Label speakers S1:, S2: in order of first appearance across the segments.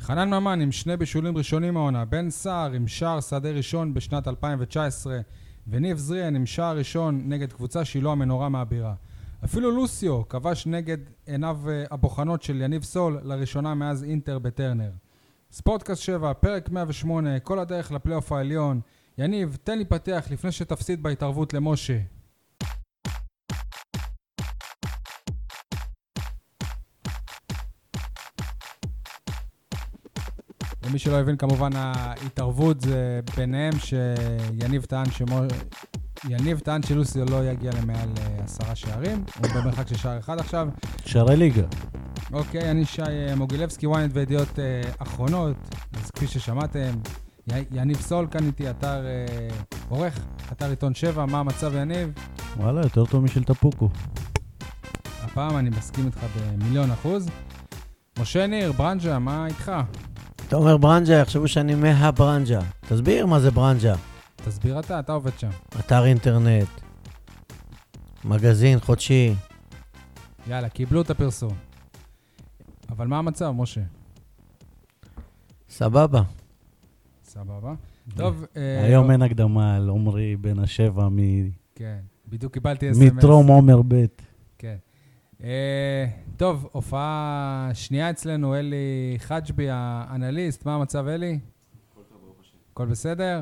S1: חנן ממן עם שני בישולים ראשונים העונה, בן סער עם שער שדה ראשון בשנת 2019, וניב זריאן עם שער ראשון נגד קבוצה שהיא לא המנורה מהבירה. אפילו לוסיו כבש נגד עיניו אה, הבוחנות של יניב סול לראשונה מאז אינטר בטרנר. ספורטקאסט 7, פרק 108, כל הדרך לפלייאוף העליון. יניב, תן לי פתח לפני שתפסיד בהתערבות למשה. למי שלא הבין, כמובן ההתערבות זה ביניהם שיניב טען שמו... יניב טען שלוסיו לא יגיע למעל אה, עשרה שערים, הוא במרחק של שער אחד עכשיו.
S2: שערי ליגה.
S1: אוקיי, אני שי אה, מוגילבסקי, ynet וידיעות אה, אחרונות, אז כפי ששמעתם, י- יניב סול כאן איתי, אתר אה, עורך, אתר עיתון 7, מה המצב יניב?
S2: וואלה, יותר טוב משל טפוקו.
S1: הפעם אני מסכים איתך במיליון אחוז. משה ניר, ברנז'ה, מה איתך?
S3: תומר ברנג'ה, יחשבו שאני מהברנג'ה. תסביר מה זה ברנג'ה.
S1: תסביר אתה, אתה עובד שם.
S3: אתר אינטרנט, מגזין חודשי.
S1: יאללה, קיבלו את הפרסום. אבל מה המצב, משה?
S3: סבבה.
S1: סבבה. טוב, אה,
S2: היום
S1: לא-
S2: אין הקדמה על עומרי בן השבע מ-
S1: כן, בדיוק קיבלתי אס.אם.אס.
S2: מטרום עומר ב'.
S1: כן. אה, טוב, הופעה שנייה אצלנו, אלי חג'בי, האנליסט. מה המצב, אלי? הכל בסדר?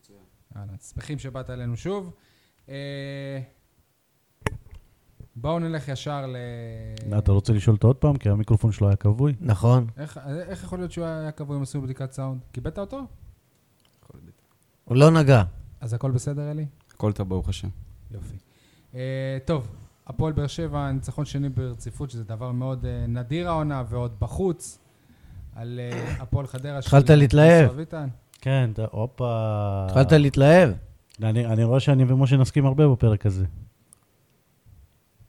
S1: מצוין. יאללה, שמחים שבאת אלינו שוב. אה, בואו נלך ישר ל...
S2: לא, אתה רוצה לשאול אותו עוד פעם? כי המיקרופון שלו היה כבוי.
S3: נכון.
S1: איך, איך יכול להיות שהוא היה קבוע אם עשו בדיקת סאונד? קיבלת אותו?
S3: הוא לא נגע.
S1: אז הכל בסדר, אלי?
S4: הכל טוב, ברוך השם.
S1: יופי. Uh, טוב, הפועל באר שבע, ניצחון שני ברציפות, שזה דבר מאוד uh, נדיר העונה, ועוד בחוץ, על uh, הפועל חדרה. של
S3: התחלת להתלהב.
S1: יוסף אביטן.
S2: כן, אתה- הופה.
S3: התחלת להתלהב.
S2: אני אני רואה שאני ומשה נסכים הרבה בפרק הזה.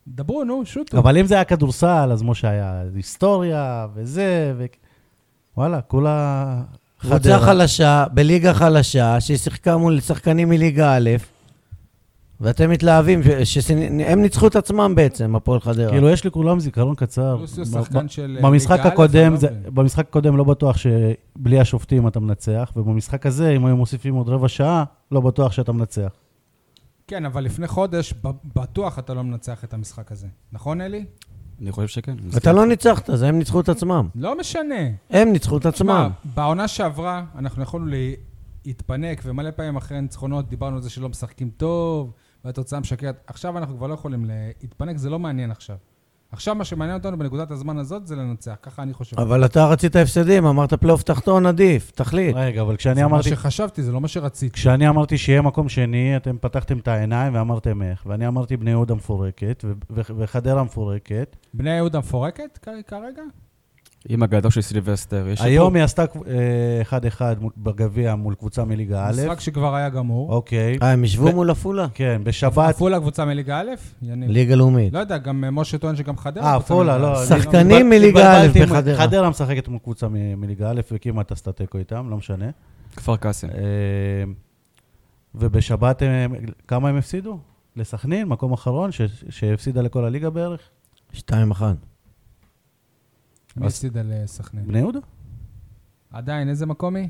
S1: דברו, נו, שוטו.
S2: אבל אם זה היה כדורסל, אז משה היה היסטוריה וזה, ו... וואלה, כולה...
S3: קבוצה חלשה, בליגה חלשה, ששיחקה מול שחקנים מליגה א', ואתם מתלהבים, שהם ניצחו את עצמם בעצם, הפועל חדרה.
S2: כאילו, יש לכולם זיכרון קצר.
S1: לוסיו
S2: ב-
S1: לא, שחקן של... אה,
S2: במשחק
S1: ליגה א',
S2: הקודם,
S1: אני
S2: זה,
S1: לא מבין.
S2: במשחק הקודם לא בטוח שבלי השופטים אתה מנצח, ובמשחק הזה, אם היו מוסיפים עוד רבע שעה, לא בטוח שאתה מנצח.
S1: כן, אבל לפני חודש, ב- בטוח אתה לא מנצח את המשחק הזה. נכון, אלי?
S4: אני חושב שכן. אני
S3: אתה
S4: מסכים.
S3: לא ניצחת, אז הם ניצחו את עצמם.
S1: לא משנה.
S3: הם ניצחו את עצמם.
S1: תשמע, בעונה שעברה אנחנו יכולנו להתפנק, ומלא פעמים אחרי ניצחונות דיברנו על זה שלא משחקים טוב, והתוצאה משקרת. עכשיו אנחנו כבר לא יכולים להתפנק, זה לא מעניין עכשיו. עכשיו מה שמעניין אותנו בנקודת הזמן הזאת זה לנצח, ככה אני חושב.
S3: אבל אתה רצית הפסדים, אמרת פלייאוף תחתון עדיף, תחליט.
S2: רגע, אבל כשאני
S1: זה מה
S2: אמרתי,
S1: שחשבתי, זה לא מה שרציתי.
S2: כשאני אמרתי שיהיה מקום שני, אתם פתחתם את העיניים ואמרתם איך. ואני אמרתי בני יהודה מפורקת, ו- ו- וחדרה מפורקת.
S1: בני יהודה מפורקת כ- כרגע?
S4: עם הגעתו של סילבסטר, יש
S2: היום היא עשתה אה, 1-1 מול- בגביע מול קבוצה מליגה א',
S1: משחק שכבר היה גמור.
S2: אוקיי.
S3: אה, הם
S2: ו-
S3: ישבו מול עפולה?
S2: כן, בשבת,
S1: עפולה קבוצה מליגה א'? יניב.
S3: ליגה לאומית.
S1: לא יודע, גם אה, משה טוען שגם חדרה.
S2: אה,
S1: קבוצה
S2: עפולה,
S1: מליגה
S2: לא.
S1: א'.
S2: אני-
S3: שחקנים
S2: התבלבלתי
S3: מליגה א'
S2: עם-
S3: בחדרה.
S2: חדרה משחקת מול קבוצה מ- מליגה א', וכמעט עשתה תיקו איתם, לא משנה.
S4: כפר
S3: כן.
S4: קאסם.
S2: אה, ובשבת, הם- כמה הם הפסידו? לסכנין, מקום אחרון, ש- שהפסידה לכל הליגה בערך?
S3: שתיים אחת.
S1: מי הפסיד על אה, סכנין?
S2: בני יהודה?
S1: עדיין, איזה מקום היא?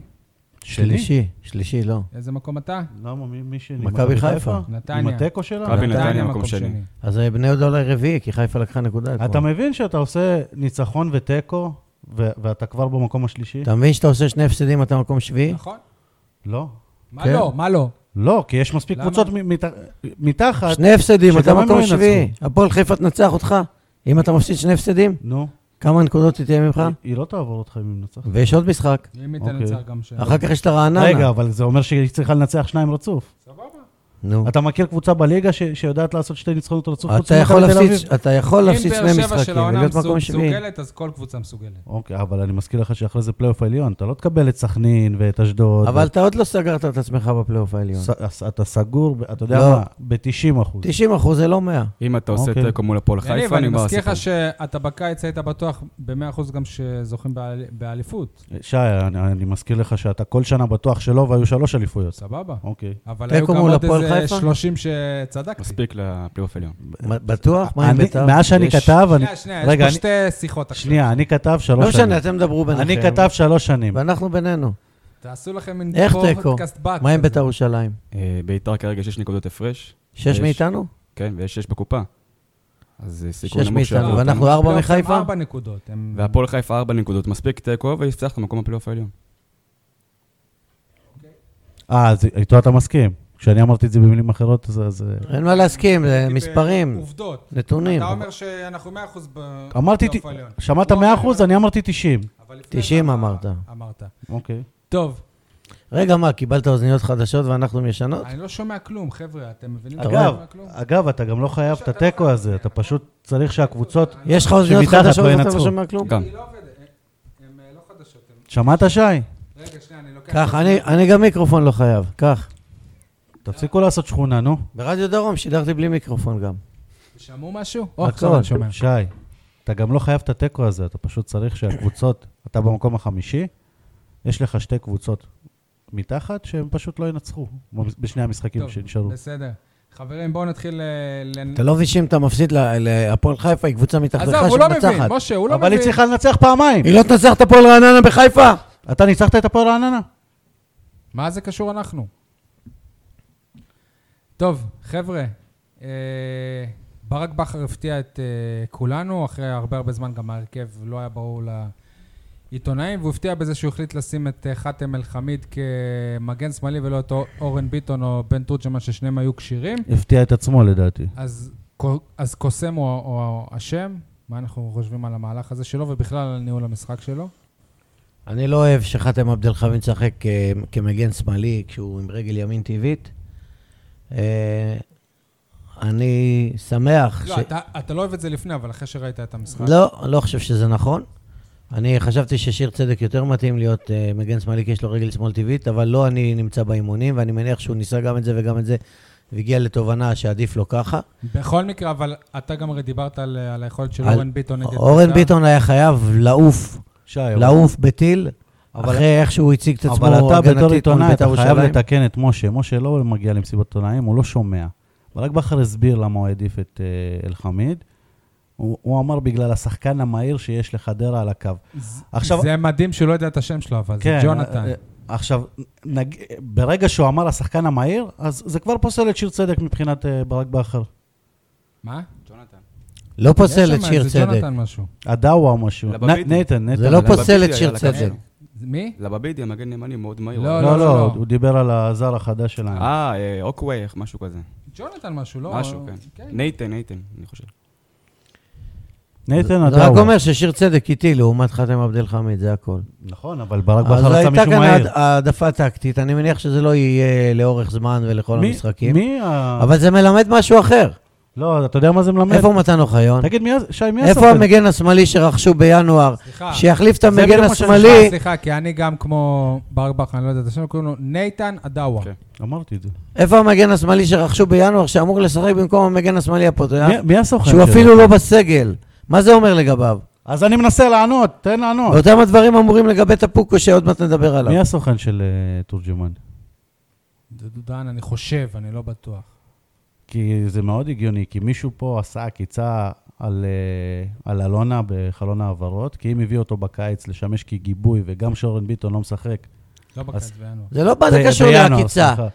S3: שלישי, שלישי, לא.
S1: איזה מקום אתה?
S2: למה? מי- מי שני?
S3: מכבי חיפה.
S2: עם
S1: נתניה.
S2: התיקו שלה?
S4: מכבי נתניה, מקום שני.
S3: אז אה, בני יהודה אולי רביעי, כי חיפה לקחה נקודה
S2: אתה
S3: אתמול.
S2: מבין שאתה עושה ניצחון ותיקו, ו- ואתה כבר במקום השלישי?
S3: אתה מבין שאתה עושה שני הפסדים, אתה מקום שביעי?
S1: נכון.
S2: לא.
S1: מה
S3: כן.
S1: לא? מה לא?
S2: לא, כי יש מספיק
S1: למה?
S2: קבוצות מ- מת- מתחת.
S3: שני הפסדים,
S2: שגם
S3: אתה
S2: הם לא
S3: מקום
S2: ינצחו.
S3: שביעי. הפועל חיפה תנצח אותך. אם אתה מפסיד שני הפסדים,
S2: נו,
S3: כמה נקודות היא תהיה ממך?
S2: היא- היא לא תעבור אותך אם היא מנצחת.
S3: ויש עוד משחק.
S1: אם היא
S2: אוקיי.
S1: תנצח גם שם.
S3: אחר כך יש את הרעננה.
S2: רגע, אבל זה אומר שהיא צריכה לנצח שניים רצוף.
S1: סבבה.
S3: נו.
S2: אתה מכיר קבוצה בליגה ש- שיודעת לעשות שתי ניצחונות רצוף חוץ
S3: אתה יכול
S2: ממכבי תל אביב?
S3: להפסיד- אתה יכול
S1: אם
S3: להפסיד
S1: באר
S3: שני
S1: שבע של
S3: משחקים
S1: העונה
S3: ולהיות מקום
S1: מסוג-
S3: שביעי.
S1: מסוגלת, אז כל קבוצה מסוגלת.
S2: אוקיי, אבל אני מזכיר לך שאחרי זה פלייאוף עליון, אתה לא תקבל את סכנין ואת אשדוד.
S3: אבל אתה עוד לא סגרת את עצמך בפלייאוף העליון.
S2: ס- אז אתה סגור, ב- אתה יודע
S3: לא.
S2: מה, ב-90 אחוז.
S3: 90 אחוז זה לא 100.
S4: אם אתה עושה
S2: אוקיי.
S4: תיקו מול הפועל
S1: יניב,
S4: חיפה,
S1: אני
S4: נגמר
S1: מזכיר
S4: הסיפור.
S1: לך שאתה בקיץ היית בטוח ב-100% גם שזוכים באל- באליפות.
S2: שי, אני אני מזכיר לך שאתה כל שנה בטוח שלא, והיו שלוש אליפויות.
S1: סבבה.
S2: אוקיי.
S1: אבל היו
S3: תיקו
S1: גם
S3: מול
S1: עוד
S3: הפועל
S1: איזה
S3: חיפה?
S1: 30 שצדקתי.
S4: מספיק לפלייאוף עליון.
S3: מ- בטוח? מה עם
S2: אני-
S3: ביתר?
S2: מאז שאני
S4: יש-
S2: כתב, אני...
S1: שנייה, שנייה, יש
S2: רגע,
S1: פה
S2: אני-
S1: שתי שיחות עכשיו.
S2: שנייה, אני כתב
S3: לא
S2: שלוש שנים.
S3: משנה, אתם דברו ביניכם.
S2: אני כתב שלוש שנים.
S3: ואנחנו בינינו.
S1: תעשו לכם מין
S3: איך
S1: פודקאסט
S3: תיקו?
S1: בת
S3: מה עם
S1: כזה.
S3: ביתר ירושלים?
S4: אה, ביתר כרגע 6 נקודות הפרש,
S3: שש
S4: יש.
S3: מאיתנו?
S4: כן, ויש 6 בקופה. אז זה סיכון
S3: שש
S4: נמוך של
S3: מאיתנו,
S4: הפלייאוף
S3: ואנחנו
S4: העליון.
S3: ארבע
S1: פלייאוף הם
S3: מחיפה?
S1: לא, ארבע נקודות. הם-
S4: והפועל חיפה 4 נקודות, מספיק תיקו, ויפתח את המקום בפלייאוף העליון.
S2: אה, אז איתו אתה מסכים. כשאני אמרתי את זה במילים אחרות, אז- אז... אה,
S3: אין מה להסכים, זה
S1: כי
S3: מספרים,
S1: בעובדות.
S3: נתונים.
S1: אתה אומר שאנחנו 100% בפלייאוף
S2: אמרתי... ת-
S1: העליון.
S2: שמעת
S1: הוא
S2: 100
S1: אומר-
S2: אחוז? אני אמרתי 90.
S1: אבל לפני
S3: 90
S1: זה
S3: אמרת.
S1: אמרת.
S2: אוקיי.
S1: טוב,
S3: רגע, מה, קיבלת אוזניות חדשות ואנחנו ישנות?
S1: אני לא שומע כלום, חבר'ה, אתם מבינים?
S3: אתה
S1: אני לא
S2: אגב,
S1: שומע כלום?
S2: אגב, אתה גם לא חייב את התיקו הזה, אתה פשוט צריך שהקבוצות...
S3: יש לך אוזניות
S2: שמתחת
S3: חדשות
S2: לא
S3: ואתה
S2: ינצחו.
S3: לא שומע כלום?
S4: גם.
S1: היא לא עובדת, הם- הם אה, לא חדשות. הם-
S2: שמעת, שי?
S1: רגע, שנייה, אני לוקח...
S3: קח, אני- אני גם מיקרופון לא חייב, קח.
S2: תפסיקו לעשות שכונה, נו.
S3: ברדיו דרום שידרתי בלי מיקרופון גם.
S1: שמעו משהו? או, עכשיו אני שומע.
S2: שי, אתה גם לא חייב את התיקו הזה, אתה פשוט צריך שהקבוצות... אתה במקום החמישי, יש לך שתי קבוצות מתחת שהן פשוט לא ינצחו בשני המשחקים
S1: טוב,
S2: שנשארו.
S1: בסדר. חברים, בואו נתחיל... אה, לנ-
S3: אתה לא מבין שאם אתה מפסיד ל- להפועל חיפה, היא קבוצה מתחתך
S1: עזוב, הוא לא מבין,
S3: שמנצחת.
S1: משה, הוא לא
S2: אבל
S1: מבין.
S2: היא צריכה לנצח פעמיים.
S3: היא לא תנצח את הפועל רעננה בחיפה?
S2: אתה ניצחת את הפועל רעננה?
S1: מה זה קשור אנחנו? טוב, חבר'ה, אה, ברק בכר הפתיע את אה, כולנו, אחרי הרבה הרבה זמן גם ההרכב לא היה ברור לעיתונאים, והוא הפתיע בזה שהוא החליט לשים את אה, חאתם אל-חמיד כמגן שמאלי ולא את אורן ביטון או בן תורג'מן, ששניהם היו כשירים.
S2: הפתיע את עצמו לדעתי.
S1: אז, קו- אז קוסם הוא הוא אשם, מה אנחנו חושבים על המהלך הזה שלו, ובכלל על ניהול המשחק שלו?
S3: אני לא אוהב שחאתם עבד אל חמיד משחק אה, כמגן שמאלי כשהוא עם רגל ימין טבעית. אה, אני שמח
S1: לא, אתה, אתה לא אוהב את זה לפני, אבל אחרי שראית את המשחק.
S3: לא, לא חושב שזה נכון. אני חשבתי ששיר צדק יותר מתאים להיות אה, מגן שמאלי, כי יש לו רגל שמאל טבעית, אבל לא אני נמצא באימונים, ואני מניח שהוא ניסה גם את זה וגם את זה, והגיע לתובנה שעדיף לו ככה.
S1: בכל מקרה, אבל אתה גם הרי דיברת על, על היכולת של
S3: על-
S1: אורן ביטון נגד...
S3: אורן
S1: בית"ר.
S3: ביטון היה חייב לעוף,
S2: שי,
S3: לעוף בטיל,
S2: אבל-
S3: אחרי איך שהוא הציג את עצמו
S2: אבל אתה בתור
S3: הגנתית מול
S2: עיתונאי,
S3: בית"ר
S2: אתה חייב
S3: ירושלים.
S2: לתקן את משה. משה לא מגיע למסיבות עיתונאים, הוא לא שומע. ברק בכר הסביר למה הוא העדיף את אה, אלחמיד. הוא הוא אמר בגלל השחקן המהיר שיש לחדרה על הקו.
S1: ז-
S2: עכשיו-
S1: זה מדהים שהוא לא יודע את השם שלו, אבל
S3: כן,
S1: זה ג'ונתן.
S2: אה, אה, עכשיו, נג... ברגע שהוא אמר השחקן המהיר, אז זה כבר פוסל את שיר צדק מבחינת אה, ברק בכר.
S1: מה?
S4: ג'ונתן.
S3: לא
S1: יש
S3: פוסל
S1: שם
S3: את שיר
S1: איזה
S3: צדק.
S1: ג'ונתן משהו.
S2: הדאווה או משהו. נ-
S4: לבבידי.
S2: נייתן, נייתן.
S3: זה לא פוסל את שיר צדק.
S1: זה- מי?
S4: לבבידי, המגן ימני, מאוד מהיר.
S1: לא,
S2: לא,
S1: לא.
S2: לא, הוא דיבר על הזר החדש שלהם.
S4: אה, אה, אוקווי, איך- משהו כזה.
S1: ג'ונתן משהו, לא?
S4: משהו, כן. נייתן, נייתן, אני חושב.
S2: נייתן
S3: זה רק
S2: הדאווה.
S3: אומר ששיר צדק איתי לעומת חתם עבד אל חמיד, זה הכל.
S2: נכון, אבל ברק
S3: אז
S2: בכר רצה
S3: הייתה
S2: מישהו
S3: כאן
S2: מהיר.
S3: העד- העדפה טקטית, אני מניח שזה לא יהיה לאורך זמן ולכל
S2: מי-
S3: המשחקים.
S2: מי ה...
S3: אבל זה מלמד משהו אחר.
S2: לא, אתה יודע מה זה מלמד?
S3: איפה מתן אוחיון?
S2: תגיד, מי ה- שי, מי
S3: איפה
S2: השחקן?
S3: המגן השמאלי שרכשו בינואר?
S1: סליחה.
S3: שיחליף את
S2: זה
S3: המגן
S2: בדיוק מה שאני
S3: השמאלי.
S1: סליחה, סליחה, כי אני גם כמו ברק בכר, אני לא יודע את השם, קוראים לו נייתן עדאווה.
S4: כן.
S2: אמרתי את זה.
S3: איפה המגן השמאלי שרכשו בינואר שאמור לשחק במקום המגן השמאלי הפותח?
S2: מי- מי הסוכן
S3: אה, שהוא
S2: שלו?
S3: אפילו לא בסגל. מה זה אומר לגביו?
S2: אז אני מנסה לענות, תן לענות.
S3: ואותם הדברים אמורים לגבי טפוקו שעוד מעט נדבר עליו.
S2: לא. מי הסוכן של אה, תורג'מן?
S1: זה דודן, אני חושב, אני לא בטוח.
S2: כי זה מאוד הגיוני, כי מישהו פה עשה עקיצה על, אה, על אלונה בחלון העברות, כי אם הביאו אותו בקיץ לשמש כגיבוי, וגם שאורן ביטון לא משחק.
S1: לא בקיץ בינואר.
S3: זה לא בא, זה
S2: ב-
S3: קשור
S2: בינואר,
S3: להקיצה.
S2: סליחה.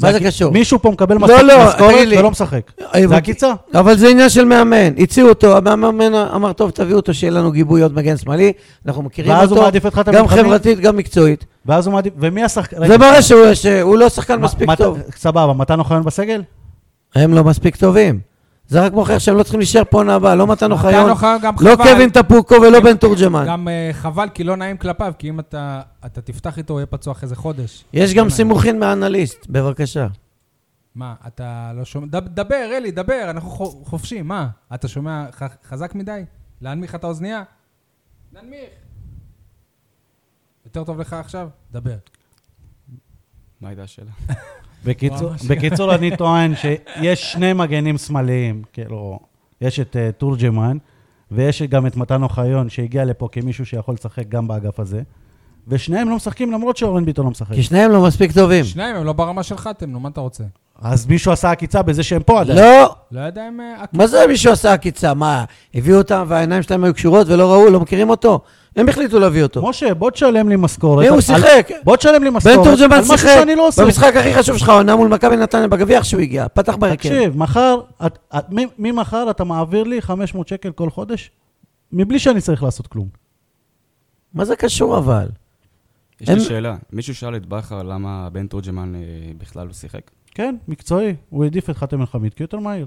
S3: מה זה
S2: הקי-
S3: קשור?
S2: מישהו פה מקבל
S3: לא,
S2: מספיק
S3: לא, תגיד
S2: משכורת
S3: לי.
S2: ולא משחק.
S3: אה,
S2: זה עקיצה.
S3: אבל זה עניין של מאמן. הציעו אותו, המאמן אמר, טוב, תביאו אותו, שיהיה לנו גיבוי עוד מגן שמאלי. אנחנו מכירים
S2: ואז הוא
S3: אותו,
S2: מעדיף את חתם
S3: גם
S2: אלחמיד?
S3: חברתית, גם מקצועית.
S2: ואז הוא מעדיף... ומי השחקן?
S3: זה מראה שהוא- שהוא לא שחקן
S2: מה-
S3: מספיק
S2: מת-
S3: טוב.
S2: סבבה, מתן אוחיון בסגל?
S3: הם לא מספיק טובים. זה רק מוכיח שהם לא צריכים להישאר פה עונה הבאה, לא מתן
S1: מתן
S3: אוחיון,
S1: אוחיון גם
S3: לא
S1: חבל.
S3: קווין טפוקו ולא בן תורג'מן.
S1: גם אה, חבל, כי לא נעים כלפיו, כי אם אתה אתה תפתח איתו, הוא יהיה פצוע אחרי זה חודש. כן,
S3: יש גם
S1: נעים.
S3: סימוכין מהאנליסט, בבקשה.
S1: מה, אתה לא שומע? דב- דבר, אלי, דבר, אנחנו חו- חופשיים, מה? אתה שומע ח- חזק מדי? להנמיך את האוזנייה? להנמיך. יותר טוב לך עכשיו? דבר.
S4: מה הייתה השאלה?
S2: בקיצור,
S1: ממש.
S2: בקיצור, אני טוען שיש שני מגנים שמאליים, כאילו, יש את אה, תורג'מן, ויש גם את מתן אוחיון, שהגיע לפה כמישהו שיכול לשחק גם באגף הזה, ושניהם לא משחקים למרות שאורן ביטון לא משחק.
S3: כי שניהם לא מספיק טובים.
S1: שניים הם לא ברמה שלך, אתם, נו, מה אתה רוצה?
S2: אז מישהו עשה עקיצה בזה שהם פה עדיין.
S3: לא!
S1: לא יודע אם... אה,
S3: מה זה מישהו עשה עקיצה? מה, הביאו אותם והעיניים שלהם היו קשורות ולא ראו, לא מכירים אותו? הם החליטו להביא אותו.
S2: משה, בוא תשלם לי משכורת.
S3: לא. מי הוא
S2: על-
S3: שיחק?
S2: בוא תשלם לי
S3: בן
S2: משכורת.
S3: תורג'מן
S2: על משהו
S3: שיחק
S2: שאני לא עושה.
S3: במשחק הכי חשוב שלך, עונה מול מכבי נתניה בגביע, איך שהוא הגיע, פתח בהרכב.
S2: תקשיב, מחר, את- את- מ- ממחר אתה מעביר לי 500 שקל כל חודש, מבלי שאני צריך לעשות כלום.
S3: מה זה קשור אבל?
S4: יש לי
S3: הם-
S4: שאלה, מישהו שאל את בכר למה בן תורג'מן אה, בכלל לא שיחק?
S2: כן, מקצועי. הוא העדיף את חתם אל-חמיד, כי הוא יותר מהיר.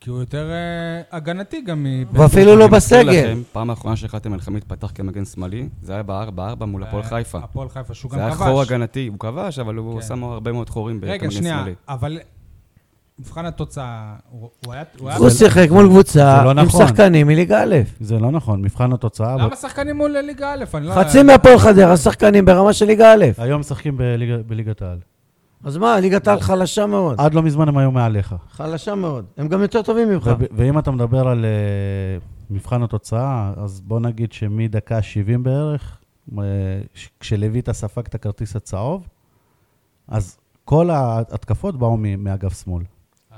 S1: כי הוא יותר אה, הגנתי גם מ...
S3: ואפילו לא
S4: אני מזכיר
S3: בסגל.
S4: לכם, פעם האחרונה שחתם אלחמיד פתח כמגן שמאלי, זה היה ב-4-4 מול הפועל חיפה.
S1: הפועל חיפה, שהוא
S4: זה
S1: אה, גם
S4: היה
S1: כבש.
S4: חור הגנתי, הוא כבש, אבל הוא
S1: כן.
S4: שם הרבה מאוד חורים
S1: רגע,
S4: בכמגן
S1: שנייה,
S4: שמאלי.
S1: אבל מבחן התוצאה, הוא הוא היה... הוא היה-
S3: הוא שיחק מול קבוצה
S2: לא- זה לא
S3: עם
S2: נכון.
S3: שחקנים מליגה א'.
S2: זה לא נכון, מבחן התוצאה.
S1: למה שחקנים מול ליגה א'? אני לא...
S3: חצי מהפועל חדרה שחקנים ברמה של ליגה א'.
S2: היום משחקים בליגה- בליגת העל.
S3: אז מה, ליגת העל חלשה מאוד.
S2: עד לא מזמן הם היו מעליך.
S3: חלשה מאוד. הם גם יותר טובים ממך.
S2: וב- ואם אתה מדבר על אה, מבחן התוצאה, אז בוא נגיד שמדקה 70 בערך, אה, ש- כשלויטה ספג את הכרטיס הצהוב, אז כל ההתקפות באו מ- מאגף שמאל.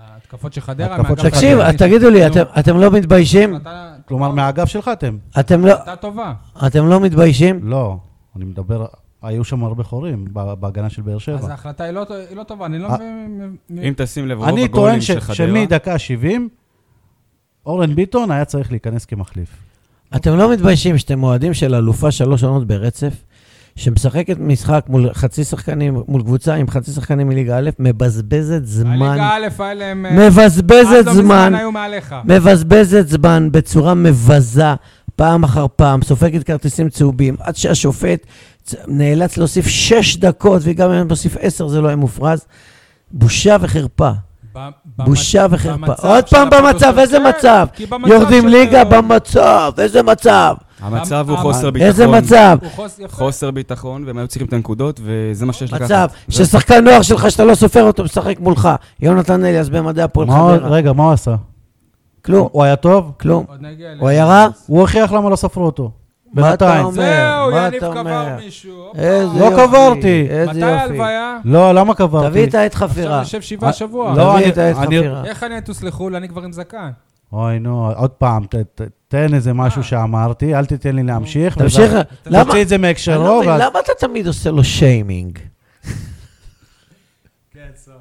S1: ההתקפות של חדרה...
S2: התקפות
S1: מהגב
S2: של
S3: תקשיב,
S1: השני,
S3: תגידו לי,
S1: כאילו,
S3: אתם- אתם לא מתביישים?
S1: אתה-
S2: כלומר, מהאגף שלך אתם.
S3: אתם לא-
S1: אתה טובה.
S3: אתם לא מתביישים?
S2: לא, אני מדבר, היו שם הרבה חורים ב- בהגנה של באר
S1: אז
S2: שבע.
S1: ההחלטה היא לא טו- היא לא טובה, אני לא
S2: אה,
S1: מבין... מ- מ-
S4: אם תשים לב, רוב
S2: אני טוען
S4: הגולים
S2: ש-
S4: של חדרה...
S2: שמדקה 70, אורן ביטון היה צריך להיכנס כמחליף.
S3: אתם לא מתביישים שאתם אוהדים של אלופה שלוש עונות ברצף, שמשחקת משחק מול חצי שחקנים, מול קבוצה עם חצי שחקנים מליגה א', מבזבזת זמן,
S1: הליגה א' האלה הם... אה, עד
S3: מבזבזת
S1: לא
S3: זמן,
S1: מזמן היו מעליך.
S3: מבזבזת זמן בצורה מבזה, פעם אחר פעם, סופגת כרטיסים צהובים, עד שהשופט צ- נאלץ להוסיף שש דקות, וגם אם היה מוסיף עשר זה לא היה מופרז. בושה וחרפה.
S1: ב-
S3: בושה
S1: במצב-
S3: וחרפה.
S1: במצב
S3: עוד
S1: של
S3: פעם
S1: הפרדוסים.
S3: במצב, איזה
S1: כן,
S3: מצב?
S1: כי במצב
S3: יורדים
S1: של-
S3: ליגה במצב, איזה מצב?
S4: המצב הוא
S1: אה,
S4: חוסר ביטחון.
S3: איזה מצב?
S1: הוא חוס- יפה.
S4: חוסר ביטחון, והם היו צריכים את הנקודות, וזה מה שיש לקחת.
S3: מצב
S4: זה-
S3: ששחקן נוער שלך, שאתה לא סופר אותו, משחק מולך. יונתן אליאס במדעי הפועל
S2: מה הוא-
S3: חדרה.
S2: רגע, מה הוא עשה?
S3: כלום,
S2: הוא היה טוב?
S3: כלום.
S1: עוד נגיע
S3: הוא
S1: לזה.
S3: היה רע?
S2: הוא הוכיח למה לא ספרו אותו.
S3: מה אתה
S2: בינתיים.
S3: אומר?
S1: זהו,
S3: מה
S1: יניב
S3: אתה אומר?
S1: קבר מישהו. הופה.
S3: איזה
S2: לא
S3: יופי.
S2: קברתי.
S3: איזה
S1: מתי
S3: יופי.
S1: ההלוויה?
S2: לא, למה קברתי?
S3: תביא את העט
S1: עכשיו
S3: חפירה.
S1: נשב שבעה
S2: אה,
S1: שבוע.
S2: לא,
S3: תביא
S2: אני-
S3: את העט
S2: אני-
S3: חפירה.
S1: איך אני אטוס לחו"ל? אני כבר עם זקן.
S2: אוי, נו, עוד פעם, ת- ת- תן איזה משהו
S1: אה.
S2: שאמרתי, אל תיתן לי להמשיך.
S3: תמשיך.
S2: ואז-
S3: למה-
S2: תוציא את זה
S3: אני
S2: מהקשרו,
S3: לא מבין,
S2: ואז-
S3: למה אתה תמיד עושה לו שיימינג?
S1: כן, סורי.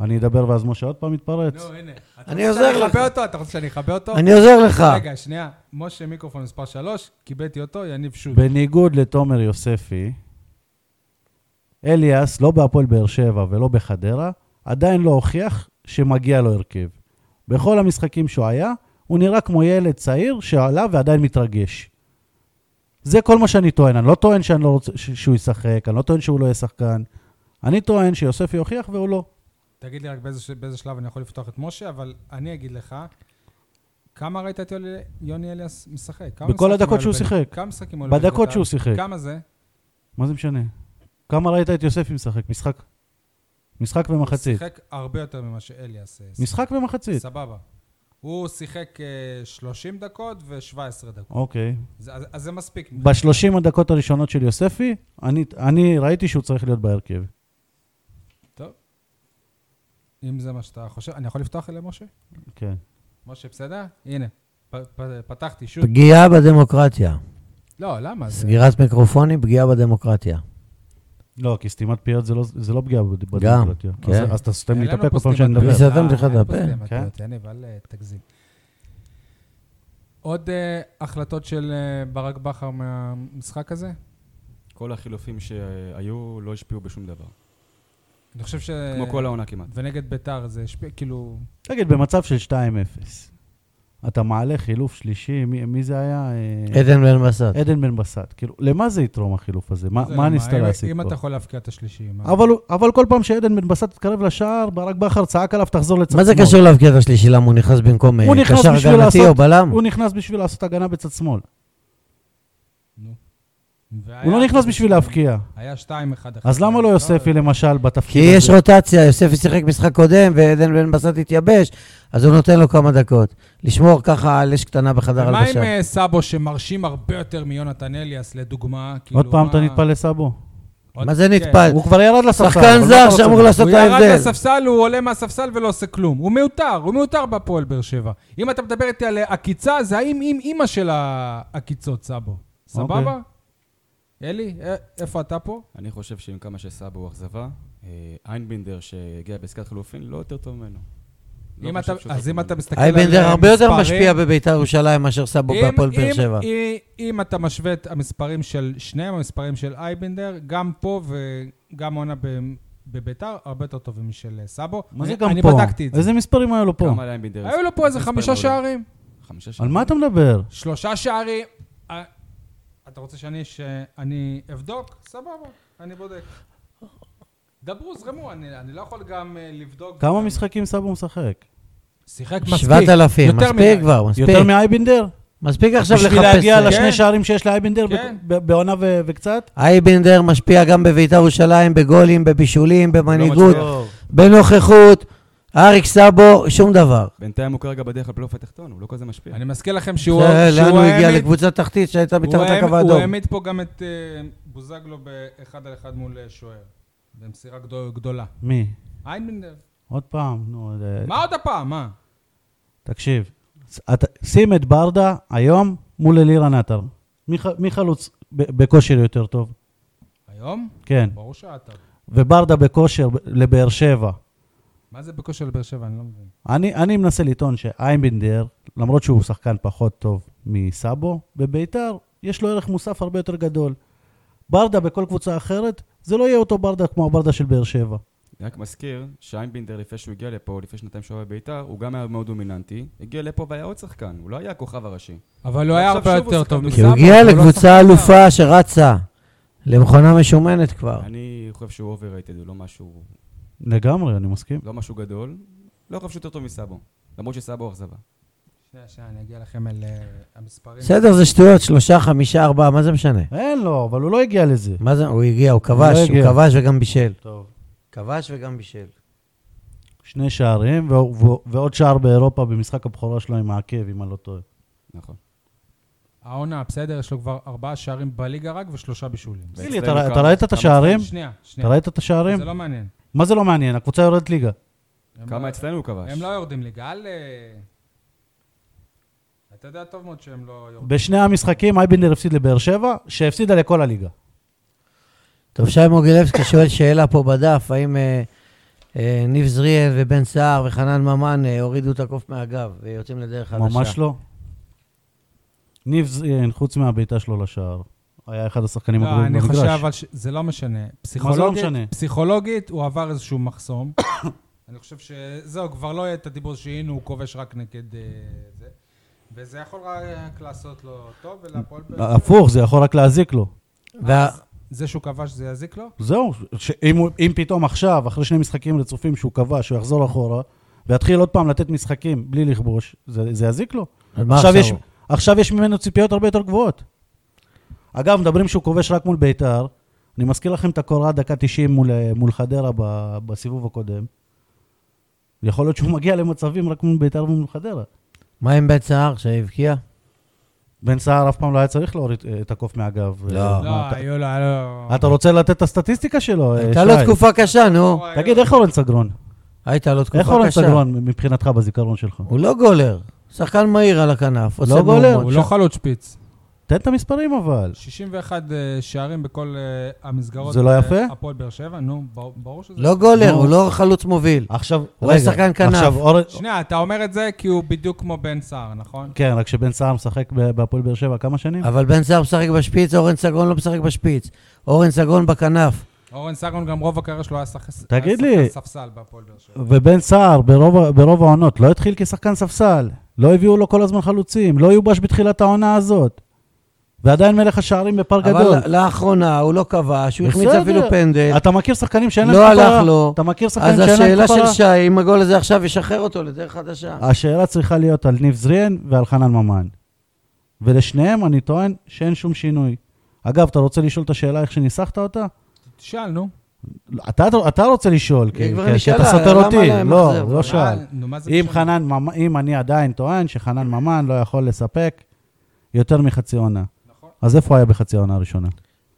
S2: אני אדבר ואז משה עוד פעם יתפרץ.
S1: נו, הנה. אתה
S3: אני
S1: רוצה
S3: עוזר
S1: שאני
S3: לך.
S1: אכבה אותו? אתה רוצה שאני אכבה אותו?
S3: אני עוזר לך.
S2: אה.
S1: רגע, שנייה. משה מיקרופון מספר 3, קיבלתי אותו, יניב שוט.
S2: בניגוד לתומר יוספי, אליאס, לא בהפועל באר שבע ולא בחדרה, עדיין לא הוכיח שמגיע לו הרכב. בכל המשחקים שהוא היה, הוא נראה כמו ילד צעיר שעלה ועדיין מתרגש. זה כל מה שאני טוען. אני לא טוען שאני לא רוצה, ש- שהוא ישחק, אני לא טוען שהוא לא יהיה שחקן. אני טוען שיוספי הוכיח והוא לא.
S1: תגיד לי רק באיזה ש- באיזה שלב אני יכול לפתוח את משה, אבל אני אגיד לך, כמה ראית את יולי- יוני אליאס משחק? כמה
S2: בכל
S1: משחקים
S2: הדקות
S1: היו לו
S2: שהוא
S1: בליגה?
S2: שיחק.
S1: כמה משחקים היו לו
S2: בדקות
S1: בליגת העל?
S2: שהוא שיחק.
S1: כמה זה?
S2: מה זה משנה? כמה ראית את יוספי משחק? משחק. משחק
S1: הוא
S2: ומחצית.
S1: שיחק הרבה יותר ממה שאליאס. אה, שיחק.
S2: משחק ומחצית.
S1: סבבה. הוא שיחק אה, 30 דקות ו-17 דקות.
S2: אוקיי.
S1: זה- אז אז זה מספיק.
S2: בשלושים הדקות הראשונות של יוספי, אני, אני ראיתי שהוא צריך להיות בהרכב.
S1: טוב. אם זה מה שאתה חושב, אני יכול לפתוח אליהם, משה?
S2: כן.
S1: משה, בסדר? הנה, פ- פ- פתחתי שוט.
S3: פגיעה בדמוקרטיה.
S1: לא, למה? זה-
S3: סגירת מיקרופונים, פגיעה בדמוקרטיה.
S2: לא, כי סתימת פיות זה לא, זה לא פגיעה בד-
S3: גם,
S2: בדמוקרטיה.
S3: כן.
S2: אז, אז אתה סותם לי את
S1: אין לנו
S2: הפה כל
S1: פה
S2: פעם שאני
S1: סתימת
S2: מדבר.
S1: פיות.
S3: סתמתי לך
S1: אה,
S3: את
S1: אין פה
S3: הפה.
S1: סתימת
S2: כן.
S1: פיות, יניב, אל אה, תגזים. עוד אה, החלטות של אה, ברק בכר מהמשחק הזה?
S4: כל החילופים שהיו לא השפיעו בשום דבר.
S1: אה, אני חושב ש...
S4: כמו כל העונה כמעט.
S1: ונגד ביתר זה השפיע, כאילו...
S2: תגיד, במצב של 2-0, אתה מעלה חילוף שלישי, מי, מי זה היה? אה,
S3: עדן בן בסט.
S2: עדן בן בסט. כאילו, למה זה יתרום החילוף הזה? מה,
S1: זה
S2: מה
S1: למה,
S2: ניסית
S1: אם-
S2: להשיג
S1: אם
S2: פה?
S1: אתה יכול להבקיע את השלישי, מה?
S2: אבל, הוא- אבל כל פעם שעדן בן בסט התקרב לשער, ברק בכר צעק עליו, תחזור לצד
S3: מה זה
S2: שמאל."
S3: קשור להבקיע את השלישי? למה הוא נכנס במקום אה,
S2: הוא נכנס
S3: קשר
S2: בשביל
S3: הגנתי או
S2: לעשות-
S3: בלם?
S2: הוא נכנס בשביל לעשות הגנה בצד שמאל.
S1: והיה-
S2: הוא לא נכנס בשביל להבקיע.
S1: היה 2-1
S2: אז למה לא יוספי, למשל,
S3: כי
S2: בתפקיד הזה?
S3: יש רוטציה, יוספי שיחק משחק קודם, ועדן בן בסט התייבש, אז הוא נותן לו כמה דקות. לשמור ככה על אש קטנה בחדר
S1: מה עם
S3: הלבשה.
S1: אה, סאבו שמרשים הרבה יותר מיונתן אליאס, לדוגמה? כאילו,
S2: עוד פעם
S1: מה-
S2: אתה נטפל לסאבו?
S1: עוד-
S3: מה זה
S1: כן.
S3: נטפל?
S2: הוא כבר ירד לספסל. אבל
S3: אה, שחקן
S2: מה אתה
S3: זר
S2: רוצה?
S3: שאמור לעשות
S1: הוא
S3: את
S1: ירד
S3: ההבדל.
S1: לספסל, הוא עולה מהספסל ולא עושה כלום. הוא מיותר, הוא מיותר בהפועל באר שבע. אם אתה מדבר איתי על עקיצה, זה האם עם אימא של העקיצות, סבו. סבבה?
S3: אוקיי.
S1: אלי, אה, איפה אתה פה?
S4: אני חושב שעם כמה שסבא הוא אכזבה, אה, איינבינדר שהגיע בעסקת חילופין לא יותר טוב ממנו. לא
S1: אם
S4: חושב
S1: אתה-
S4: שהוא
S1: אז
S4: טוב
S1: אם
S4: ממנו.
S1: אתה מסתכל על אה, מספרים...
S3: אייבנדר הרבה יותר משפיע בביתר ירושלים מאשר סבו
S1: אם-
S3: בהפועל באר
S1: אם-
S3: שבע.
S1: אם- אם אתה משווה את המספרים של שניהם, המספרים של אייבנדר, גם פה וגם עונה ב- בביתר, הרבה יותר טובים משל אה, סבו.
S2: מה זה
S1: אני-
S2: גם פה?
S1: אני בדקתי את זה.
S2: איזה מספרים היו לו פה?
S4: כמה לאיינבינדר?
S1: היו לו פה איזה חמישה
S4: מספרים מעולים.
S1: שערים.
S4: חמישה
S2: על
S4: שערים.
S2: מה אתה מדבר?
S1: שלושה שערים. אה, אתה רוצה שאני, שאני אבדוק? סבבה, אני בודק. דברו, זרמו, אני, אני לא יכול גם אה, לבדוק.
S2: כמה
S1: גם-
S2: משחקים סבו משחק?
S1: שיחק מספיק.
S3: 7,000,
S1: יותר
S3: מספיק
S1: מדי.
S3: כבר, מספיק.
S2: יותר מאייבנדר?
S3: מספיק עכשיו
S2: בשביל
S3: לחפש... אה,
S2: להגיע
S3: את זה.
S2: לשני שערים שיש לאייבנדר ב-
S1: כן.
S2: ב- בעונה ו- וקצת?
S3: אייבנדר משפיע גם בביתר ירושלים, בגולים, בבישולים, במנהיגות,
S1: לא
S4: מצליח.
S3: בנוכחות. אריק סבו, שום דבר.
S4: בינתיים הוא כרגע בדרך לפלייאוף התחתון, הוא לא כזה משפיע.
S1: אני מזכיר לכם שהוא,
S3: זה-
S1: שהוא
S3: לאן הוא הגיע?
S1: העמיד-
S3: לקבוצה תחתית שהייתה
S1: הוא
S3: מתחת
S1: העמיד-
S3: לקו
S1: הוא
S3: האדום.
S1: העמיד פה גם את אה, בוזגלו באחד על אחד מול אה, שוער. במסירה גדול- גדולה.
S2: מי?
S1: איינבנדר.
S2: עוד פעם, נו, אה,
S1: מה עוד הפעם? מה?
S2: תקשיב. ס- אתה- שים את ברדה היום מול אלירן עטר. מי ח- מי חלוץ ב- בכושר יותר טוב?
S1: היום?
S2: כן.
S1: ברור שאתה.
S2: וברדה בכושר ב- לבאר שבע.
S1: מה זה בכושר לבאר שבע? אני לא מבין.
S2: אני, אני מנסה לטעון שאיימבינדר, למרות שהוא שחקן פחות טוב מסאבו, בביתר יש לו ערך מוסף הרבה יותר גדול. ברדה בכל קבוצה אחרת, זה לא יהיה אותו ברדה כמו הברדה של באר שבע.
S4: אני רק מזכיר שאיינבינדר, לפני שהוא הגיע לפה, לפני שנתיים שהוא היה בביתר, הוא גם היה מאוד דומיננטי. הגיע לפה והיה עוד שחקן, הוא לא היה הכוכב הראשי.
S1: אבל הוא היה
S4: עכשיו
S1: הרבה
S4: שוב הוא
S1: יותר
S4: שחקן
S1: טוב
S4: טוב.
S1: מסבא.
S3: כי הוא הגיע
S1: לא שחקן.
S3: לקבוצה אלופה שרצה למכונה משומנת
S1: אה.
S3: כבר.
S4: אני חושב שהוא overrated, הוא לא משהו,
S2: לגמרי, אני מסכים.
S4: לא משהו גדול. לא חושב שהוא יותר טוב מסאבו. למרות שסאבו אכזבה.
S1: שנייה, שנייה, אני אגיע לכם אל אה, המספרים.
S3: בסדר, זה שטויות, שלושה, חמישה, ארבעה, מה זה משנה?
S2: אין לו, אבל הוא לא הגיע לזה.
S3: מה זה, הוא הגיע, הוא
S2: לא
S3: כבש, הוא
S2: הגיע.
S3: כבש וגם בישל.
S2: טוב.
S3: כבש וגם בישל.
S2: שני שערים, ו- ו- ועוד שער באירופה במשחק הבכורה שלו עם העקב, אם אני לא טועה.
S4: נכון.
S1: העונה, בסדר, יש לו כבר ארבעה שערים בליגה רק ושלושה בישולים.
S2: גילי,
S4: ואצלנו
S2: אתה- אתה
S4: כמה-
S2: ראית את
S4: כמה
S2: השערים?
S1: שנייה,
S2: אתה
S1: שנייה.
S2: ראית את השערים?
S1: זה לא מעניין.
S2: מה זה לא מעניין? הקבוצה יורדת ליגה.
S1: הם לא-
S4: כמה אצלנו הוא כבש?
S1: הם לא יורדים ליגה, אל... אה, אתה יודע טוב מאוד שהם לא יורדים.
S2: בשני המשחקים אייבנדר הפסיד לבאר שבע, שהפסידה לכל הליגה.
S3: טוב, שי מוגילבסקי שואל שאלה פה בדף, האם אה, אה, ניב זריאן ובן סער וחנן ממן אה, הורידו את הקוף מהגב ויוצאים לדרך חדשה?
S2: ממש לא. ניב זריאן, חוץ מהבעיטה שלו לשער, היה אחד השחקנים
S1: לא,
S2: הגדולים
S1: אני
S2: במגרש.
S1: חושב, אבל ש- זה לא משנה. פסיכולוגית,
S2: משנה?
S1: פסיכולוגית, הוא עבר איזשהו מחסום. אני חושב שזהו, כבר לא יהיה את הדיבור שהנה הוא כובש רק נגד אה, זה. וזה יכול רק לעשות לו טוב ולהפועל... באר שבע.
S2: הפוך, זה יכול רק להזיק לו.
S3: וה-
S1: זה שהוא כבש זה יזיק לו?
S2: זהו, ש- אם הוא- אם פתאום עכשיו, אחרי שני משחקים רצופים שהוא כבש, שהוא יחזור אחורה, ויתחיל עוד פעם לתת משחקים בלי לכבוש, זה זה יזיק לו.
S3: אז מה
S2: עכשיו
S3: עכשיו
S2: יש,
S3: הוא?
S2: עכשיו יש ממנו ציפיות הרבה יותר גבוהות. אגב, מדברים שהוא כובש רק מול ביתר. אני מזכיר לכם את הקורה דקה 90 מול, אה, מול חדרה ב, בסיבוב הקודם. יכול להיות שהוא מגיע למצבים רק מול ביתר ומול חדרה.
S3: מה עם בן סער שהבקיע?
S2: אה, בן סער אף פעם לא היה צריך להוריד אה, את הקוף מהגב.
S3: לא.
S2: אה,
S1: לא, אה,
S2: מה, אתה-
S1: היו לו, היה לו...
S2: אתה רוצה לתת את הסטטיסטיקה שלו, אה,
S3: הייתה לו
S2: שי?
S3: תקופה קשה, נו.
S1: לא,
S2: תגיד,
S1: היה
S2: איך אורן סגרון?
S3: הייתה לו תקופה
S2: איך אורן
S3: קשה.
S2: סגרון מבחינתך בזיכרון שלך?
S3: הוא לא גולר. שחקן מהיר על הכנף. עושה
S2: לא גולר,
S1: לו-
S3: מהומות.
S1: הוא לא חלוץ שפיץ.
S2: תן את המספרים אבל.
S1: 61 אה, שערים בכל אה, המסגרות.
S2: זה לא
S1: אה,
S2: יפה?
S1: הפועל באר שבע, נו, ברור- ברור שזה...
S3: לא גולר,
S2: נו.
S3: הוא לא חלוץ מוביל.
S2: עכשיו,
S3: הוא היה שחקן כנף.
S2: עכשיו, אורן...
S1: שנייה, אתה אומר את זה כי הוא בדיוק כמו בן סער, נכון?
S2: כן, רק שבן סער משחק ב- בהפועל באר שבע כמה שנים?
S3: אבל בן סער משחק בשפיץ, אורן סגרון לא משחק בשפיץ. אורן סגרון בכנף.
S1: אורן סגרון גם רוב הקריירה שלו היה שחק-
S2: תגיד
S1: היה
S2: לי.
S1: שחקן ספסל בהפועל באר שבע.
S2: ובן סער ברוב, ה- ברוב העונות לא התחיל כשחקן ספסל, לא הביאו לו כל הזמן חלוצים, לא יובש בתחילת העונה הזאת. ועדיין מלך השערים בפער גדול.
S3: אבל לאחרונה הוא לא כבש, הוא החמיץ
S2: בסדר.
S3: אפילו פנדל.
S2: אתה מכיר שחקנים שאין
S3: לא
S2: להם כפרה?
S3: הלך לו.
S2: אתה מכיר שחקנים
S3: אז
S2: שאין להם
S3: השאלה
S2: כפרה?
S3: של שי, אם הגול הזה עכשיו ישחרר אותו לדרך חדשה.
S2: השאלה צריכה להיות על ניב זריאן ועל חנן ממן. ולשניהם אני טוען שאין שום שינוי. אגב, אתה רוצה לשאול את השאלה איך שניסחת אותה?
S1: תשאל, נו.
S2: לא, אתה, אתה רוצה לשאול, כי,
S3: כבר
S2: כי- כי אתה
S3: נשאלה,
S2: סותר
S3: למה
S2: אותי.
S3: להם
S2: לא,
S3: מחזיר?
S2: הוא לא שאל.
S1: מה- נו, מה זה
S2: אם
S1: משנה?
S2: חנן, ממ- אם אני עדיין טוען שחנן ממן לא יכול לספק יותר מחצי עונה.
S1: נכון.
S2: אז איפה הוא היה בחצי העונה הראשונה?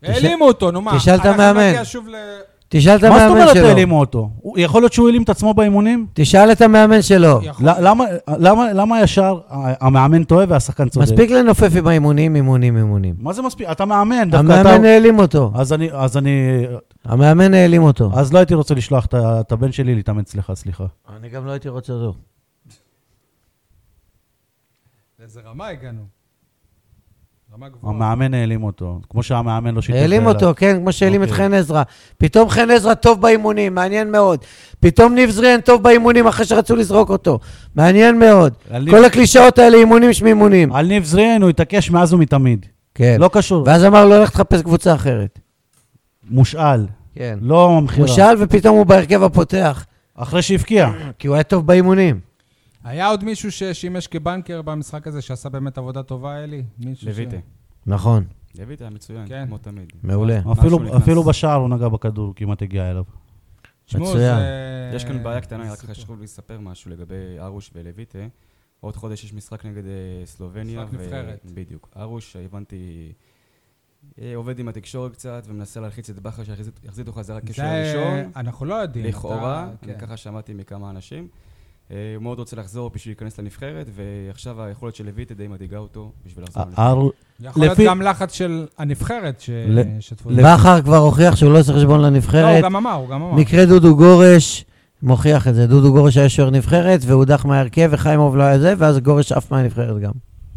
S1: העלימו אותו, נו מה.
S3: תשאל את
S1: אנחנו
S3: המאמן.
S1: נגיע שוב ל...
S3: תשאל את
S2: מה זאת
S3: המאמן
S2: אומרת
S3: שלו.
S2: העלימו אותו? הוא- יכול להיות שהוא העלים את עצמו באימונים?
S3: תשאל את המאמן שלו.
S1: יכול-
S2: ל- למה- למה- למה ישר ה- המאמן טועה והשחקן צודק?
S3: מספיק לנופף עם האימונים, אימונים, אימונים.
S2: מה זה מספיק? אתה מאמן, דווקא אתה...
S3: המאמן העלים אותו.
S2: אז אני, אז אני,
S3: המאמן העלים אותו.
S2: אז לא הייתי רוצה לשלוח את ה- את הבן שלי להתאמן אצלך, סליחה.
S3: אני גם לא הייתי רוצה אותו.
S1: לאיזה רמה הגענו? רמה גבוהה.
S2: המאמן העלים אותו, כמו שהמאמן לא שיתף
S3: העלים
S2: פעולה.
S3: אותו, כן, כמו שהעלים את
S2: אוקיי.
S3: חן עזרא. פתאום חן עזרא טוב באימונים, מעניין מאוד. פתאום ניב זריאן טוב באימונים אחרי שרצו לזרוק אותו. מעניין מאוד.
S2: על ניב-
S3: כל הקלישאות האלה, אימונים שמימונים.
S2: על ניב זריאן הוא התעקש מאז ומתמיד.
S3: כן.
S2: לא קשור.
S3: ואז אמר לו, לך תחפש קבוצה אחרת.
S2: מושאל.
S3: כן.
S2: לא
S3: הוא
S2: מכירה.
S3: שאל ופתאום הוא בהרכב הפותח,
S2: אחרי שהבקיע.
S3: כי הוא היה טוב באימונים.
S1: היה עוד מישהו ששימש כבנקר במשחק הזה, שעשה באמת עבודה טובה, אלי? מישהו ש-
S4: לויטה.
S3: נכון,
S4: לויטה היה מצוין,
S1: כן.
S4: כמו תמיד.
S3: מעולה.
S1: אוקיי.
S2: אפילו-
S4: נכנס.
S2: אפילו בשער הוא נגע בכדור, הוא כמעט הגיע אליו.
S1: תשמעו,
S3: מצוין.
S1: זה-
S4: יש כאן בעיה קטנה, רק
S1: סיפור.
S4: חשוב לי לספר משהו לגבי ארוש ולויטה. עוד חודש יש משחק נגד אה, סלובניה.
S1: משחק
S4: ו-
S1: נבחרת.
S4: בדיוק. ארוש, הבנתי, אה, עובד עם התקשורת קצת ומנסה להלחיץ את בכר שיחזיתו חזרה קשר
S1: זה...
S4: ראשון.
S1: אנחנו לא יודעים.
S4: לכאורה,
S1: אתה-
S4: אני
S1: כן.
S4: ככה שמעתי מכמה אנשים. אה, הוא מאוד רוצה לחזור בשביל להיכנס לנבחרת, ועכשיו היכולת של לויטה די מדאיגה אותו בשביל
S3: אה,
S4: לחזור לנבחרת.
S2: הר-
S1: יכול להיות
S2: לפי-
S1: גם לחץ של הנבחרת
S2: ל-
S1: ששתפו.
S3: בכר כבר הוכיח שהוא לא עושה חשבון
S1: לא, הוא
S3: לנבחרת.
S1: גם אמר, הוא גם אמר.
S3: מקרה דודו גורש מוכיח את זה. דודו גורש היה שוער נבחרת, והודח מההרכב, וחיימוב לא היה זה, ואז גורש עף מהנבחרת גם.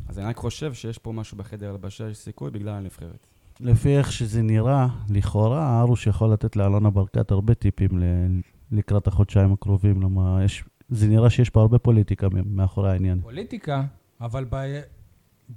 S4: אז אני רק חושב שיש פה משהו בחדר הלבשה, יש סיכוי בגלל הנבחרת.
S2: לפי איך שזה נראה, לכאורה, ארוש יכול לתת לאלונה ברקת הרבה טיפים ל- לקראת החודשיים הקרובים. למה יש... זה נראה שיש פה הרבה פוליטיקה מ- מאחורי העניין.
S1: פוליטיקה, אבל ב-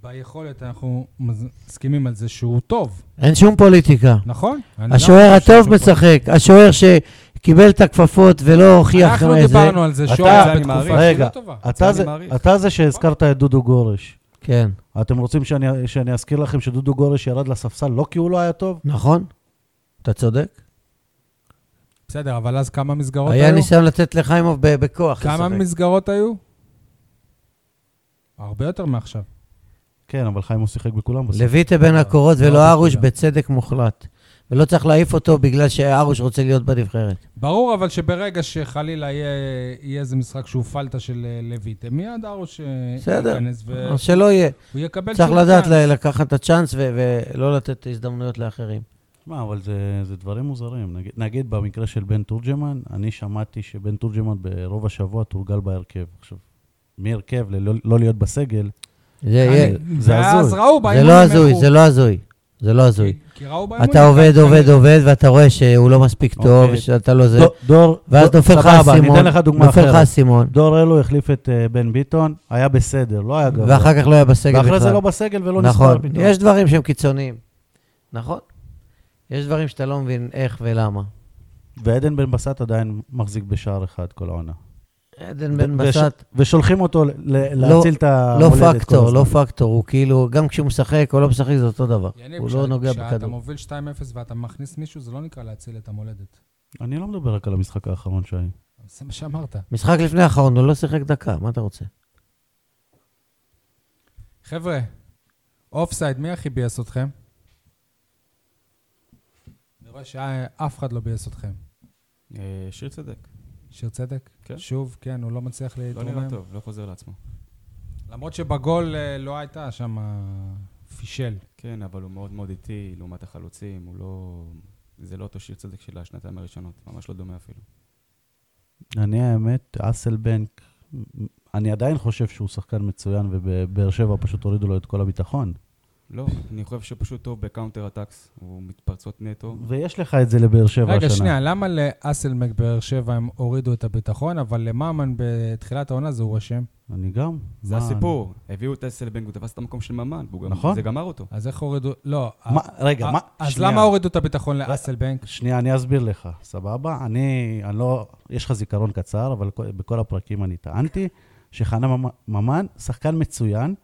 S1: ביכולת אנחנו מז- מסכימים על זה שהוא טוב,
S3: אין שום פוליטיקה.
S1: נכון? אני לא
S3: השוער
S1: חושב
S3: הטוב
S1: שהוא
S3: משחק, השוער שקיבל את הכפפות ולא הוכיח
S1: אנחנו
S3: איזה-
S1: דיברנו על זה
S2: אתה-
S1: שהוא היה
S4: אני
S1: בתקופה
S4: מעריך.
S1: שהיא לא
S2: רגע,
S1: טובה.
S2: אתה
S4: אני
S2: זה-
S4: מעריך.
S2: אתה זה שהזכרת את דודו גורש.
S3: כן,
S2: אתם רוצים שאני, שאני אזכיר לכם שדודו גורש ירד לספסל לא כי הוא לא היה טוב?
S3: נכון. אתה צודק.
S1: בסדר, אבל אז כמה מסגרות
S3: היה
S1: היו?
S3: ניסיון לתת לחיימוב ב- בכוח.
S1: לא, כמה
S3: לשחק.
S1: מסגרות היו? הרבה יותר מעכשיו.
S2: כן, אבל חיים הוא שיחק בכולם בסוף.
S3: לויטה בין הקורות
S2: לא
S3: ולא ארוש
S2: בכולם.
S3: בצדק מוחלט. ולא צריך להעיף אותו בגלל שארוש רוצה להיות בנבחרת.
S1: ברור אבל שברגע שחלילה יהיה יהיה איזה משחק שהוא פלטה של אה, לויטה, מיד ארוש אה,
S3: בסדר.
S1: ייכנס והוא
S3: אז שלא יהיה.
S1: יקבל
S3: צריך
S1: שוב
S3: לדעת
S1: צ'אנס.
S3: ל- לקחת את הצ'אנס ו- ולא לתת הזדמנויות לאחרים.
S2: מה, אבל זה, זה דברים מוזרים. נגיד, נגיד במקרה של בן תורג'מן, אני שמעתי שבן תורג'מן ברוב השבוע תורגל בהרכב. עכשיו, מהרכב ללא לא להיות בסגל,
S3: זה יהיה.
S1: אני-
S2: זה
S1: ואז
S2: הזוי.
S1: ראו
S3: זה
S1: באימונים
S3: לא
S1: איך
S3: הזוי,
S1: הוא-
S3: זה לא הזוי. זה לא הזוי.
S1: כי- כי ראו באימונים
S3: אתה
S1: איך
S3: עובד,
S1: הוא
S3: עובד,
S1: מתקדם.
S3: עובד, ואתה רואה שהוא לא מספיק טוב,
S2: אוקיי.
S3: שאתה לא זה.
S2: דור- דור,
S3: ואז
S2: דור-
S3: נופל לך
S2: סבבה, אני
S3: האסימון.
S2: אתן לך דוגמה
S3: נופל לך
S2: אחרת.
S3: האסימון.
S2: דור אלו החליף את אה, בן ביטון, היה בסדר, לא היה גרוע.
S3: ואחר כך לא היה בסגל
S2: ואחרי זה
S3: בכלל.
S2: לא בסגל ולא נספר
S3: נכון.
S2: פתאום.
S3: יש דברים שהם קיצוניים. נכון. יש דברים שאתה לא מבין איך ולמה.
S2: ועדן בן בסט עדיין מחזיק בשער אחד כל העונה.
S3: עדן בן
S2: וש-
S3: בסט,
S2: ושולחים אותו ל- ל- להציל את
S3: לא
S2: המולדת כל
S3: פקטור, לא
S2: הזמן.
S3: פקטור, הוא כאילו, גם כשהוא משחק או לא משחק זה אותו דבר.
S1: יניב,
S3: הוא
S1: כש-
S3: לא נוגע
S1: כשאתה
S3: בכדור.
S1: מוביל 2-0 ואתה מכניס מישהו, זה לא נקרא להציל את המולדת.
S2: אני לא מדבר רק על המשחק האחרון שהיה.
S1: זה מה שאמרת.
S3: משחק לפני האחרון, הוא לא שיחק דקה, מה אתה רוצה?
S1: חבר'ה, אופסייד, מי הכי ביאס אתכם? אני רואה שאף אחד לא ביאס אתכם.
S4: אה, שיר צדק,
S1: שיר צדק?
S4: כן.
S1: שוב, כן, הוא לא מצליח
S4: לא
S1: להתרומם.
S4: נראה טוב, לא חוזר לעצמו.
S1: למרות שבגול אה, לא הייתה שם אה, פישל.
S4: כן, אבל הוא מאוד מאוד איטי לעומת החלוצים, הוא לא... זה לא אותו שיר צדק של השנתיים הראשונות, ממש לא דומה אפילו.
S2: אני האמת, אסלבנק, אני עדיין חושב שהוא שחקן מצוין, ובבאר שבע פשוט הורידו לו את כל הביטחון.
S4: לא, אני חושב שהוא פשוט טוב בקאונטר הטקס, הוא מתפרצות נטו.
S2: ויש לך את זה לבאר שבע השנה.
S1: רגע, שנייה, למה לאסלמק באר שבע הם הורידו את הביטחון, אבל לממן בתחילת העונה זה הוא אשם?
S2: אני גם.
S4: זה
S2: מה,
S4: הסיפור, הביאו את אסלבנג, הוא תפס את המקום של ממן, והוא גם-
S2: נכון.
S4: זה גמר אותו.
S1: אז איך הורידו... לא.
S2: אני- מה, רגע,
S1: אה,
S2: מה?
S1: אז
S2: שנייה.
S1: למה הורידו את הביטחון לאסלבנק?
S2: שנייה, אני אסביר לך, סבבה? אני, אני לא, יש לך זיכרון קצר, אבל כל- בכל הפרקים אני טענתי שחנה ממ- ממן שחקן מצוין,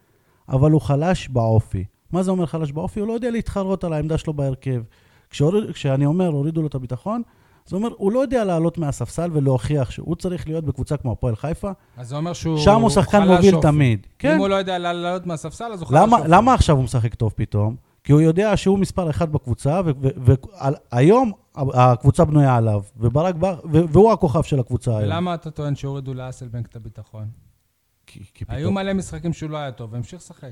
S2: אבל הוא חלש באופי. מה זה אומר חלש באופי? הוא לא יודע להתחרות על העמדה שלו בהרכב. כשהוריד, כשאני אומר, הורידו לו את הביטחון, זה אומר, הוא לא יודע לעלות מהספסל ולהוכיח שהוא צריך להיות בקבוצה כמו הפועל חיפה,
S1: אז זה אומר שהוא...
S2: שם הוא שחקן
S1: חלש
S2: מוביל
S1: אופי.
S2: תמיד.
S1: אם
S2: כן.
S1: הוא לא יודע לעלות מהספסל, אז הוא חלש
S2: למה,
S1: אופי.
S2: למה עכשיו הוא משחק טוב פתאום? כי הוא יודע שהוא מספר אחד בקבוצה, והיום הקבוצה בנויה עליו, וברק בר, ו- והוא הכוכב של הקבוצה היום. לא
S1: ולמה אתה טוען שהורידו לאסלבנק את הביטחון?
S2: כי, כי
S1: היו מלא משחקים שהוא לא היה טוב, והמשיך לשחק.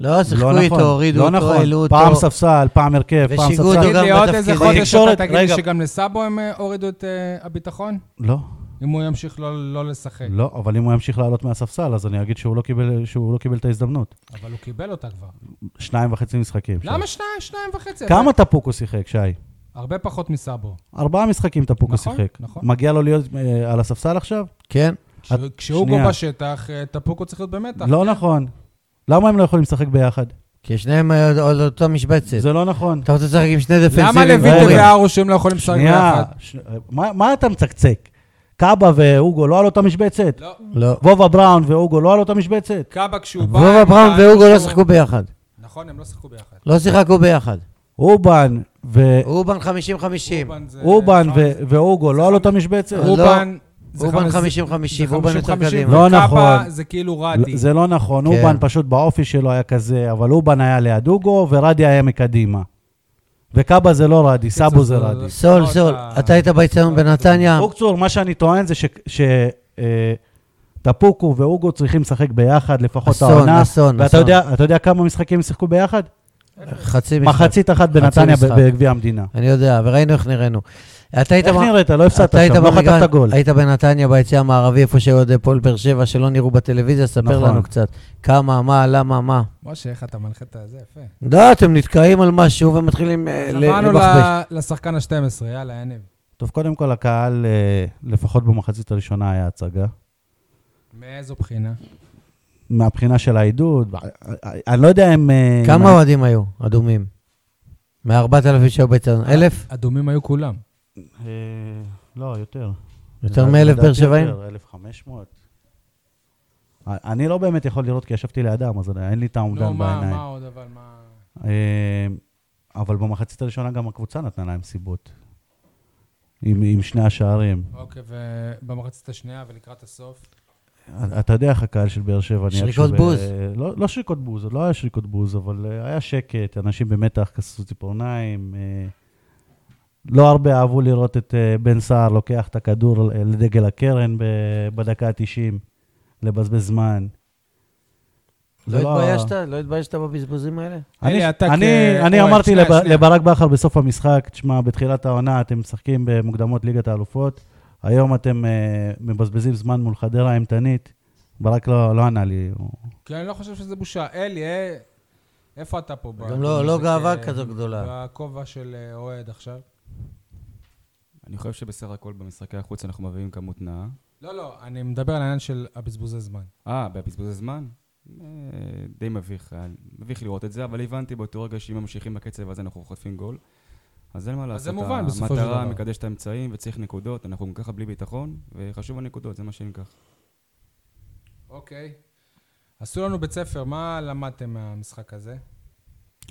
S3: לא, שיחקו איתו, הורידו
S2: לא
S3: אותו,
S2: נכון.
S3: העלו אותו.
S2: פעם ספסל, פעם הרכב, פעם
S3: ושיגעו
S2: ספסל.
S3: אותו
S1: תגיד לי
S3: גם
S1: עוד איזה
S3: בתפקידים.
S1: חודש אתה
S2: תקשורת,
S1: תגיד לי
S2: רגע.
S1: שגם לסאבו הם אה, הורידו את אה, הביטחון?
S2: לא,
S1: אם הוא ימשיך לא לא לשחק.
S2: לא, אבל אם הוא ימשיך לעלות מהספסל, אז אני אגיד שהוא לא קיבל, שהוא לא קיבל את ההזדמנות.
S1: אבל הוא קיבל אותה כבר.
S2: שניים וחצי משחקים. שי.
S1: למה שניים, שניים וחצי?
S2: כמה טפוקו שיחק, שי?
S1: הרבה פחות מסאבו.
S2: ארבעה משחקים טפוקו
S1: נכון,
S2: שיחק.
S1: נכון.
S2: מגיע לו להיות אה, על הספסל עכשיו?
S3: כן.
S1: כש- כשהוא
S2: שנייה.
S1: גובה שטח, אה, טפוקו צריך להיות במתח.
S2: לא נכון. למה הם לא יכולים לשחק ביחד?
S3: כי שניהם על על אותה משבצת.
S2: זה לא נכון.
S3: אתה רוצה לשחק עם שני דפנסיבים?
S1: למה לויטו
S3: גרועים?
S1: והרושים לא יכולים לשחק
S2: שנייה,
S1: ביחד?
S2: ש- מה מה אתה מצקצק? קאבה והוגו לא על אותה משבצת?
S1: לא.
S3: לא.
S2: וובה בראון והוגו לא על אותה משבצת?
S1: קאבה כשהוא בא...
S3: וובה
S1: הם
S3: בראון
S1: טענו
S3: והוגו לא
S1: שהוא-
S3: שיחקו ביחד.
S1: נכון, הם לא שיחקו ביחד.
S3: לא שיחקו ביחד.
S2: אה. אובן ו-
S3: הוא בן 50-50.
S1: אובן זה-
S2: אובן ו- והוגו לא על אותה משבצת?
S3: לא.
S1: אובן... זה
S3: הוא בן
S1: חמש-
S3: 50-50,
S1: זה
S3: הוא בן יותר
S1: 50-50,
S3: קדימה.
S2: לא
S1: וקאבה
S2: נכון.
S1: זה כאילו רדי.
S2: זה לא נכון,
S3: כן.
S2: אובן פשוט באופי שלו היה כזה, אבל אובן היה ליד אוגו ורדי היה מקדימה. וקאבה זה לא רדי,
S1: קיצור,
S2: סאבו זה
S1: זה-
S2: רדי.
S3: סול,
S1: לא,
S3: סול,
S1: אתה- אה,
S3: אתה היית באצטדיון בנתניה,
S2: בקיצור, מה שאני טוען זה שטפוקו ואוגו צריכים לשחק ביחד, לפחות
S3: אסון,
S2: העונה.
S3: אסון,
S2: ואתה
S3: אסון.
S2: יודע- אתה יודע כמה משחקים הם שיחקו ביחד?
S1: אה,
S3: חצי משחק.
S2: מחצית אחת בנתניה
S3: משחק.
S2: ב- בגביע המדינה.
S3: אני יודע, וראינו איך נראינו. אתה היית...
S2: איך
S3: ב-
S2: נראית? לא הפסדת
S3: אתה היית
S2: שם, לא
S3: במגרש-
S2: חטפת גול.
S3: היית בנתניה, ביציע המערבי, איפה שהיו אוהדי פועל באר שבע, שלא נראו בטלוויזיה, ספר
S2: נכון.
S3: לנו קצת. כמה, מה, למה, מה.
S1: משה, איך אתה מנחה את זה? יפה.
S3: לא, אתם נתקעים על משהו ומתחילים אה, ל-
S1: קבענו
S3: לבחבש.
S1: ל- לשחקן ה-12, יאללה, יניב.
S2: טוב, קודם כל, הקהל, אה, לפחות במחצית הראשונה, היה הצגה.
S1: מאיזו בחינה?
S2: מהבחינה של העידוד, אה, אה, אני לא יודע אם... אה,
S3: כמה
S2: אם-
S3: אוהדים היו, אדומים? מ-4,000 שהיו באצטדיון, אלף?
S1: אדומים היו כולם.
S2: אה, לא, יותר.
S3: יותר מאלף
S2: לדעתי
S3: באר שבעים?
S2: יותר, 1,500. אה, אני לא באמת יכול לראות, כי ישבתי לידם, אז אין לי את
S1: נו,
S2: האומדן
S1: לא, מה,
S2: בעיניים.
S1: מה עוד, אבל מה...
S2: אה, אבל במחצית הראשונה גם הקבוצה נתנה להם סיבות. עם, עם שני השערים.
S1: אוקיי, ובמחצית השנייה ולקראת הסוף.
S2: אתה יודע איך הקהל של באר שבע נהיה...
S3: שריקות
S2: כשהוא ב-
S3: בוז.
S2: לא, לא שריקות בוז, זה לא היה שריקות בוז, אבל אה, היה שקט, אנשים במתח, כססו ציפורניים. אה, לא הרבה אהבו לראות את אה, בן סער לוקח את הכדור אה, לדגל הקרן ב- בדקה ה-90, לבזבז זמן.
S3: לא
S2: זה
S3: התביישת? לא התביישת בבזבוזים האלה?
S2: אני,
S1: אלי, אתה
S2: אני,
S1: כאוהד,
S2: אני אמרתי
S1: שנייה,
S2: לב,
S1: שנייה.
S2: לברק בכר בסוף המשחק, תשמע, בתחילת העונה אתם משחקים במוקדמות ליגת האלופות, היום אתם אה, מבזבזים זמן מול חדרה האימתנית. ברק לא, לא ענה לי, הוא...
S1: כי אני לא חושב שזה בושה. אלי, אה, איפה אתה פה?
S3: גם לא- לא
S1: בכ-
S3: גאווה
S1: אה,
S3: כזו גדולה.
S1: בכובע של אה, אוהד עכשיו.
S4: אני חושב שבסך הכל במשחקי החוץ אנחנו מביאים כמות נאה.
S1: לא, לא, אני מדבר על העניין של הבזבוזי זמן.
S4: אה, בבזבוזי זמן? אה, די מביך, היה מביך לראות את זה, אבל הבנתי באותו רגע שאם ממשיכים בקצב הזה אנחנו חוטפים גול. אז אין מה לעשות.
S1: זה מובן, בסופו של דבר.
S4: המטרה מקדשת את האמצעים וצריך נקודות, אנחנו גם ככה בלי ביטחון, וחשוב הנקודות, זה מה שניקח.
S1: אוקיי. עשו לנו בית ספר, מה למדתם מהמשחק הזה?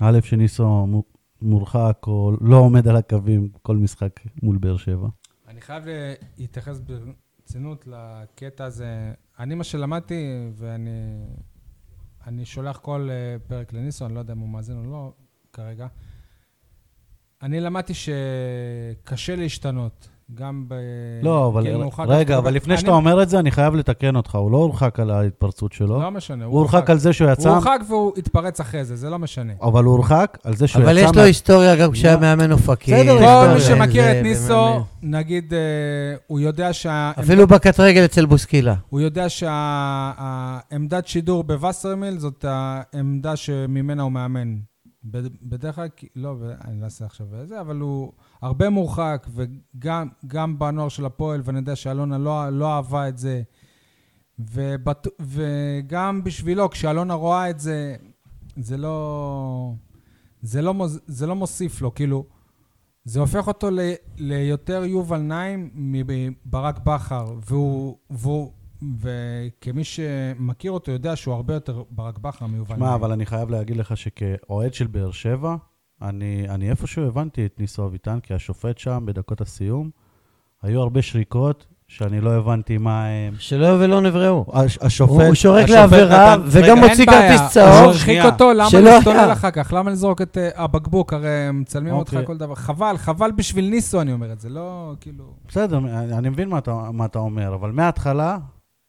S2: א', שניסו מו- מורחק או לא עומד על הקווים כל משחק מול באר שבע.
S1: אני חייב להתייחס ברצינות לקטע הזה. אני, מה שלמדתי, ואני אני שולח כל אה, פרק לניסו, אני לא יודע אם הוא מאזין או לא כרגע. אני למדתי שקשה להשתנות, גם ב...
S2: לא, אבל
S1: גיל מאוחר,
S2: רגע,
S1: גם-
S2: אבל לפני
S1: לא- אני-
S2: שאתה אומר את זה, אני חייב לתקן אותך, הוא לא הורחק על ההתפרצות שלו,
S1: לא משנה,
S2: הוא הורחק על זה שהוא
S1: הוא
S2: יצא,
S1: הורחק והוא התפרץ אחרי זה, זה לא משנה.
S2: אבל הוא הורחק על זה שהוא יצא...
S3: אבל יש לו
S2: מה-
S3: היסטוריה גם כשהיה מאמן אופקים.
S2: בסדר,
S1: כל
S2: היסטוריה.
S1: מי שמכיר
S3: זה-
S1: את ניסו,
S3: ומאמן.
S1: נגיד, אה, הוא יודע שה...
S3: אפילו בקט רגל אצל בוסקילה.
S1: הוא יודע שהעמדת שידור בווסרמיל זאת העמדה שממנה הוא מאמן. בד- בדרך כלל, כי- לא, ב- אני לא אעשה עכשיו את זה, אבל הוא הרבה מורחק, וגם גם בנוער של הפועל, ואני יודע שאלונה לא, לא אהבה את זה. ובט... וגם בשבילו, כשאלונה רואה את זה, זה לא... זה לא, מוז... זה לא מוסיף לו, כאילו, זה הופך אותו ל... ליותר יובל נעים מברק בכר, והוא... והוא... וכמי שמכיר אותו יודע שהוא הרבה יותר ברק בכר מיובל
S2: שמע,
S1: נעים.
S2: אבל אני חייב להגיד לך שכאוהד של באר שבע, אני, אני איפשהו הבנתי את ניסו אביטן, כי השופט שם, בדקות הסיום, היו הרבה שריקות, שאני לא הבנתי מה הם...
S3: שלא ולא נבראו.
S2: הש- השופט...
S3: הוא שורק
S5: השופט
S3: לעבירה
S5: נתן-
S3: וגם
S5: רגע,
S3: מוציא
S1: אין בעיה,
S3: כרטיס
S1: אז
S3: צהוב.
S1: מרחיק
S5: שנייה.
S1: אותו, למה
S3: שלא
S1: להסתולל
S3: היה.
S1: אחר כך? למה לזרוק את אה, הבקבוק? הרי הם מצלמים אותך
S2: אוקיי.
S1: כל דבר. חבל, חבל בשביל ניסו, אני אומר את זה. לא, כאילו...
S2: בסדר, אני אני מבין מה אתה, מה אתה אומר, אבל מההתחלה,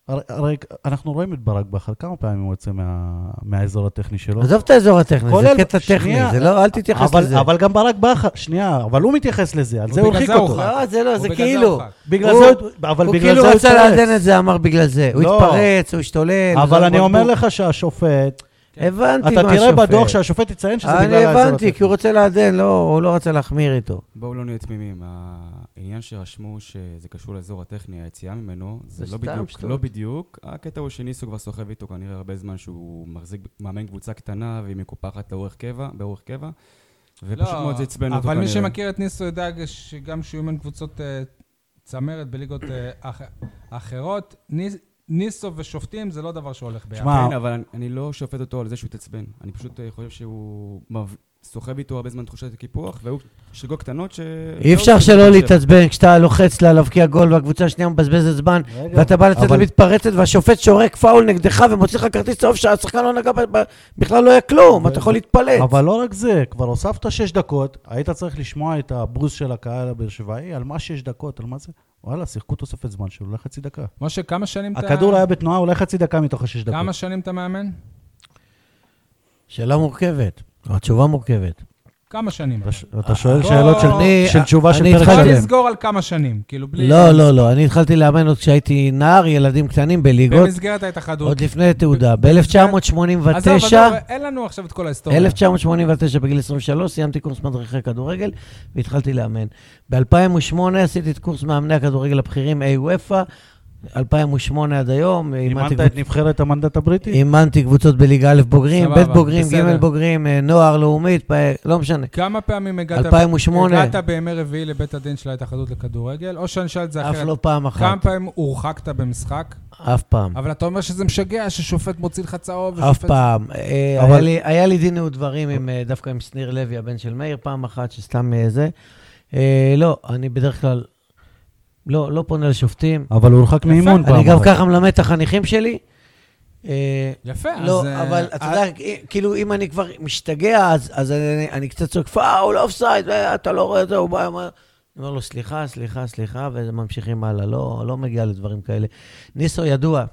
S2: הרי, הרי אנחנו רואים את ברק בכר, כמה פעמים הוא יוצא מה, מהאזור הטכני שלו.
S3: עזוב את האזור הטכני, זה
S2: לא. כולל-
S3: קטע טכני,
S2: שנייה,
S3: זה לא, אל תתייחס
S2: אבל,
S3: לזה.
S2: אבל גם ברק בכר, שנייה, אבל הוא מתייחס לזה, על זה הוא
S1: ובגלל
S2: הרחיק
S1: זה הוא
S2: אותו.
S1: הורחק.
S3: לא, זה לא, זה
S1: ובגלל
S3: כאילו.
S1: הורחק.
S2: בגלל
S3: הוא-
S2: זה הוא... אבל
S3: הוא
S2: בגלל
S3: כאילו
S2: זה הוא
S3: רצה
S2: התפרץ.
S3: לעדן את זה, אמר בגלל זה. הוא
S2: לא.
S3: התפרץ, הוא השתולל.
S2: אבל
S3: הוא
S2: אני
S3: זרק
S2: אומר
S3: בקבוק.
S2: לך שהשופט,
S3: הבנתי
S2: אתה
S3: מה השופט.
S2: תראה בדוח שהשופט יציין שזה בגלל
S3: אני
S2: האזור
S3: הבנתי, כי
S2: הטכני.
S3: הוא רוצה לעדן, לא, הוא לא רצה להחמיר איתו.
S4: בואו לא נהיה תמימים, העניין שרשמו שזה קשור לאזור הטכני, היציאה ממנו, זה
S3: זה
S4: לא
S3: סתם
S4: בדיוק,
S3: שטות.
S4: לא בדיוק. הקטע הוא שניסו כבר סוחב איתו כנראה הרבה זמן שהוא מחזיק, מאמן קבוצה קטנה והיא מקופחת לאורך קבע, באורך קבע, ופשוט
S1: לא,
S4: מאוד זה עצבן אותו
S1: אבל
S4: כנראה.
S1: מי שמכיר את ניסו יודע שגם שהוא אימן קבוצות אה, צמרת בליגות אה, אח- אחרות, ניס- ניסו ושופטים זה לא דבר שהולך ביחד.
S2: שמע,
S3: אה.
S4: כן, אבל אני, אני לא שופט אותו על זה שהוא התעצבן. אני פשוט אה, חושב שהוא מב- סוחב איתו הרבה זמן תחושת קיפוח, והיו שגו קטנות ש... לא
S3: אי אפשר שלא להתעצבן כשאתה לוחץ לה להבקיע גול והקבוצה השנייה מבזבזת זמן,
S2: רגע,
S3: ואתה בא לצאת
S2: אבל-
S3: למתפרצת והשופט שורק פאול נגדך ומוציא לך כרטיס צהוב שהשחקן לא נגע, ב- ב- בכלל לא היה כלום,
S2: אבל-
S3: אתה יכול להתפלץ.
S2: אבל לא רק זה, כבר הוספת שש דקות, היית צריך לשמוע את הבוז של הקהל הבאר שבעי, על מה שש דקות, על מה זה? וואלה, שיחקו תוספת זמן של אולי חצי דקה.
S1: משה, כמה שנים אתה...
S2: הכדור היה בתנועה אולי חצי דקה מתוך השש דקות.
S1: כמה שנים אתה מאמן?
S3: שאלה מורכבת, או התשובה מורכבת.
S1: כמה שנים?
S2: אתה ש- אתה שואל
S1: בוא,
S2: שאלות של-
S3: אני-
S2: של תשובה של
S3: אני
S2: פרק
S1: בוא
S3: התחלתי-
S2: שלם.
S1: נסגור על כמה שנים, כאילו בלי...
S3: לא, לא, לא, אני התחלתי לאמן עוד כשהייתי נער, ילדים קטנים בליגות,
S1: במסגרת ההתאחדות.
S3: לא. עוד לפני תעודה.
S1: עזוב,
S3: ב-1989...
S1: עזוב, אין לנו עכשיו את כל ההיסטוריה.
S3: 1989, בגיל 23, סיימתי קורס מדריכי כדורגל והתחלתי לאמן. ב-2008 עשיתי את קורס מאמני הכדורגל הבכירים, איי וופא, 2008 עד היום, אימנתי
S2: אימנת
S3: קבוצ-
S2: את נבחרת המנדט הבריטי?
S3: אימנתי קבוצות בליגה א' בוגרים, ב'
S1: סבבה,
S3: בוגרים,
S1: בסדר. כן,
S3: ג' בוגרים, אה, נוער לאומית, פ- לא משנה.
S1: כמה פעמים הגעת...
S3: 2008.
S1: הגעת בימי רביעי לבית הדין של ההתאחדות לכדורגל, או שאני אשאל את זה
S3: אף
S1: אחרת.
S3: לא פעם
S1: כמה
S3: אחת,
S1: פעמים הורחקת במשחק?
S3: אף פעם.
S1: אבל אתה אומר שזה משגע ששופט מוציא לך צהוב.
S3: אף
S1: ושופט-
S3: פעם. אה,
S2: אבל-
S3: היה לי- היה לי דין ודברים עם, אה, דווקא עם שניר לוי, הבן של מאיר, פעם אחת, שסתם אה, זה. אה, לא, אני בדרך כלל לא לא פונה לשופטים.
S2: אבל הוא הורחק מאימון פעם.
S3: אני גם
S2: אחת.
S3: ככה מלמד את החניכים שלי. אה,
S1: יפה, אז...
S3: לא,
S1: אה,
S3: אבל אתה יודע, כאילו, אם אני כבר משתגע, אז- אז אני- אני קצת צועק, פאול, אופסייד, אה, אתה לא רואה את זה, הוא בא, אומר- אני אומר לו, סליחה, סליחה, סליחה, וממשיכים הלאה, לא לא מגיע לדברים כאלה. ניסו ידוע,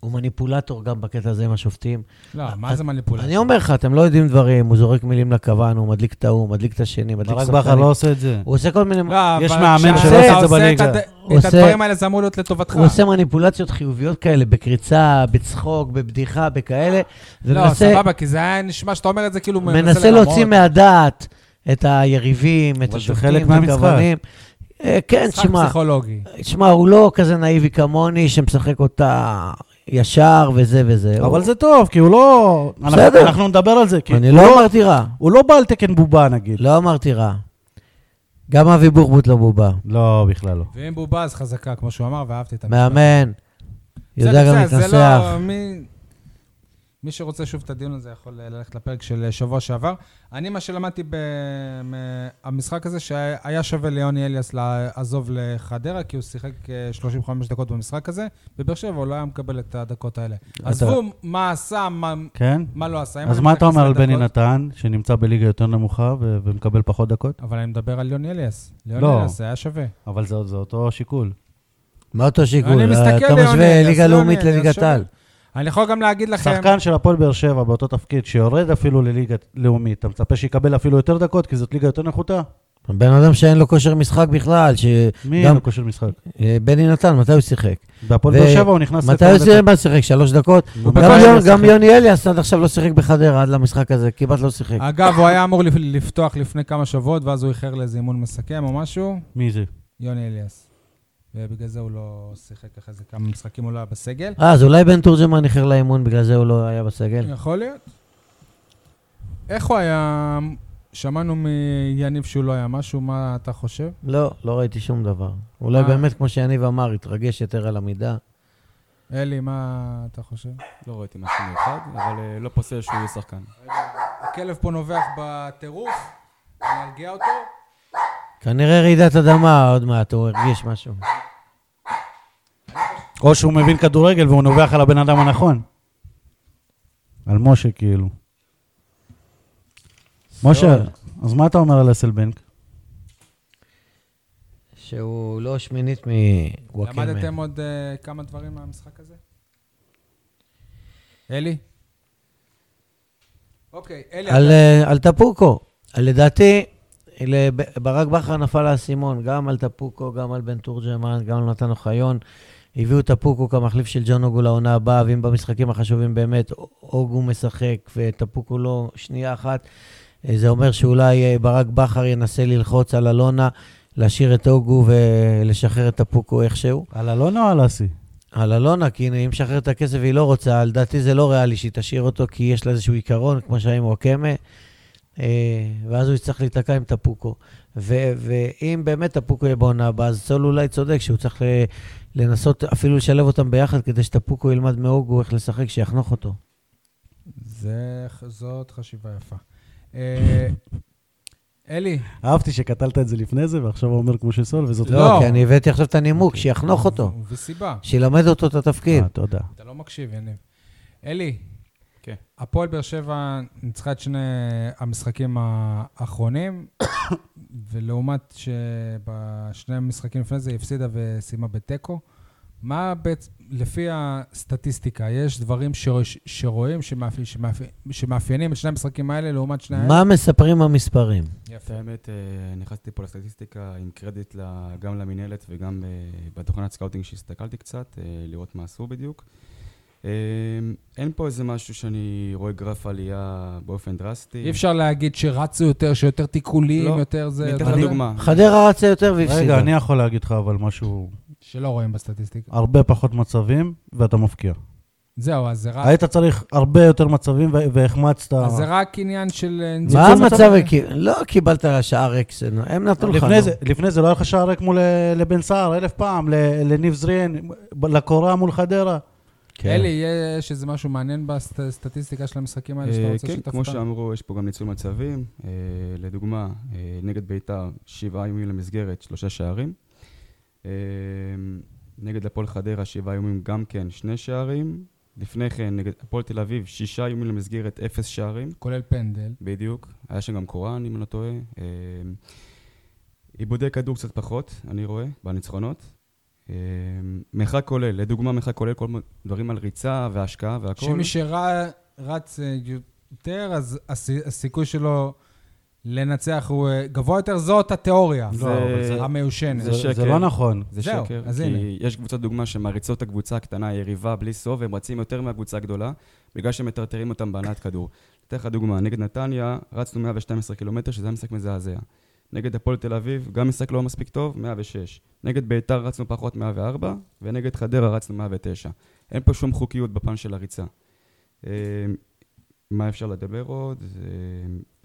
S3: הוא מניפולטור גם בקטע הזה עם השופטים.
S1: לא, מה זה מניפולציה?
S3: אני אומר לך, אתם לא יודעים דברים, הוא זורק מילים לכוון, הוא מדליק את ההוא, מדליק את השני, מדליק
S2: ברק
S3: את
S2: בכר לא עושה את זה.
S3: הוא עושה כל מיני...
S1: לא,
S2: יש
S1: אבל
S2: מאמן
S1: כשאתה
S3: שלא עושה
S2: את זה
S1: עושה
S2: בליגה.
S1: הד-
S3: הוא
S1: את
S3: עושה-
S1: הדברים האלה זה אמור להיות לטובתך.
S3: הוא עושה מניפולציות חיוביות כאלה, בקריצה, בצחוק, בבדיחה, בכאלה,
S1: לא,
S3: ומנסה
S1: סבבה, כי זה היה נשמע שאתה אומר את זה כאילו... הוא
S3: מנסה
S1: לרמות.
S3: להוציא מהדעת את היריבים, את
S2: אבל זה
S3: השופטים,
S2: חלק
S3: את
S2: מהמשחק.
S3: הכוונים. אה, כן,
S1: משחק
S3: תשמע,
S1: פסיכולוגי.
S3: תשמע, הוא לא כזה נאיבי כמוני שמשחק אותה ישר וזה וזה.
S2: אבל
S3: הוא-
S2: זה טוב, כי הוא לא... אנחנו-
S3: בסדר.
S2: אנחנו נדבר על זה, כי
S3: אני
S2: הוא
S3: לא
S2: לא-
S3: אמרתי רע,
S2: הוא לא בא על תקן בובה נגיד.
S3: לא אמרתי רע. גם אבי בוחבוט לא בובה.
S2: לא, בכלל לא.
S1: ואם בובה אז חזקה, כמו שהוא אמר, ואהבתי את המשפט.
S3: מאמן, יודע
S1: בסדר,
S3: גם
S1: בסדר, זה
S3: להתנסח.
S1: לא- מי- מי שרוצה שוב את הדיון הזה יכול אה, ללכת לפרק של אה, שבוע שעבר. אני, מה שלמדתי במשחק הזה, שהיה שווה ליוני אליאס לעזוב לחדרה, כי הוא שיחק אה, 35 דקות במשחק הזה, בבאר שבע הוא לא היה מקבל את הדקות האלה. עזבו מה עשה, מה-
S2: כן?
S1: מה לא עשה. אם
S2: אז
S1: אני
S2: מה אתה
S1: מתייחס
S2: אומר על
S1: לדקות-
S2: בני נתן, שנמצא בליגה יותר נמוכה ו- ומקבל פחות דקות?
S1: אבל אני מדבר על יוני אליאס. ליוני
S2: לא.
S1: אליאס, זה היה שווה.
S2: אבל זה זה אותו שיקול.
S3: מה אותו שיקול?
S1: אני מסתכל
S3: אתה
S1: ליוני
S3: משווה
S1: אליאס,
S3: ליגה
S1: לא,
S3: לאומית
S1: אני-
S3: לליגת
S1: שוב,
S3: העל.
S1: אני יכול גם להגיד לכם...
S2: שחקן של הפועל באר שבע באותו תפקיד, שיורד אפילו לליגה לאומית, אתה מצפה שיקבל אפילו יותר דקות, כי זאת ליגה יותר נחותה?
S3: בן אדם שאין לו כושר משחק בכלל,
S2: מי אין
S3: שגם
S2: לו כושר משחק?
S3: אה, בני נתן, מתי הוא שיחק?
S2: בהפועל
S3: ו-
S2: באר שבע הוא נכנס... לכל
S3: מתי הוא
S2: דקה.
S3: שיחק? מה שיחק? שלוש דקות?
S2: הוא
S3: גם
S2: בקושי
S3: יון-
S2: משחק.
S3: גם יוני אליאס עד עכשיו לא שיחק בחדרה, עד למשחק הזה, כמעט לא שיחק.
S1: אגב, הוא היה אמור לפ- לפתוח לפני כמה שבועות, ואז הוא איחר לאיזה אימון מסכם או משהו,
S2: מי זה?
S1: יוני אליאס. ובגלל זה הוא לא שיחק אחרי זה כמה משחקים הוא לא היה בסגל.
S3: אה, אז אולי בן תורג'מן איחר לאימון, בגלל זה הוא לא היה בסגל?
S1: יכול להיות. איך הוא היה... שמענו מיניב שהוא לא היה משהו, מה אתה חושב?
S3: לא, לא ראיתי שום דבר. אולי
S1: אה.
S3: באמת, כמו שיניב אמר, התרגש יותר על המידה.
S1: אלי, מה אתה חושב?
S4: לא ראיתי משהו מיוחד, אבל אה, לא פוסל שהוא יהיה שחקן.
S1: הכלב פה נובח בטירוף, אני ארגיע אותו.
S3: כנראה רעידת אדמה עוד מעט, הוא הרגיש משהו.
S2: או שהוא מבין כדורגל והוא נובח על הבן אדם הנכון. על משה כאילו. משה,
S3: לא,
S2: אז מה אתה אומר על אסלבנק?
S3: שהוא לא שמינית
S1: למדתם
S3: מוואקמה.
S1: עוד אה, כמה דברים מהמשחק הזה? אלי? אוקיי, אלי, אתה-
S3: על, אה, על טפוקו. לדעתי, לב- ברק בכר נפל האסימון, גם על טפוקו, גם על בן תורג'מן, גם על מתן אוחיון. הביאו טפוקו כמחליף של ג'ון אוגו לעונה הבאה, ואם במשחקים החשובים באמת אוגו משחק וטפוקו לא שנייה אחת, אה, זה אומר שאולי אה, ברק בכר ינסה ללחוץ על אלונה, להשאיר את אוגו ולשחרר את טפוקו איכשהו.
S2: על אלונה או על אסי?
S3: על אלונה, כי הנה, היא משחררת את הכסף והיא לא רוצה, לדעתי זה לא ריאלי שהיא תשאיר אותו, כי יש לה איזשהו עיקרון, כמו שהיה עם וואקמה, אה, ואז הוא יצטרך להיתקע עם טפוקו. ו- ואם באמת טפוקו יהיה בעונה הבאה, אז סול אולי צודק שהוא צריך ל- לנסות אפילו לשלב אותם ביחד, כדי שטפוקו ילמד מהוגו איך לשחק, שיחנוך אותו.
S1: זה- זאת חשיבה יפה. אה, אלי,
S2: אהבתי שקטלת את זה לפני זה, ועכשיו הוא אומר כמו שסול, וזאת...
S1: לא.
S3: לא, כי אני הבאתי עכשיו את הנימוק, שיחנוך אותו,
S1: וסיבה,
S3: שילמד אותו את התפקיד.
S2: אה, תודה.
S1: אתה לא מקשיב, יניב. אלי,
S4: כן.
S1: הפועל באר שבע ניצחה את שני המשחקים האחרונים, ולעומת שבשני המשחקים לפני זה היא הפסידה וסיימה בתיקו. מה בעצם, לפי הסטטיסטיקה, יש דברים שרוש- שרואים, שמאפי- שמאפי- שמאפיינים את שני המשחקים האלה לעומת שני האלה?
S3: מה מספרים המספרים?
S1: יפה.
S4: את האמת, אה, נכנסתי פה לסטטיסטיקה עם קרדיט ל- גם למינהלת וגם אה, בתוכנת סקאוטינג שהסתכלתי קצת, אה, לראות מה עשו בדיוק. אה, אין פה איזה משהו שאני רואה גרף עלייה באופן דרסטי.
S1: אי אפשר להגיד שרצו יותר, שיותר תיקולים,
S4: לא.
S1: יותר זה...
S4: אני אתן
S1: יותר
S4: לך
S1: זה?
S4: דוגמה.
S3: חדרה רצה יותר והפסידה.
S2: רגע, אני יכול להגיד לך אבל משהו,
S1: שלא רואים בסטטיסטיקה.
S2: הרבה פחות מצבים, ואתה מפקיע.
S1: זהו, אז זה רק...
S2: היית צריך הרבה יותר מצבים, ו- והחמצת...
S1: אז זה רק עניין של... אה,
S3: מה
S1: ניצול
S3: המצב? כי- לא קיבלת לשער אקס, הם נתנו לך.
S2: לפני
S3: נו.
S2: זה, לפני זה לא היה לך שער ריק מול אה, לבן סער אלף פעם, ל- לניב זריאן, ב- לקורה מול חדרה.
S3: כן.
S1: אלי, יש איזה משהו מעניין בסטטיסטיקה של המשחקים האלה שאתה
S4: אה,
S1: רוצה
S4: כן,
S1: לשתף
S4: כמו
S1: אותנו?
S4: שאמרו, יש פה גם ניצול מצבים. אה, לדוגמה, אה, נגד ביתר, שבעה איומים למסגרת, שלושה שערים. אה, נגד הפועל חדרה, שבעה איומים גם כן, שני שערים. לפני כן, נגד הפועל תל אביב, שישה איומים למסגרת, אפס שערים.
S1: כולל פנדל.
S4: בדיוק. היה שם גם קוראן, אם אני לא טועה. אה, עיבודי כדור קצת פחות, אני רואה, בניצחונות. אה, מרחק כולל, לדוגמה מרחק כולל כל מיני דברים על ריצה והשקעה והכל.
S1: שמי שרץ אה, יותר, אז הסי- הסיכוי שלו לנצח הוא אה, גבוה יותר, זאת התיאוריה לא,
S4: אבל זה-
S1: המיושנת.
S4: זה
S2: זה
S4: שקר.
S2: לא נכון.
S4: זה
S1: זהו,
S4: שקר,
S1: אז
S4: כי
S1: הנה.
S4: יש קבוצות דוגמה שמעריצות את הקבוצה הקטנה, היריבה, בלי סוף, והם רצים יותר מהקבוצה הגדולה, בגלל שמטרטרים אותם בהנעת כדור. אתן לך דוגמה, נגד נתניה רצנו 112 קילומטר, שזה היה משחק מזעזע. נגד הפועל תל אביב, גם משחק לא מספיק טוב, 106. נגד ביתר רצנו פחות 104, ונגד חדרה רצנו 109. אין פה שום חוקיות בפן של הריצה. אה, מה אפשר לדבר עוד? אה,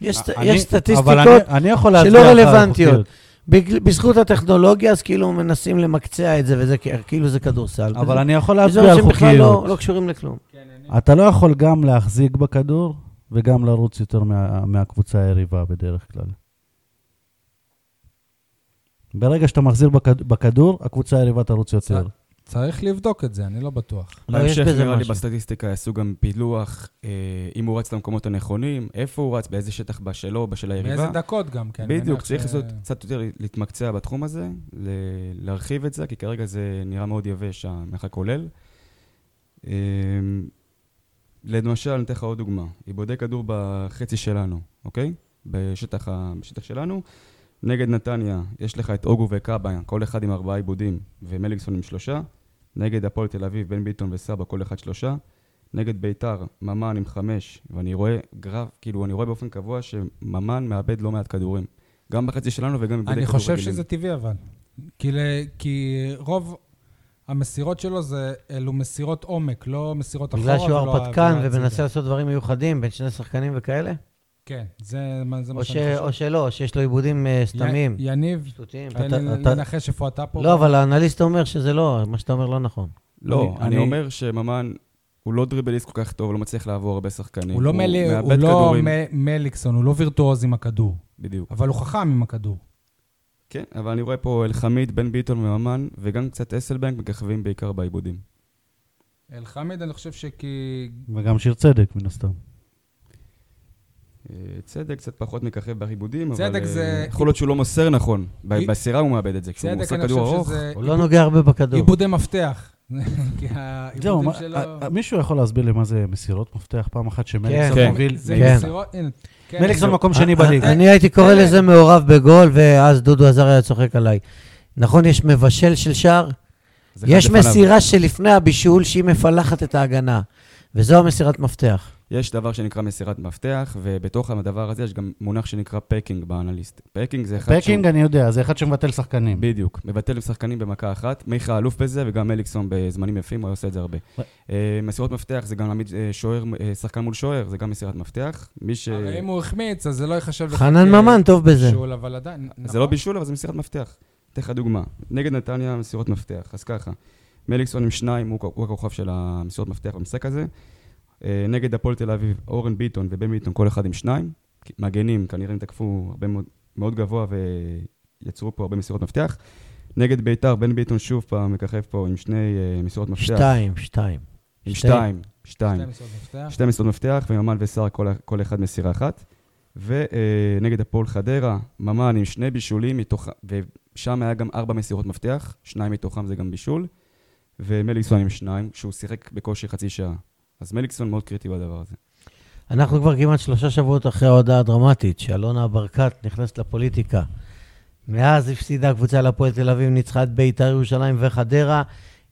S3: יש
S2: אני-
S3: יש
S2: אבל
S3: סטטיסטיקות
S2: אני- אני יכול
S3: שלא
S2: להצביע לך על
S3: רלוונטיות.
S2: איכותיות.
S3: בגל- בזכות הטכנולוגיה, אז כאילו מנסים למקצע את זה, וזה כ- כאילו זה כדורסל.
S2: אבל
S3: וזה-
S2: אני יכול
S3: וזה
S2: להצביע על
S3: אנשים בכלל לא-
S2: חוקיות.
S3: לא קשורים לכלום.
S2: אתה לא יכול גם להחזיק בכדור וגם לרוץ יותר מה- מהקבוצה היריבה בדרך כלל. ברגע שאתה מחזיר בכד- בכדור, הקבוצה היריבה תרוץ יותר.
S1: צריך לבדוק את זה, אני לא בטוח.
S3: לא, יש
S4: בהמשך
S3: בזה
S4: נראה לי
S3: משהו.
S4: בסטטיסטיקה יעשו גם פילוח, אה, אם הוא רץ למקומות הנכונים, איפה הוא רץ, באיזה שטח בשלו, בשל
S1: באיזה
S4: היריבה.
S1: דקות גם, כן. אני
S4: בדיוק,
S1: מניח
S4: צריך
S1: ש-
S4: לעשות קצת יותר להתמקצע בתחום הזה, ל- להרחיב את זה, כי כרגע זה נראה מאוד יבש, המרחק כולל. אה, למשל, אני אתן לך עוד דוגמה. איבודי כדור בחצי שלנו, אוקיי? בשטח, ה- בשטח שלנו. נגד נתניה, יש לך את אוגו וקאבה, כל אחד עם ארבעה עיבודים, ומליקסון עם שלושה. נגד הפועל תל אביב, בן ביטון וסבא, כל אחד שלושה. נגד ביתר, ממן עם חמש, ואני רואה גרף, כאילו, אני רואה באופן קבוע שממן מאבד לא מעט כדורים. גם בחצי שלנו וגם עם
S1: אני חושב שזה טבעי אבל. כי, ל... כי רוב המסירות שלו זה, אלו מסירות עומק, לא מסירות אחורה.
S3: בגלל שהוא
S1: ולא-
S3: הרפתקן
S1: ולא
S3: ומנסה
S1: הצידה.
S3: לעשות דברים מיוחדים בין שני שחקנים וכאלה,
S1: כן, זה, מה- זה
S3: או
S1: מה
S3: ש-
S1: שאני חושב.
S3: או שלא, או שיש לו עיבודים אה, סתמיים,
S1: י- יניב,
S3: שטותיים.
S1: תן
S2: אתה-
S1: לי
S2: אתה-
S1: לנחש איפה אתה פה.
S3: לא, אבל האנליסט אומר שזה לא, מה שאתה אומר לא נכון.
S4: לא,
S2: אני-
S4: אני
S2: אני-
S4: אומר שממן, הוא לא דריבליסט כל כך טוב, לא מצליח לעבור הרבה שחקנים.
S1: הוא לא, מלי, הוא
S4: מאבד
S1: לא
S4: כדורים.
S1: מ- מליקסון, הוא לא וירטואוז עם הכדור,
S4: בדיוק.
S1: אבל הוא חכם עם הכדור.
S4: כן, אבל אני רואה פה אלחמיד, בן ביטון וממן, וגם קצת אסלבנק מככבים בעיקר בעיבודים.
S1: אלחמיד, אני חושב שכי...
S2: וגם שיר צדק, מן הסתם.
S4: אה, צדק קצת פחות מככב בעיבודים, אבל...
S1: צדק
S4: אה,
S1: זה-
S4: יכול להיות שהוא לא מוסר נכון.
S1: אי-
S4: ב- בסירה הוא מאבד את זה. כשהוא
S1: צדק,
S4: מוסר
S1: אני
S4: כדור
S1: חושב
S4: ארוך,
S1: שזה
S3: הוא לא נוגע הרבה בכדור.
S1: עיבודי מפתח. כי
S2: זהו,
S1: העיבודים
S2: מה- אה,
S1: שלו...
S2: א- א- מישהו יכול להסביר לי מה זה מסירות מפתח פעם אחת
S3: כן,
S2: שמליקסון
S4: כן.
S2: מוביל?
S1: זה
S3: כן.
S1: מסירות... הנה, כן. אה,
S2: מליקסון מקום שני
S3: אני-
S2: בליגה.
S3: אה,
S2: אה,
S3: אני הייתי קורא
S1: אלה-
S3: לזה מעורב בגול, ואז דודו עזר היה צוחק עליי. נכון, יש מבשל של שער?
S4: זה אחד
S3: יש
S4: לפניו.
S3: מסירה שלפני הבישול שהיא מפלחת את ההגנה, וזו המסירת מפתח.
S4: יש דבר שנקרא מסירת מפתח, ובתוך הדבר הזה יש גם מונח שנקרא פקינג באנליסט. פקינג זה אחד
S1: אה,
S2: פקינג אני יודע, זה אחד שמבטל שחקנים.
S4: בדיוק. מבטל עם שחקנים במכה אחת. מיכה אלוף בזה, וגם אליקסון בזמנים יפים, הוא היה עושה את זה הרבה.
S2: ו-
S4: אה, מסירות מפתח זה גם להעמיד אה, שוער, אה, שחקן מול שוער, זה גם מסירת מפתח. מי ש...
S1: הרי אם הוא החמיץ, אז זה לא ייחשב לך...
S3: חנן
S1: כ-
S4: אה,
S3: ממן טוב בזה.
S1: בישול, אבל עדיין... נכון?
S4: זה לא בישול, אבל זה מסירת מפתח. אתן לך דוגמה. נגד נתניה, מסירות מפתח. אז ככה, מליקסון עם שניים, הוא הוא הכוכב של המסירות מפתח במשחק הזה. אה, נגד הפועל תל אביב, אורן ביטון ובן ביטון, כל אחד עם שניים. כי- מגנים, כנראה הם תקפו הרבה מאוד, מאוד גבוה ויצרו פה הרבה מסירות מפתח. נגד ביתר, בן ביטון שוב פעם מככב פה עם שני אה, מסירות מפתח.
S3: שתיים, שתיים. שתיים.
S4: עם שתיים. שתיים.
S1: שתי מסירות מפתח.
S4: שתי מסירות מפתח, וממן וסער כל, כל אחד מסירה אחת. ונגד הפועל חדרה, ממן עם שני בישולים, מתוך, ושם היה גם ארבע מסירות מפתח, שניים מתוכם זה גם בישול, ומליקסון עם שניים, שהוא שיחק בקושי חצי שעה. אז מליקסון מאוד קריטי בדבר הזה.
S3: אנחנו כבר כמעט שלושה שבועות אחרי ההודעה הדרמטית, שאלונה ברקת נכנסת לפוליטיקה. מאז הפסידה הקבוצה להפועל תל אביב, ניצחה את בית"ר ירושלים וחדרה.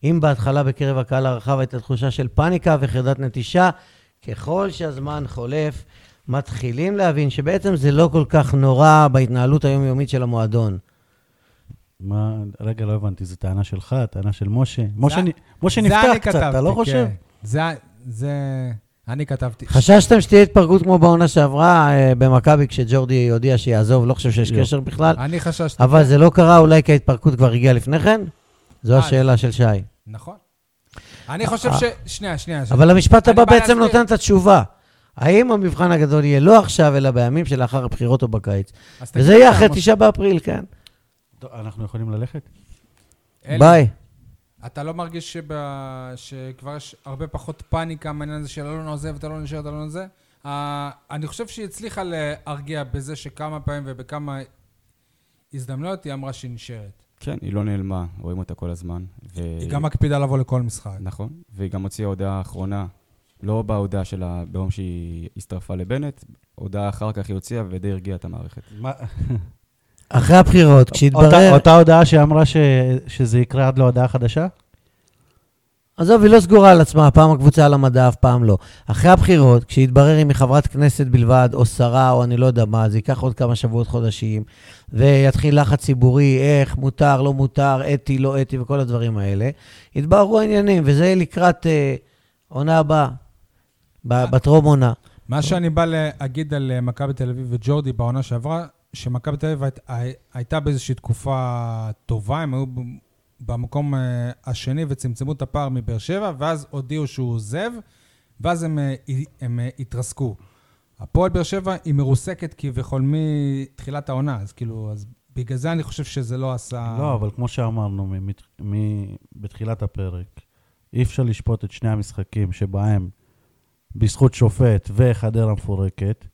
S3: אם בהתחלה בקרב הקהל הרחב הייתה תחושה של פאניקה וחרדת נטישה, ככל שהזמן חולף, מתחילים להבין שבעצם זה לא כל כך נורא בהתנהלות היומיומית של המועדון.
S2: מה, רגע, לא הבנתי, זו טענה שלך, טענה של משה. משה
S1: זה-
S2: נ- משה
S1: זה
S2: נפתח
S1: אני
S2: קצת,
S1: כתבתי,
S2: אתה לא חושב?
S1: כן. זה... זה... אני כתבתי.
S3: חששתם שתהיה התפרקות כמו בעונה שעברה אה, במכבי כשג'ורדי הודיע שיעזוב, לא חושב שיש
S2: לא.
S3: קשר בכלל.
S1: אני חששתי.
S3: אבל זה לא קרה אולי כי ההתפרקות כבר הגיעה לפני כן? זו
S1: כן. אה,
S3: השאלה של שי.
S1: נכון. אני חושב ש... שנייה, שנייה. שנייה.
S3: אבל המשפט
S1: אני
S3: הבא
S1: בא
S3: בעצם
S1: להסביר.
S3: נותן את התשובה. האם המבחן הגדול יהיה לא עכשיו, אלא בימים שלאחר הבחירות או בקיץ?
S1: אז תגיד
S3: וזה יהיה
S1: אתה,
S3: אחרי
S1: משה.
S3: תשעה באפריל, כן.
S2: טוב, אנחנו יכולים ללכת?
S1: אלי,
S3: ביי.
S1: אתה לא מרגיש שב- שכבר יש הרבה פחות פאניקה מהעניין הזה של אלון עוזב, אתה לא נשאר, אתה לא זה? אה, אני חושב שהיא הצליחה להרגיע בזה שכמה פעמים ובכמה הזדמנויות היא אמרה שהיא נשארת.
S4: כן, היא לא נעלמה, רואים אותה כל הזמן. ו...
S1: היא גם מקפידה לבוא לכל משחק.
S4: נכון, והיא גם הוציאה הודעה אחרונה, לא בהודעה שלה ביום שהיא הצטרפה לבנט, הודעה אחר כך היא הוציאה ודי הרגיעה את המערכת.
S3: אחרי הבחירות,
S2: אותה-
S3: כשהתברר...
S2: אותה הודעה שאמרה ש- שזה יקרה עד להודעה חדשה?
S3: עזוב, היא לא סגורה על עצמה, פעם הקבוצה על המדף, פעם לא. אחרי הבחירות, כשהתברר אם היא חברת כנסת בלבד, או שרה, או אני לא יודע מה, זה ייקח עוד כמה שבועות, חודשים, ויתחיל לחץ ציבורי, איך, מותר, לא מותר, אתי, לא אתי, וכל הדברים האלה. התבררו העניינים, וזה יהיה לקראת אה, עונה הבאה, ב- בטרום עונה.
S1: מה שאני בא להגיד על אה, מכבי תל אביב וג'ורדי בעונה שעברה, שמכבי תל אביב היית- הי- הייתה באיזושהי תקופה טובה, הם היו ב- במקום אה, השני וצמצמו את הפער מבאר שבע, ואז הודיעו שהוא עוזב, ואז הם, אה, הי- הם אה, התרסקו. הפועל באר שבע היא מרוסקת כביכול מתחילת העונה, אז כאילו, אז בגלל זה אני חושב שזה לא עשה...
S2: לא, אבל כמו שאמרנו מ- מת- מ- בתחילת הפרק, אי אפשר לשפוט את שני המשחקים שבהם בזכות שופט וחדרה מפורקת,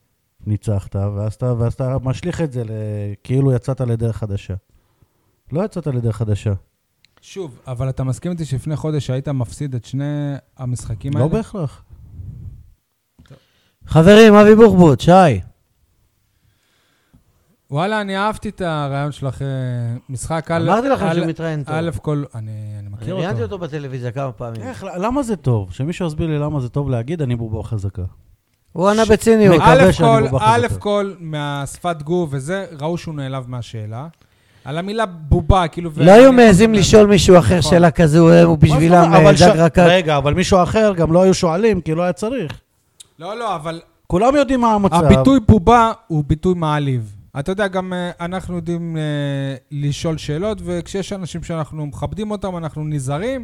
S2: ניצחת, ואז אתה, ואז אתה משליך את זה ל- כאילו יצאת לדרך חדשה. לא יצאת לדרך חדשה.
S1: שוב, אבל אתה מסכים איתי שלפני חודש היית מפסיד את שני המשחקים
S2: לא
S1: האלה?
S2: בהכרח.
S3: חברים, אבי בוחבוט, שי.
S1: וואלה, אני אהבתי את הרעיון שלך, אה, משחק על...
S3: אמרתי לכם
S1: על-
S3: שהוא מתראיין טוב.
S1: א' כל... אני אני
S3: אני
S1: מכיר
S3: ראיינתי
S1: אותו.
S3: אותו בטלוויזיה כמה פעמים.
S2: איך, למה זה טוב? שמישהו יסביר לי למה זה טוב להגיד, אני בובה חזקה.
S3: הוא ענה בציניות.
S2: מקווה
S1: א'
S2: שאני
S3: לא
S1: כל,
S2: בובה
S1: א'
S2: חזקה.
S1: כל, מהשפת גוף וזה, ראו שהוא נעלב מהשאלה. על המילה בובה, כאילו...
S3: לא היו מעזים לשאול מישהו אחר
S1: נכון.
S3: שאלה כזו, אה, הוא בשבילם אה, דג רקק.
S2: רגע, אבל מישהו אחר גם לא היו שואלים, כי לא היה צריך.
S1: לא, לא, אבל
S2: כולם יודעים מה המצב.
S1: הביטוי בובה הוא ביטוי מעליב. אתה יודע, גם אה, אנחנו יודעים אה, לשאול שאלות, וכשיש אנשים שאנחנו מכבדים אותם, אנחנו נזהרים,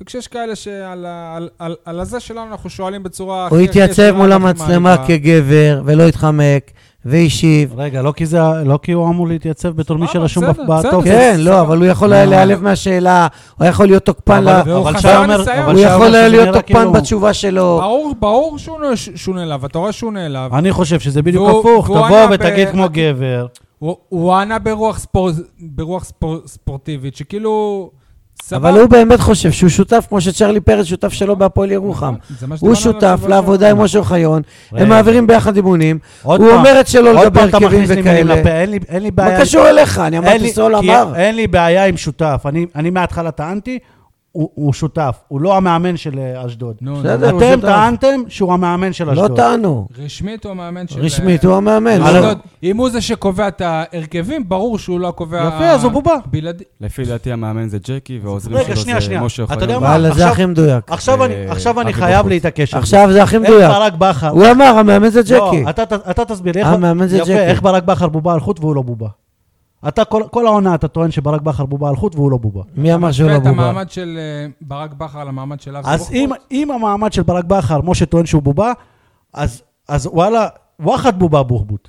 S1: וכשיש כאלה שעל ה- על- על- על הזה שלנו אנחנו שואלים בצורה...
S3: הוא
S1: הכי- הכי
S3: התייצב
S1: ישירה,
S3: מול
S1: אנחנו
S3: המצלמה
S1: מעליבה.
S3: כגבר ולא התחמק, והשיב.
S2: רגע, לא כי, זה, לא כי הוא אמור להתייצב בתור מי
S1: סבבה,
S2: שרשום
S1: בסדר,
S2: בטופס.
S1: בסדר.
S3: כן, לא, אבל הוא יכול היה להיעלב מהשאלה, הוא היה יכול להיות תוקפן, לה-
S1: והוא
S2: אבל לא
S1: חזר
S2: שי אומר-
S1: לסיים.
S2: אבל
S3: הוא
S2: שי
S3: יכול
S2: אומר
S3: היה
S2: שזה
S3: להיות
S2: נראה
S3: תוקפן
S2: כאילו-
S3: בתשובה שלו.
S1: ברור, ברור שהוא נו- שהוא נעלב, אתה רואה שהוא נעלב.
S2: אני חושב שזה בדיוק
S1: והוא-
S2: הפוך,
S1: והוא
S2: תבוא
S1: ענה
S2: ותגיד
S1: ב-
S2: כמו גבר.
S1: הוא- הוא ענה ברוח ספור- ברוח ספור- ספורטיבית, שכאילו... סבבה.
S3: אבל הוא באמת חושב שהוא שותף, כמו שצ'רלי פרץ שותף שלו בהפועל ירוחם.
S1: זה מה שדיברנו
S3: הוא
S1: עליו
S3: שותף
S1: בשבוע
S3: לעבודה עם
S1: שעבר.
S3: משה אוחיון,
S2: רגע.
S3: הם מעבירים ביחד אימונים,
S2: עוד
S3: הוא
S2: פעם,
S3: אומר את שלו
S2: עוד
S3: לגבי
S2: פעם אתה
S3: הרכבים
S2: מכניס לי מילים לפה,
S3: וכאלה.
S2: אין לי- אין לי
S3: מה
S2: בעיה.
S3: קשור אליך? אני
S2: אין לי-
S3: אמרתי סול
S2: כי
S3: אמר.
S2: אין לי בעיה עם שותף. אני- אני מההתחלה טענתי, הוא הוא שותף. הוא לא המאמן של אה, אשדוד.
S1: נו,
S3: בסדר.
S1: נו.
S3: הוא שותף.
S2: אתם טענתם שהוא המאמן של
S3: לא
S2: אשדוד.
S3: טענו.
S1: רשמית הוא המאמן של... אה,
S3: רשמית, הוא המאמן.
S1: של
S3: אבל-
S1: אשדוד. אם הוא זה שקובע את ההרכבים, ברור שהוא לא קובע...
S2: יפה, אז הוא בובה.
S1: בלעדי.
S4: לפי דעתי המאמן זה ג'קי, והעוזרים
S2: רגע, שנייה,
S4: שלו זה
S2: שנייה.
S4: משה
S2: אתה
S4: אוחיון.
S2: יודע מה?
S3: וואלה, זה
S2: עכשיו-
S3: הכי מדויק.
S2: עכשיו אני-
S4: אה,
S2: עכשיו אני
S4: אבי
S2: חייב
S4: בחוץ.
S2: להתעקש. על זה.
S3: עכשיו זה הכי
S2: איך
S3: מדויק.
S2: ברק בכר...
S3: הוא אמר, המאמן זה ג'קי.
S2: לא, אתה- אתה אתה תסביר לי. איך-
S3: המאמן זה
S2: יפה,
S3: ג'קי.
S2: איך ברק בכר בובה על חוט והוא לא בובה. אתה כל כל העונה אתה טוען שברק בכר בובה על חוט והוא לא בובה.
S3: מי אמר שהוא לא
S1: ואת
S3: בובה?
S1: המעמד של אה, ברק בכר למעמד של אבי
S2: אז
S1: בוחבוט.
S2: אם, אם המעמד של ברק בכר, משה טוען שהוא בובה, אז, אז וואלה, וואחד בובה בוחבוט.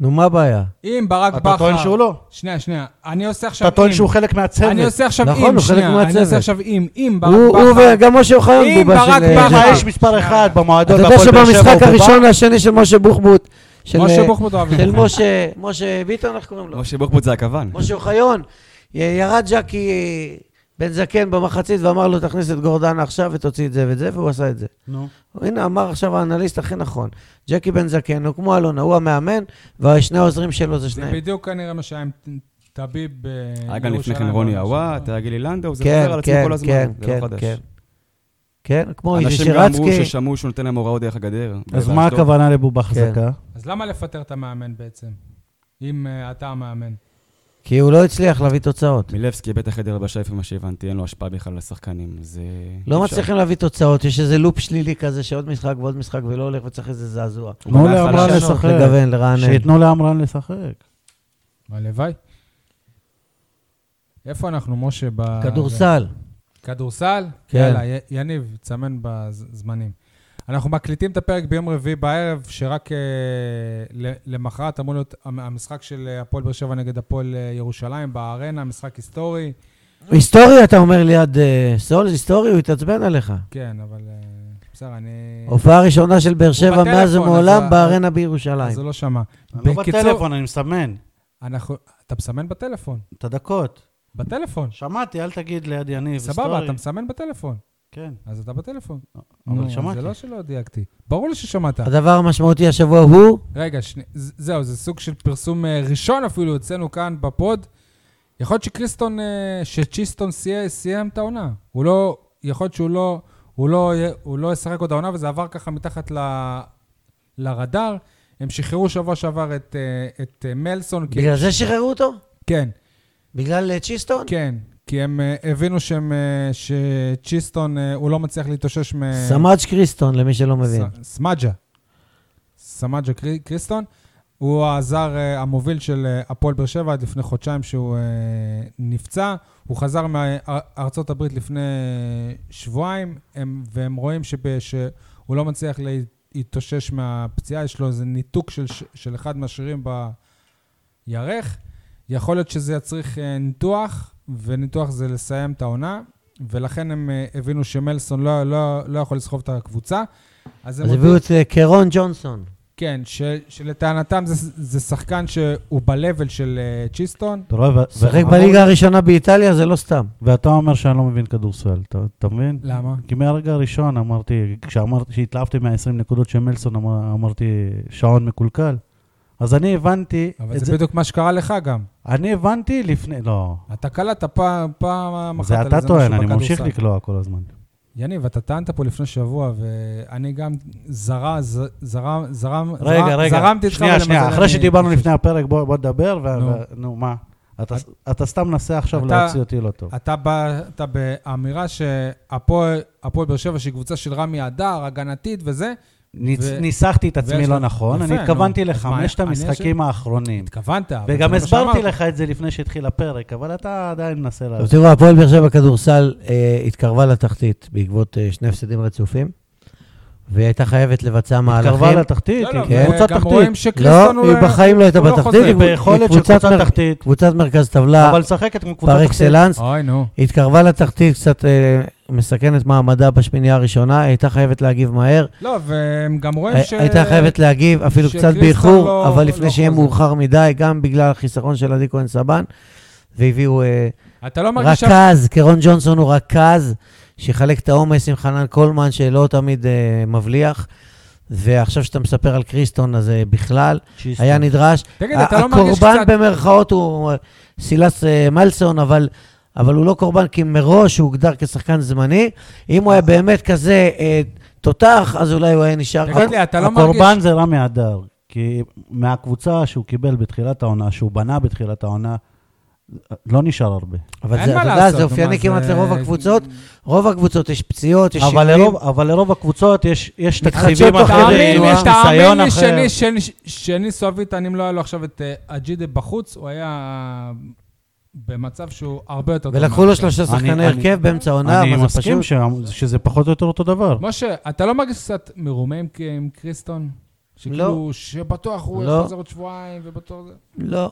S3: נו, מה הבעיה?
S1: אם ברק
S2: אתה
S1: בכר...
S2: טוען שהוא לא?
S1: שנייה, שנייה. אני עושה עכשיו
S2: אתה
S1: אם.
S2: טוען שהוא חלק מהצוות.
S1: אני עושה עכשיו
S3: נכון,
S1: אם,
S3: הוא חלק
S1: שנייה. אני
S3: מהצוות.
S1: עושה עכשיו אם. אם ברק
S3: הוא הוא
S1: בכר...
S3: וגם משה אוחיון
S1: אם
S3: בובה
S1: ברק
S3: של אה,
S1: בכר-
S2: ככה
S3: ג'קי.
S2: יש מספר אחד במועדון,
S3: אתה יודע
S2: בהפועל באר שבע, הוא
S3: שבמשחק
S2: בובה?
S3: הראשון והשני של משה בוחבוט, של
S1: משה
S3: אה,
S1: בוחבוט אוהב את
S3: של
S1: זה.
S3: משה, משה ביטון, איך קוראים לו?
S4: משה בוחבוט זה הכוון.
S3: לא. משה אוחיון. י- ירד ג'קי אה, בן זקן במחצית ואמר לו, תכניס את גורדן עכשיו ותוציא את זה ואת זה, והוא עשה את זה.
S2: נו.
S3: הנה, אמר עכשיו האנליסט הכי נכון. ג'קי בן זקן הוא כמו אלונה, הוא המאמן, ושני העוזרים שלו זה
S1: זה
S4: אה.
S3: שניהם.
S1: בדיוק כנראה מה שהיה עם טביב בירושלים.
S4: היה גם לפני כן רוני עוואט, היה גילי לנדאו, זה
S3: כן,
S4: חוזר על עצמו
S3: כן,
S4: כל הזמן,
S3: כן,
S4: זה
S3: כן,
S4: לא חדש.
S3: כן. כן, כמו איזי
S4: אנשים גם אמרו
S3: שירצקי.
S4: ששמעו שהוא נותן להם הוראות דרך הגדר.
S2: אז
S4: באשדוד.
S2: מה הכוונה
S3: כן.
S2: לבובה חזקה?
S1: אז למה לפטר את המאמן בעצם? אם אה, אתה המאמן.
S3: כי הוא לא הצליח להביא תוצאות.
S4: מילבסקי איבד את החדר הלבשה לפי מה שהבנתי, אין לו השפעה בכלל על השחקנים. זה...
S3: לא
S4: אי אפשר.
S3: מצליחים להביא תוצאות, יש איזה לופ שלילי כזה שעוד משחק ועוד משחק ולא הולך וצריך איזה זעזוע.
S4: הוא גם
S2: תנו
S4: היה חלש.
S2: לעמרן
S3: לשנות,
S1: כן.
S2: לשחק.
S3: לגוון, לרענן.
S2: שייתנו לעמרן לשחק.
S1: הלוואי. איפה אנחנו, משה? ב-
S3: אה, כדורסל.
S1: כדורסל?
S3: כן.
S1: יאללה, י- יניב, תסמן בזמנים. אנחנו מקליטים את הפרק ביום רביעי בערב, שרק אה, ל- למחרת אמור להיות המ- המשחק של אה, הפועל באר שבע נגד הפועל אה, ירושלים בארנה, משחק היסטורי.
S3: היסטורי, אתה אומר ליד אה, סול, היסטורי, הוא התעצבן עליך.
S1: כן, אבל אה, בסדר, אני...
S3: הופעה ראשונה של באר שבע
S1: בטלפון,
S3: מאז
S1: אז
S3: ומעולם
S1: ה-
S3: בארנה
S1: אז
S3: בירושלים.
S1: הוא לא שמע.
S2: אני לא בטלפון, אני מסמן.
S1: אנחנו... אתה מסמן בטלפון.
S2: את הדקות.
S1: בטלפון.
S2: שמעתי, אל תגיד ליד יניב.
S1: סבבה,
S2: סטורי.
S1: אתה מסמן בטלפון.
S2: כן,
S1: אז אתה בטלפון.
S2: אבל
S1: נו,
S2: שמעתי.
S1: זה לא שלא דייקתי. ברור לי ששמעת.
S3: הדבר המשמעותי השבוע הוא,
S1: רגע, שני- ז- זהו, זה סוג של פרסום אה, ראשון אפילו אצלנו כאן בפוד. יכול להיות שקריסטון, אה, שצ'יסטון סי- סיים את העונה. הוא לא, יכול להיות שהוא לא, הוא לא, י- הוא לא ישחק עוד העונה, וזה עבר ככה מתחת ל, לרדאר. הם שחררו שבוע שעבר את, אה, את אה, מלסון. כי-
S3: בגלל זה שחררו אותו?
S1: כן,
S3: בגלל אה, צ'יסטון?
S1: כן. כי הם אה, הבינו שהם, אה, שצ'יסטון, אה, הוא לא מצליח להתאושש מ...
S3: סמאג' קריסטון, למי שלא מבין.
S1: ס- סמג'ה. סמג'ה קרי- קריסטון. הוא הזר אה, המוביל של אה, הפועל באר שבע עד לפני חודשיים שהוא אה, נפצע. הוא חזר מארצות הברית לפני אה, שבועיים, הם, והם רואים שב, שהוא לא מצליח להתאושש מהפציעה, יש לו איזה ניתוק של, ש- של אחד מהשרירים בירך. יכול להיות שזה יצריך אה, ניתוח, וניתוח זה לסיים את העונה, ולכן הם אה, הבינו שמלסון לא, לא, לא יכול לסחוב את הקבוצה. אז הם
S3: אז
S1: הודיעו-
S3: הביאו את אה, קרון ג'ונסון.
S1: כן, ש, שלטענתם זה, זה שחקן שהוא ב-level של אה, צ'יסטון.
S2: אתה רואה, ו-
S3: שיחק
S2: ו-
S3: בליגה הראשונה באיטליה, זה לא סתם.
S2: ואתה אומר שאני לא מבין כדורסל, אתה אתה מבין?
S1: למה?
S2: כי מהרגע הראשון אמרתי, כשאמרתי, כשהתלהבתי מה-20 נקודות של מלסון, אמר- אמרתי, שעון מקולקל. אז אני הבנתי
S1: אבל
S2: את
S1: זה,
S2: זה.
S1: בדיוק מה שקרה לך גם.
S2: אני הבנתי לפני, לא.
S1: אתה קלעת פעם, פעם אחת
S2: זה
S1: על
S2: אתה
S1: איזה
S2: טוען,
S1: משהו
S2: אני ממשיך
S1: בכדורסל.
S2: לקלוע כל הזמן.
S1: יניב, אתה טענת פה לפני שבוע, ואני גם זרה, ז- זרם, זרם,
S2: רגע,
S1: זרם-
S2: רגע.
S1: זרמתי איתך.
S2: שנייה,
S1: ולמזל
S2: שנייה,
S1: אני-
S2: אחרי שדיברנו לפני הפרק, בוא בוא נדבר, ו-
S1: נו.
S2: ו- נו, מה? אתה- אתה סתם מנסה עכשיו
S1: אתה-
S2: להוציא אותי לא טוב.
S1: אתה באת באמירה שהפועל הפועל באר שבע, שהיא קבוצה של רמי אדר, הגנתית וזה,
S2: ניצ-
S1: ו-
S2: ניסחתי את עצמי
S1: ויש
S2: לא
S1: לך-
S2: נכון,
S1: יפה,
S2: אני התכוונתי
S1: נו. אז מה,
S2: לחמשת
S1: אני
S2: המשחקים האחרונים.
S1: התכוונת. אבל זה
S2: וגם
S1: מה
S2: הסברתי
S1: שאמרת.
S2: לך את זה לפני שהתחיל הפרק, אבל אתה עדיין מנסה לה...
S3: טוב, תראו, הפועל באר שבע כדורסל אה, התקרבה לתחתית בעקבות אה, שני הפסדים רצופים. והיא הייתה חייבת לבצע מהלכים.
S2: התקרבה לתחתית,
S1: בסדר,
S2: היא קבוצה
S1: לא, וגם
S2: תחתית.
S1: כן. רואים שקריסטון
S3: לא,
S1: הוא...
S3: היא בחיים לא הייתה
S1: הוא לא
S3: בתחתית,
S1: חוזר.
S3: היא
S2: היא ביכולת של
S3: קבוצת
S2: קבוצה
S3: מר-
S2: תחתית,
S3: קבוצת מרכז טבלה
S2: אבל לשחק עם קבוצה
S3: פר
S2: תחתית. אה.
S3: אקסלנס.
S1: אוי, נו.
S3: היא התקרבה לתחתית, קצת אה, מסכנת מעמדה בשמינייה הראשונה, היא הייתה חייבת להגיב מהר.
S1: לא, והם גם רואים
S3: הי-
S1: ש...
S3: אה, הייתה חייבת להגיב אפילו קצת
S1: שקריסטל
S3: באיחור,
S1: לא-
S3: אבל
S1: לא
S3: לפני שיהיה
S1: חוזר.
S3: מאוחר מדי, גם בגלל החיסרון של עדי כהן סבן, והביאו אה,
S1: אתה לא מרגיש... שה-
S3: רכז, קרון ג'ונסון הוא רכז, שיחלק את העומס עם חנן קולמן, שלא תמיד אה, מבליח. ועכשיו שאתה מספר על קריסטון, אז אה, בכלל, היה נדרש.
S1: תגיד, אתה לא מרגיש
S3: הקורבן
S1: קצת...
S3: במרכאות הוא אה, סילס אה, מלסון, אבל... אבל הוא לא קורבן, כי מראש הוא הוגדר כשחקן זמני. אם הוא היה
S1: נכון.
S3: באמת כזה אה, תותח, אז אולי הוא היה נשאר.
S1: תגיד לי, אתה לא מרגיש...
S2: הקורבן זה רמי הדר, כי מהקבוצה שהוא קיבל בתחילת העונה, שהוא בנה בתחילת העונה, לא נשאר הרבה.
S3: אבל
S1: אין
S3: זה,
S1: מה
S3: אתה יודע,
S1: לעשות,
S3: זה אופייני
S1: נו, מה,
S3: כמעט
S1: זה-
S3: לרוב הקבוצות. רוב הקבוצות יש פציעות, יש
S2: אבל
S3: שינויים.
S2: לרוב- אבל לרוב הקבוצות יש יש
S3: מתחדשות
S2: תקציבים
S3: תוך כדי
S2: אחרים,
S3: תנועה.
S1: תאמין לי,
S2: יש
S1: תאמין
S2: ניסיון
S1: לי שני-
S2: אחר.
S1: שני- שני סואביטן, אם לא היה לו עכשיו את אה, אג'ידה בחוץ, הוא היה אה, במצב שהוא הרבה יותר טוב.
S3: ולקחו לו
S1: מהמצב.
S3: שלושה שחקני
S2: אני-
S3: הרכב באמצע העונה,
S2: אני
S3: מה זה פשוט?
S2: מסכים שה- שזה פחות או יותר אותו דבר.
S1: משה, אתה לא מרגיש קצת מרומה עם- עם קריסטון? שכאילו, שבטוח הוא
S3: לא.
S1: חוזר עוד שבועיים ובטוח זה.
S3: לא.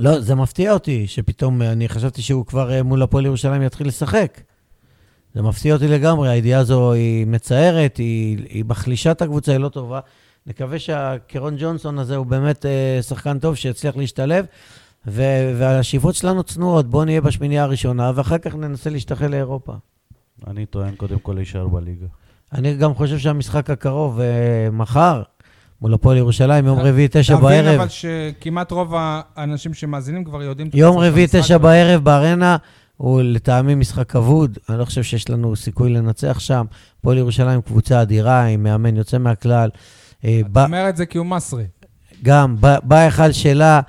S3: לא, זה מפתיע אותי, שפתאום אה, אני חשבתי שהוא כבר אה, מול הפועל ירושלים יתחיל לשחק. זה מפתיע אותי לגמרי, הידיעה הזו היא מצערת, היא, היא מחלישה את הקבוצה, היא לא טובה. נקווה שהקרון ג'ונסון הזה הוא באמת אה, שחקן טוב שיצליח להשתלב, ו- והשאיפות שלנו צנועות, בואו נהיה בשמינייה הראשונה, ואחר כך ננסה להשתחל לאירופה.
S2: אני טוען קודם כל להישאר בליגה.
S3: אני גם חושב שהמשחק הקרוב, אה, מחר, מול הפועל ירושלים, יום רביעי, תשע
S1: תבין
S3: בערב.
S1: אבל שכמעט רוב האנשים שמאזינים כבר יודעים... את
S3: יום
S1: התוצאות של
S3: רביעי,
S1: המשחק.
S3: תשע בערב בארנה, הוא לטעמי משחק אבוד. אני לא חושב שיש לנו סיכוי לנצח שם. הפועל ירושלים קבוצה אדירה, עם מאמן יוצא מהכלל. אה,
S1: אתה
S3: ב-
S1: אומר את זה כי הוא מסרי.
S3: גם, ב- בהיכל שלה,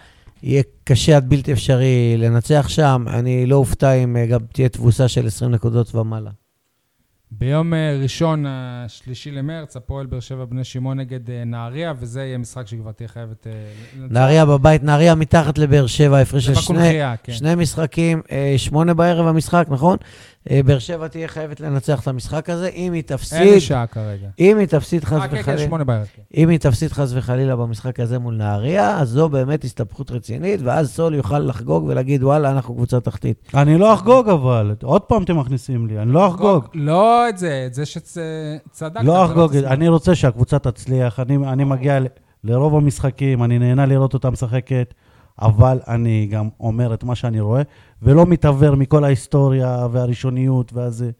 S3: יהיה קשה עד בלתי אפשרי לנצח שם. אני לא אופתע אם אה, גם תהיה תבוסה של 20 נקודות ומעלה.
S1: ביום אה, ראשון, השלישי למרץ, הפועל באר שבע בני שמעון נגד אה, נהריה, וזה יהיה משחק שכבר תהיה חייבת... אה, לנצח.
S3: נהריה בבית, נהריה מתחת לבאר שבע, הפרש
S1: זה
S3: של שני...
S1: בקונחייה, כן.
S3: שני משחקים, אה, שמונה בערב המשחק, נכון? אה, באר שבע תהיה חייבת לנצח את המשחק הזה. אם היא
S1: אין לי
S3: תפסיד,
S1: שעה כרגע.
S3: אם היא תפסיד חס
S1: אה, כן, כן,
S3: וחלילה,
S1: שמונה בערב. כן.
S3: אם היא תפסיד חס וחלילה במשחק הזה מול נהריה, אז זו באמת הסתבכות רצינית, ואז סול יוכל לחגוג ולהגיד, וואלה, אנחנו קבוצה תחתית.
S2: אני לא אחגוג אבל, עוד פעם אתם מכניסים לי, אני לא אחגוג.
S1: לא את זה, את זה שצדקת.
S2: לא אחגוג, אני רוצה שהקבוצה תצליח, אני, אני מגיע ל- לרוב המשחקים, אני נהנה לראות אותה משחקת, אבל אני גם אומר את מה שאני רואה, ולא מתעוור מכל ההיסטוריה והראשוניות והזה.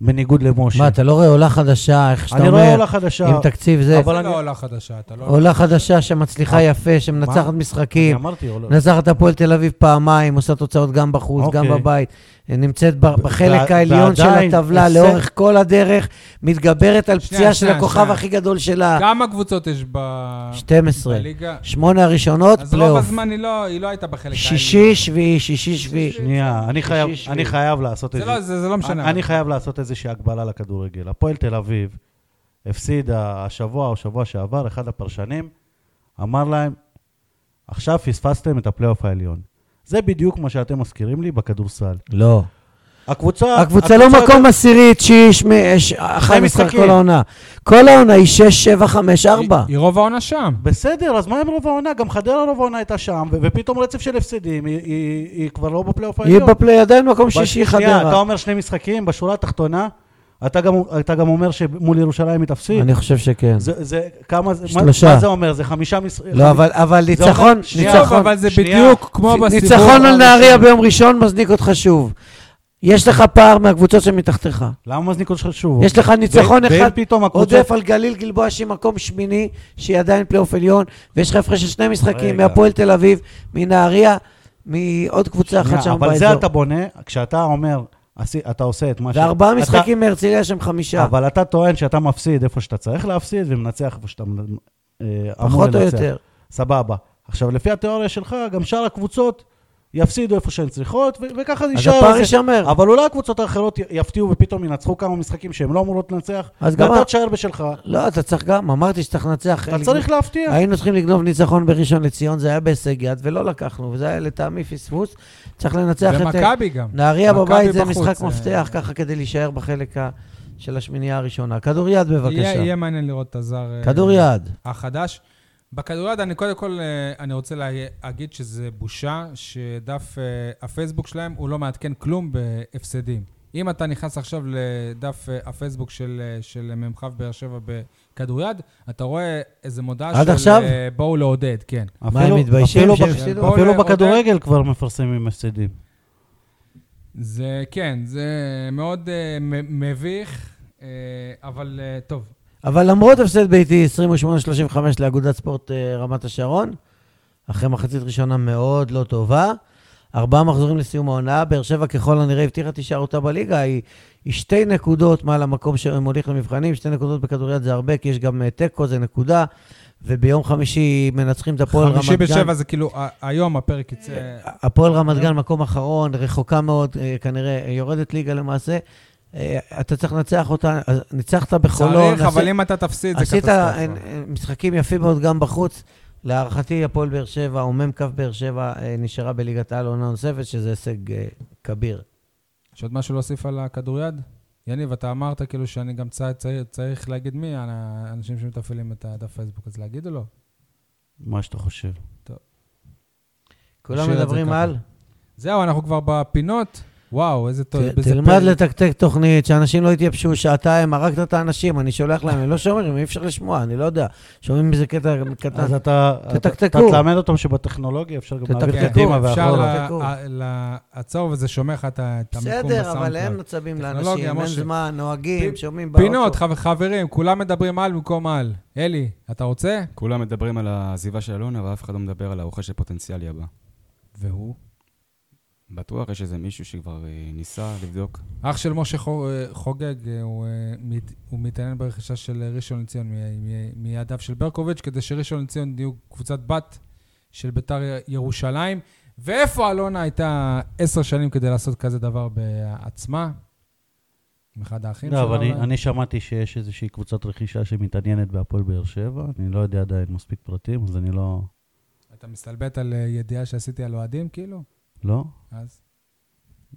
S2: בניגוד למשה.
S3: מה, אתה לא רואה עולה חדשה, איך שאתה
S1: לא
S2: אני רואה
S3: אומר,
S2: עולה חדשה.
S3: עם תקציב זה,
S1: אבל
S2: אבל
S1: אני... אה,
S2: אני-
S1: לא עולה חדשה, אתה לא...
S3: עולה חדשה שמצליחה יפה, שמנצחת
S2: מה?
S3: משחקים,
S2: אני אמרתי, עולה.
S3: מנצחת הפועל תל אביב פעמיים, עושה תוצאות גם בחוץ, גם
S2: אוקיי.
S3: בבית, נמצאת ב- בחלק
S2: וה-
S3: העליון של
S2: ועדיין,
S3: הטבלה
S2: הישג-
S3: לאורך כל הדרך, מתגברת על
S1: שנייה,
S3: פציעה של
S1: שנייה,
S3: הכוכב
S1: שנייה.
S3: הכי גדול שלה,
S1: כמה קבוצות יש ב-
S3: 12.
S1: בליגה?
S3: שמונה הראשונות,
S1: אז רוב
S3: פלייאוף.
S1: הזמן היא לא, היא לא הייתה בחלק
S3: שישי, שביעי, שישי, שביעי.
S2: שנייה, אני חייב,
S3: שישי,
S2: אני חייב לעשות את
S1: העליון. זה לא, זה, זה לא משנה.
S2: אני חייב לעשות איזושהי הגבלה לכדורגל. הפועל תל אביב הפסידה השבוע או שבוע שעבר, אחד הפרשנים אמר להם, עכשיו פספסתם את הפלייאוף העליון. זה בדיוק מה שאתם מזכירים לי בכדורסל.
S3: לא.
S2: הקבוצה...
S3: הקבוצה לא מקום עשירי, תשיעי, שמי, ש- 11
S2: משחקים.
S3: כל העונה. כל העונה היא 6, 7, 5, 4.
S1: היא- היא רוב העונה שם.
S2: בסדר, אז מה עם רוב העונה? גם חדרה רוב העונה הייתה שם, ו- ופתאום רצף של הפסדים, היא, היא, היא כבר לא בפלייאוף
S3: היא
S2: העליון.
S3: בפליי עדיין מקום
S2: בשנייה,
S3: שישי
S2: אתה
S3: חדרה.
S2: אומר שני משחקים, בשורה התחתונה, אתה גם, אתה גם אומר שמול ירושלים היא תפסיד.
S3: אני חושב שכן.
S2: זה, זה, כמה, זה- מה-
S3: שלושה.
S2: מה זה אומר? זה חמישה משחקים.
S3: לא, אבל- אבל
S2: זה אומר-
S3: ניצחון,
S2: שנייה,
S1: טוב,
S3: ניצחון.
S1: אבל זה
S2: שנייה.
S1: בדיוק כמו בסיבוב.
S3: ניצחון על
S1: הראשון.
S3: נהריה ביום ראשון מזניק אותך שוב. יש לך פער מהקבוצות שמתחתיך.
S2: למה מזניק אותך שוב?
S3: יש לך ניצחון
S2: אוקיי. ו-
S3: אחד
S2: ואין פתאום הקבוצה...
S3: עודף על גליל גלבוע שהיא מקום שמיני, שהיא עדיין פלייאוף עליון, ויש לך הפרש של שני משחקים
S2: רגע.
S3: מהפועל תל אביב, מנהריה, מעוד קבוצה אחת שם
S2: אבל זה
S3: באזור.
S2: אתה בונה, כשאתה אומר, עשי- אתה עושה את מה ש...
S3: וארבעה
S2: אתה-
S3: משחקים מהרצליה שהם חמישה.
S2: אבל אתה טוען שאתה מפסיד איפה שאתה צריך להפסיד ומנצח איפה שאתה מנ- אה, אמור
S3: פחות או
S2: לנצח.
S3: יותר.
S2: סבבה. עכשיו, לפי התיאוריה שלך, גם שאר הקבוצות יפסידו איפה שהן צריכות, ו- וככה זה
S3: אז
S2: יישאר.
S3: לא, הפער
S2: זה-
S3: יישמר.
S2: אבל אולי הקבוצות האחרות י- יפתיעו ופתאום ינצחו כמה משחקים שהן לא אמורות לנצח,
S3: אז גם ה-
S2: ואתה תישאר בשלך.
S3: לא, אתה צריך גם, אמרתי שצריך לנצח.
S2: אתה צריך להפתיע.
S3: היינו צריכים לגנוב ניצחון בראשון לציון, זה היה בהישג יד, ולא לקחנו, וזה היה לטעמי פספוס. צריך לנצח את...
S1: ומכבי גם.
S3: נהריה
S1: מכבי
S3: בבית זה
S1: בחוץ,
S3: משחק
S1: אה,
S3: מפתח, ככה כדי להישאר בחלק ה- של השמינייה הראשונה. כדוריד בבקשה.
S1: יהיה, יהיה מעניין לראות את הזר אה,
S3: כדוריד.
S1: החדש. בכדוריד, אני קודם כל, אה, אני רוצה להגיד שזה בושה שדף אה, הפייסבוק שלהם, הוא לא מעדכן כלום בהפסדים. אם אתה נכנס עכשיו לדף אה, הפייסבוק של, אה, של מ"כ באר שבע בכדוריד, אתה רואה איזה מודעה
S3: עד
S1: של
S3: עכשיו?
S1: אה, בואו לעודד, כן.
S3: מה, הם
S2: אפילו-
S3: מתביישים
S2: אפילו
S3: שהם
S2: בק-
S3: הפסידו?
S1: בואו
S2: אפילו
S1: לעודד.
S2: בכדורגל כבר מפרסמים הפסדים.
S1: זה, כן, זה מאוד אה, מ- מביך, אה, אבל אה, טוב.
S3: אבל למרות הפסד ביתי 28-35 לאגודת ספורט אה, רמת השרון, אחרי מחצית ראשונה מאוד לא טובה, ארבעה מחזורים לסיום העונה, באר שבע ככל הנראה הבטיחה תישארותה בליגה, היא, היא שתי נקודות מעל המקום שמוליך למבחנים, שתי נקודות בכדוריד זה הרבה, כי יש גם אה, תיקו, זה נקודה, וביום חמישי מנצחים את הפועל רמת גן. אה,
S1: חמישי בשבע זה כאילו, ה- היום הפרק יצא...
S3: הפועל רמת גן, מקום אחרון, רחוקה מאוד, אה, כנראה אה, יורדת ליגה למעשה. אה, אתה צריך לנצח אותה, אז ניצחת בחולון.
S1: צריך, אבל
S3: עשית-
S1: אם אתה תפסיד, זה
S3: לא עשית
S1: קטסטרופה.
S3: אה, אה, משחקים יפים מאוד גם בחוץ. להערכתי, הפועל באר שבע, או מ"כ באר שבע, אה, נשארה בליגת העל עונה נוספת, שזה הישג אה, כביר.
S1: יש עוד משהו להוסיף על הכדוריד? יניב, אתה אמרת כאילו שאני גם צע- צעיר- צריך להגיד מי האנשים שמתפעלים את הדף פייסבוק, אז להגיד או לא?
S2: מה שאתה חושב.
S3: כולם
S1: נשאיר את זה
S3: מדברים
S1: ככה.
S3: על...
S1: זהו, אנחנו כבר בפינות. וואו, איזה טוב.
S3: ת- תלמד לתקתק תוכנית, שאנשים לא יתייבשו שעתיים, הרגת את האנשים, אני שולח להם, הם לא שומעים, אי אפשר לשמוע, אני לא יודע. שומעים איזה קטע קטן.
S2: אז אתה אתה-
S3: תתקתקו.
S2: אתה תלמד אותם שבטכנולוגיה אפשר גם להעביר
S3: תתקתקו,
S2: קדימה
S1: כן, אפשר
S2: ואחורה.
S1: ל-
S3: תקעו.
S1: ה- לעצור וזה שומר לך את ה- את המיקום בסאונד.
S3: בסדר, אבל הם עצבים
S1: טכנולוגיה,
S3: לאנשים, אין
S1: משה.
S3: זמן, נוהגים,
S1: פ-
S3: שומעים באוטו.
S1: פינות, חב- חברים, כולם מדברים על במקום על. אלי, אתה רוצה?
S4: כולם מדברים על העזיבה של אלונה, ואף אחד לא מדבר על הרוכש הפוטנציאלי הבא.
S1: והוא?
S4: בטוח יש איזה מישהו שכבר אה, ניסה לבדוק.
S1: אח של משה חו- אה, חוגג, אה, הוא, אה, מת- הוא מתעניין ברכישה של אה, ראשון לציון מ- מ- מידיו של ברקוביץ', כדי שראשון לציון יהיו קבוצת בת של ביתר ירושלים. ואיפה אלונה הייתה עשר שנים כדי לעשות כזה דבר בעצמה? עם אחד האחים
S2: לא,
S1: שלה
S2: אבל אני-
S3: אה?
S1: אולי?
S2: אני שמעתי שיש איזושהי קבוצת רכישה שמתעניינת בהפועל באר שבע, אני לא יודע עדיין מספיק פרטים, אז אני לא...
S1: אתה מסתלבט על אה, ידיעה שעשיתי על אוהדים, כאילו?
S2: לא?
S1: אז...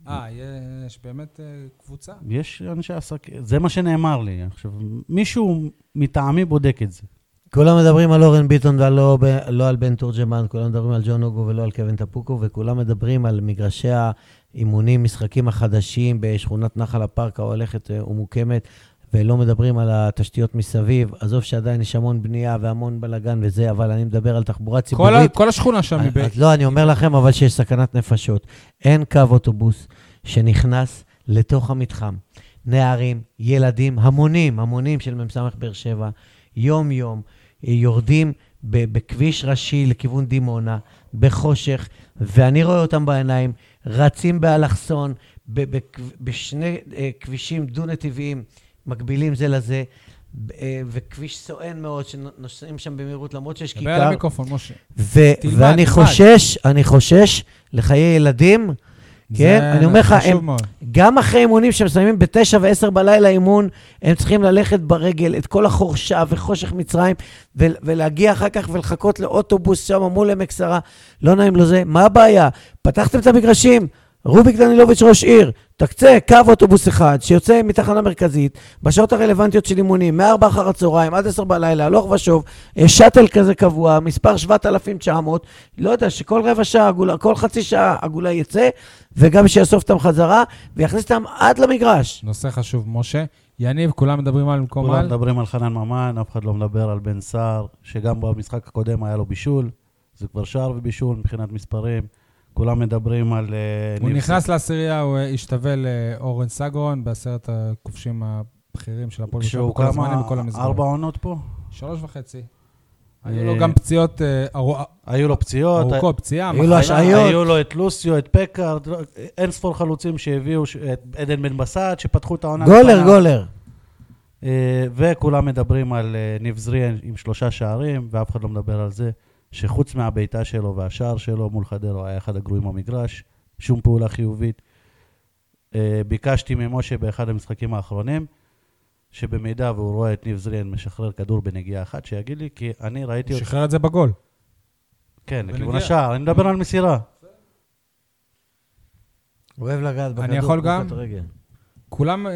S1: אה, יש באמת אה, קבוצה.
S2: יש אנשי עסקים, זה מה שנאמר לי. עכשיו, מישהו מטעמי בודק את זה.
S3: כולם מדברים על אורן ביטון ולא ב- לא על בן תורג'מן, כולם מדברים על ג'ון אוגו ולא על קווין טפוקו, וכולם מדברים על מגרשי האימונים, משחקים החדשים בשכונת נחל הפארק ההולכת אה, ומוקמת, ולא מדברים על התשתיות מסביב. עזוב שעדיין יש המון בנייה והמון בלאגן וזה, אבל אני מדבר על תחבורה
S1: כל ה-
S3: ציבורית.
S1: כל השכונה שם היא... ב-
S3: אז לא, אני אומר לכם, אבל שיש סכנת נפשות. אין קו אוטובוס שנכנס לתוך המתחם. נערים, ילדים, המונים, המונים של מ"ס באר שבע, יום-יום, אה, יורדים ב- בכביש ראשי לכיוון דימונה, בחושך, ואני רואה אותם בעיניים, רצים באלכסון, ב- בכב- בשני אה, כבישים דו-נתיביים, מקבילים זה לזה, ב- אה, וכביש סואן מאוד, שנוסעים שם במהירות, למרות שיש
S1: דבר על
S3: כיכר.
S1: המיקרופון, משה.
S3: ו-
S1: תלמד,
S3: ואני
S1: תלמד.
S3: חושש, אני חושש לחיי ילדים. כן,
S1: זה
S3: אני אומר לך,
S1: חשוב
S3: הם-
S1: מאוד.
S3: גם אחרי אימונים שמסיימים בתשע ועשר בלילה אימון, הם צריכים ללכת ברגל את כל החורשה וחושך מצרים, ו- ולהגיע אחר כך ולחכות לאוטובוס שם מול עמק שרה. לא נעים לו זה. מה הבעיה? פתחתם את המגרשים, רוביק דנילוביץ' ראש עיר, תקצה קו אוטובוס אחד שיוצא מתחנה מרכזית בשעות הרלוונטיות של אימונים, מ-4 אחר הצהריים עד 10 בלילה, הלוך ושוב, אה, שאטל כזה קבוע, מספר 7,900, לא יודע, שכל רבע שעה, עגולה, כל חצי שעה עגולה יצא, וגם שיאסוף אותם חזרה, ויכניס אותם עד למגרש.
S1: נושא חשוב, משה. יניב, כולם מדברים על במקום
S2: כולם
S1: על?
S2: מדברים על חנן ממן, אף אחד לא מדבר על בן סער, שגם במשחק הקודם היה לו בישול, זה כבר שער ובישול מבחינת מספרים. כולם מדברים על... אה,
S1: הוא
S2: ניב-
S1: נכנס לעשירייה, הוא אה, השתווה לאורן סגרון בעשרת הכובשים הבכירים של הפועל בשבוע
S2: כשהוא
S1: בכל הזמנים,
S2: כמה...
S1: בכל המסגרות.
S2: ארבע עונות פה?
S1: שלוש וחצי.
S2: אה,
S1: היו לו גם פציעות אה, ארו-
S2: היו לו פציעות. אה,
S1: ארוכות, פציעה.
S3: היו לו
S1: מחלה.
S3: השעיה. השעיות.
S2: היו לו את לוסיו, את פקארד, לא- אין ספור חלוצים שהביאו, ש- את עדן בן בסט, שפתחו את העונה.
S3: גולר,
S2: לפניו.
S3: גולר.
S2: אה, וכולם מדברים על אה, ניב זריאן עם שלושה שערים, ואף אחד לא מדבר על זה, שחוץ מהבעיטה שלו והשער שלו מול חדרו היה אחד הגרועים במגרש, שום פעולה חיובית. אה, ביקשתי ממשה באחד המשחקים האחרונים, שבמידה והוא רואה את ניב זריאן משחרר כדור בנגיעה אחת, שיגיד לי, כי אני ראיתי
S1: הוא
S2: אותו...
S1: שחרר את זה בגול.
S2: כן, לכיוון
S1: בנגיעה.
S2: השער, אני מדבר על מסירה.
S3: אוהב לגעת בכדור.
S1: אני יכול
S3: כמו
S1: גם?
S3: כדורגל.
S1: כולם אה,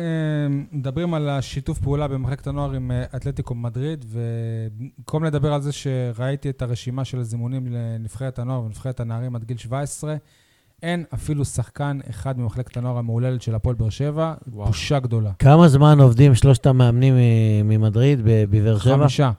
S1: מדברים על השיתוף פעולה במחלקת הנוער עם אה, אתלטיקו מדריד, ובמקום לדבר על זה שראיתי את הרשימה של הזימונים לנבחרת הנוער ונבחרת הנערים עד גיל 17, אין אפילו שחקן אחד ממחלקת הנוער המהוללת של הפועל באר שבע.
S4: וואו.
S1: בושה גדולה.
S3: כמה זמן עובדים שלושת המאמנים מ- ממדריד ב- בבאר שבע?
S1: חמישה.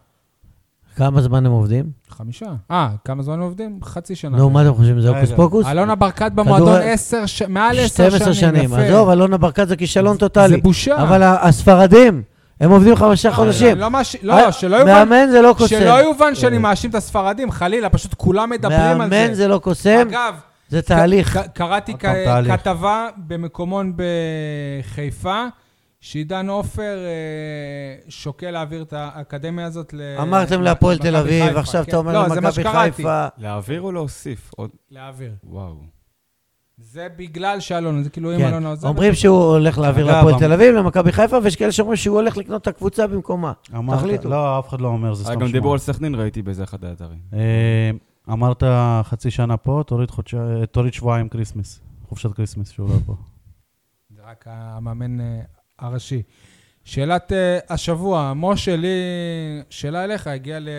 S3: כמה זמן הם עובדים?
S1: חמישה. אה, כמה זמן הם עובדים? חצי שנה.
S3: נו, מה אתם חושבים, זה הוקוס
S2: רגע.
S3: פוקוס?
S1: אלונה ברקת במועדון
S3: כדורגל-
S1: עשר, ש- מעל עשר
S3: 12 שנים.
S1: יפה.
S3: עזוב, אלונה ברקת זה כישלון
S1: זה
S3: טוטאלי.
S1: בושה.
S3: אבל ה- הספרדים, הם עובדים חמישה
S1: לא,
S3: חודשים. אה,
S1: לא, מאש- לא, שלא יובן
S3: מאמן זה לא
S1: שלא
S3: קוסם.
S1: יובן שאני מאשים את הספרדים, חלילה, פשוט כולם מדברים על זה.
S3: אה. מאמן זה לא קוסם,
S1: אגב, כן,
S3: זה תהליך.
S1: ק- קראתי
S2: עוד פעם,
S1: כ-
S2: תהליך.
S1: כתבה במקומון בחיפה, שעידן עופר אה, שוקל להעביר את האקדמיה הזאת ל...
S3: אה, אמרתם
S1: ל-
S3: להפועל
S1: למכבי
S3: תל אביב,
S1: חיפה,
S3: עכשיו
S1: כן.
S3: אתה אומר
S1: לא, זה מה
S3: למכבי
S1: שקראתי,
S3: חיפה.
S4: להעביר או להוסיף? עוד...
S1: להעביר.
S4: וואו.
S1: זה בגלל שאלונה, זה כאילו אם
S3: כן.
S1: אלונה עוזבת...
S3: אומרים שהוא הולך להעביר
S4: אגב,
S3: להפועל
S4: אמ-
S3: תל אביב, למכבי חיפה, ויש כאלה שאומרים שהוא הולך לקנות את הקבוצה במקומה.
S2: אמרת-
S3: תחליטו.
S2: לא, אף אחד לא אומר, זה
S4: אה,
S2: סתם
S4: גם דיברו
S2: שמועה.
S4: על סכנין, ראיתי באיזה אחד האתרים.
S2: אה, אמרת חצי שנה פה, תוריד חודש- אה, תוריד שבועיים כריסמס. חופשת כריסמס שהוא לא פה.
S1: זה רק המאמן אה, הראשי. שאלת אה, השבוע, משה, לי, שאלה אליך, הגיע לי-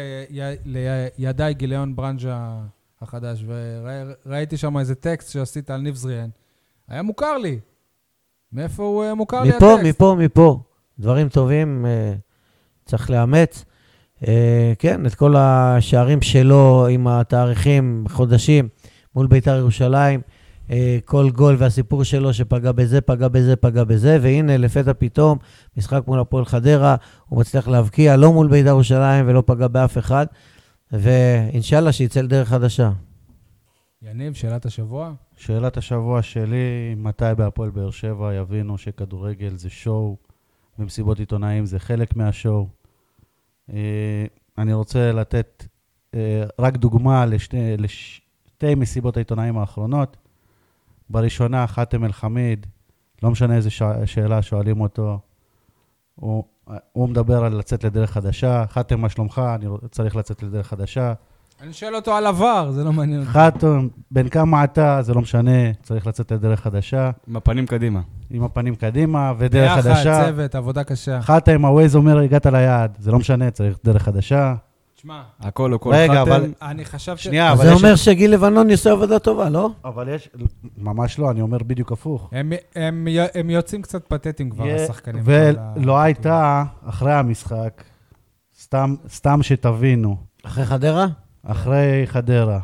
S1: לידיי גיליון ברנז'ה החדש, וראיתי שם איזה טקסט שעשית על ניב זריאן. היה מוכר לי. מאיפה הוא אה, מוכר לי
S3: מפה,
S1: הטקסט?
S3: מפה, מפה. דברים טובים, אה, צריך לאמץ. אה, כן, את כל השערים שלו עם התאריכים, חודשים, מול בית"ר ירושלים. אה, כל גול והסיפור שלו שפגע בזה, פגע בזה, פגע בזה, והנה, לפתע פתאום, משחק מול הפועל חדרה, הוא מצליח להבקיע לא מול בית"ר ירושלים ולא פגע באף אחד, ואינשאללה שיצא לדרך חדשה.
S1: יניב, שאלת השבוע?
S2: שאלת השבוע שלי, מתי בהפועל באר שבע יבינו שכדורגל זה שואו, ומסיבות עיתונאים זה חלק מהשואו. אה, אני רוצה לתת אה, רק דוגמה לשני, לשתי מסיבות העיתונאים האחרונות. בראשונה, חאתם אל-חמיד, לא משנה איזה ש... שאלה שואלים אותו, הוא, הוא מדבר על לצאת לדרך חדשה, חאתם, מה שלומך? אני רוצ- צריך לצאת לדרך חדשה.
S1: אני שואל אותו על עבר, זה לא מעניין אותי.
S2: חאתם, בן כמה אתה? זה לא משנה, צריך לצאת לדרך חדשה.
S4: עם הפנים קדימה.
S2: עם הפנים קדימה, ודרך
S1: ביחד,
S2: חדשה.
S1: צוות, עבודה קשה.
S2: אחת עם הווייז אומר, הגעת ליעד. זה לא משנה, צריך דרך חדשה.
S1: תשמע,
S4: הכל או כל
S2: רגע,
S4: חתם.
S2: אבל-
S1: אני חשבתי...
S2: שנייה, אה, אבל
S3: זה
S2: יש...
S3: אומר שגיל לבנון יעשה עבודה טובה, לא?
S2: אבל יש... ממש לא, אני אומר בדיוק הפוך.
S1: הם- הם י- הם יוצאים קצת פתטיים כבר,
S2: יה-
S1: השחקנים. כל
S2: ולא
S1: ה-
S2: לא הייתה, אחרי המשחק, סתם, סתם שתבינו,
S3: אחרי חדרה?
S2: אחרי חדרה.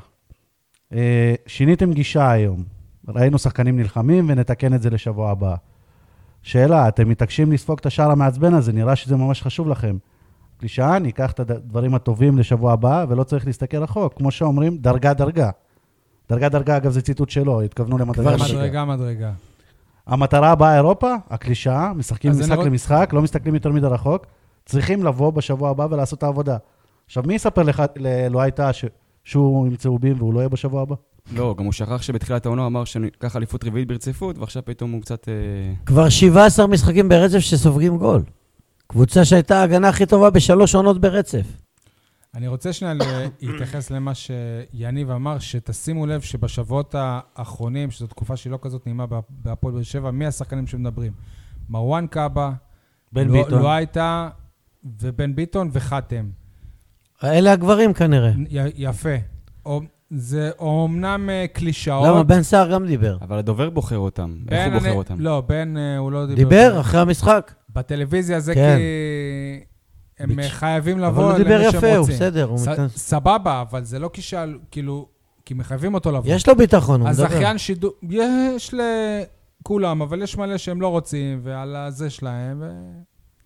S2: אה, שיניתם גישה היום. ראינו שחקנים נלחמים, ונתקן את זה לשבוע הבא. שאלה, אתם מתעקשים לספוג את השער המעצבן הזה, נראה שזה ממש חשוב לכם. קלישאה, ניקח את הדברים הטובים לשבוע הבא, ולא צריך להסתכל רחוק. כמו שאומרים, דרגה דרגה. דרגה דרגה, אגב, זה ציטוט שלו, התכוונו למדרגה. מדרגה.
S1: מדרגה, מדרגה.
S2: המטרה הבאה אירופה, הקלישאה, משחקים
S1: אז נכון. אני
S2: משחק
S1: רוצ-
S2: למשחק, לא מסתכלים יותר מדי רחוק, צריכים לבוא בשבוע הבא ולעשות את העבודה. עכשיו, מי יספר לך, לאלוהי תא, ש- שהוא ימצאו בים והוא לא יהיה בשבוע הבא?
S4: לא, גם הוא שכח שבתחילת העונה הוא אמר שניקח אליפות רביעית ברציפות, ועכשיו פתאום הוא קצת... אה,
S3: כבר 17 משחקים ברצף שסופגים גול. קבוצה שהייתה ההגנה הכי טובה בשלוש עונות ברצף.
S1: אני רוצה שנייה להתייחס למה שיניב אמר, שתשימו לב שבשבועות האחרונים, שזו תקופה שהיא לא כזאת נעימה בה- בהפועל באר שבע, מי השחקנים שמדברים? מרואן קאבה,
S2: בן
S1: לא-
S2: ביטון.
S1: לא הייתה, ובן ביטון וחתם.
S3: לא- אלה הגברים כנראה.
S1: י- יפה. או- זה אומנם אה, קלישאות.
S3: למה? בן סער גם דיבר.
S4: אבל הדובר בוחר אותם. איך
S1: בן,
S4: הוא בוחר
S1: אני-
S4: אותם?
S1: לא, בן, אה, הוא לא דיבר.
S3: דיבר אחרי המשחק.
S1: בטלוויזיה זה
S3: כן.
S1: כי הם אה,
S2: ביץ'.
S1: חייבים
S3: אבל הוא לא
S1: לבוא למי שהם
S3: דיבר
S1: רוצים.
S3: יפה, הוא בסדר. הוא
S1: ס-
S3: מתנס-
S1: סבבה, אבל זה לא כי שאל, כאילו, כי מחייבים אותו לבוא.
S3: יש לו ביטחון, הוא מדבר.
S1: הזכיין שידור, יש לכולם, אבל יש מלא שהם לא רוצים, ועל הזה שלהם, ו...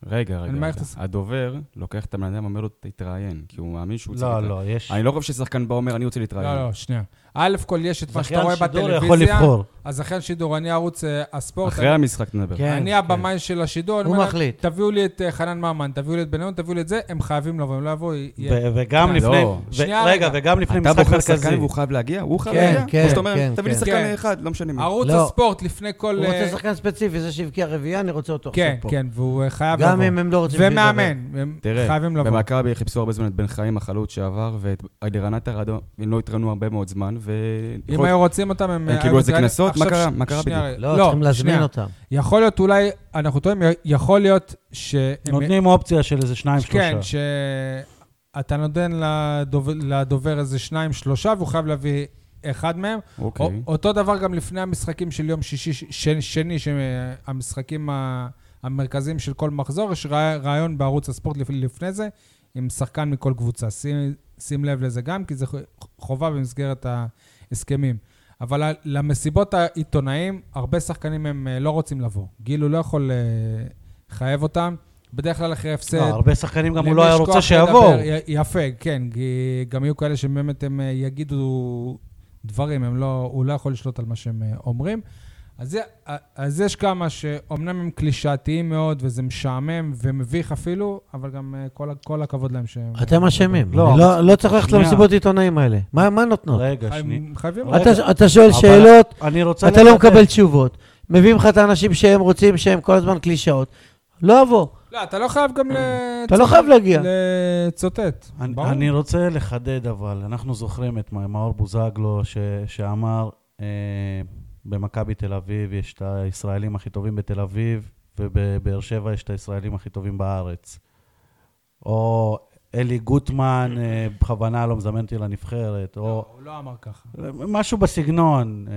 S4: רגע, רגע.
S1: אני מעריך
S4: רגע.
S1: את הס-
S4: הדובר לוקח את הבן אדם, אומר לו, תתראיין, כי הוא מאמין שהוא
S2: לא, לא, יש...
S4: אני לא חושב ששחקן בא אומר, אני רוצה להתראיין.
S1: לא, לא, שנייה. א' כל יש את מה שאתה
S2: זכיין
S1: רואה
S2: שידור
S1: בטלוויזיה.
S2: יכול לבחור.
S1: הזכיין שידור, אני ערוץ אה, הספורט.
S4: אחרי
S1: אני-
S4: המשחק נדבר.
S3: כן,
S1: אני
S3: כן.
S1: הבמאי של השידור, אני
S3: הוא
S1: אומר,
S3: מחליט.
S1: תביאו לי את אה, חנן ממן, תביאו לי את בניון, תביאו לי את זה, הם חייבים לבוא, אם לא יבואו, יהיה...
S2: ו- וגם
S1: לא.
S2: לפני... ו-
S1: שנייה,
S2: רגע,
S1: רגע.
S2: וגם לפני
S4: אתה
S2: משחק
S4: בוחר שחקן
S2: מרכזי.
S4: והוא חייב להגיע? הוא חייב
S3: כן,
S4: להגיע?
S3: כן,
S4: או שאתה אומר,
S3: כן,
S4: תביא לי
S3: כן.
S1: כן.
S4: שחקן אחד, לא משנה מי.
S1: ערוץ
S3: לא.
S1: הספורט לפני כל...
S3: הוא רוצה
S1: אה,
S3: שחקן ספציפי, זה שהבקיע רביעייה, אני רוצה אותו עכשיו
S1: כן,
S3: פה.
S1: כן, והוא אה, חייב לבוא.
S3: גם אם הם לא רוצים... שהוא ידבר.
S1: ומאמן, הם
S4: תראה,
S1: חייבים לבוא.
S4: במכבי חיפשו לא הרבה זמן את בן חיים, החלוץ שעבר, ואת אלירן עטר, עד- הם לא התראיינו הרבה מאוד זמן, ו...
S1: אם היו רוצים אותם, הם... אה,
S4: הם קיבלו על זה קנסות? מה קרה? מה קרה
S1: בדיוק?
S3: לא, צריכים להזמין אותם.
S1: יכול להיות אולי, אנחנו טועים, יכול להיות שהם...
S2: נותנים אופציה של איזה שניים,
S1: כן,
S2: שלושה.
S1: שאתה נותן לדובר, לדובר איזה שניים, שלושה, והוא חייב להביא אחד מהם.
S4: אוקיי.
S1: א- אותו דבר גם לפני המשחקים של יום שישי, ש- ש- שני, שהמשחקים ה- המרכזיים של כל מחזור, יש רע- רעיון בערוץ הספורט לפ- לפני זה, עם שחקן מכל קבוצה. שים, שים לב לזה גם, כי זה ח- חובה במסגרת ההסכמים. אבל ה- למסיבות העיתונאים, הרבה שחקנים הם אה, לא רוצים לבוא. גיל, הוא לא יכול אה, לחייב אותם. בדרך כלל אחרי הפסד...
S2: לא, הרבה שחקנים גם הוא
S1: למי
S2: לא היה
S1: יש
S2: רוצה
S1: כוח
S2: שיבואו.
S1: לדבר? י- יפה, כן, כי גם יהיו כאלה שבאמת הם אה, יגידו דברים, הם לא, הוא לא יכול לשלוט על מה שהם אה, אומרים. אז, זה- אה, אז יש כמה שאומנם הם קלישאתיים מאוד, וזה משעמם ומביך אפילו, אבל גם אה, כל, ה- כל הכבוד להם שהם...
S3: אתם אשמים.
S2: לא,
S3: אני לא- לא צריך ללכת
S2: שנייה.
S3: למסיבות עיתונאים האלה. מה מה נותנות?
S2: רגע, שנייה.
S1: הם חייבים...
S2: רגע.
S3: אתה- אתה שואל
S2: אבל
S3: שאלות,
S2: אני רוצה...
S3: אתה לא
S2: לחדד.
S3: מקבל תשובות. מביאים לך את האנשים שהם רוצים, שהם כל הזמן קלישאות. לא אבוא,
S1: לא, אתה לא חייב גם לצ-
S3: אתה לא חייב להגיע.
S1: לצוטט.
S2: אני-
S1: ברור.
S2: אני רוצה לחדד אבל, אנחנו זוכרים את מה- מאור בוזגלו ש- שאמר אה, במכבי תל אביב יש את הישראלים הכי טובים בתל אביב ובבאר שבע יש את הישראלים הכי טובים בארץ. או אלי גוטמן אה, בכוונה לא מזמן אותי לנבחרת, או
S1: לא, הוא לא אמר ככה.
S2: משהו בסגנון, אה,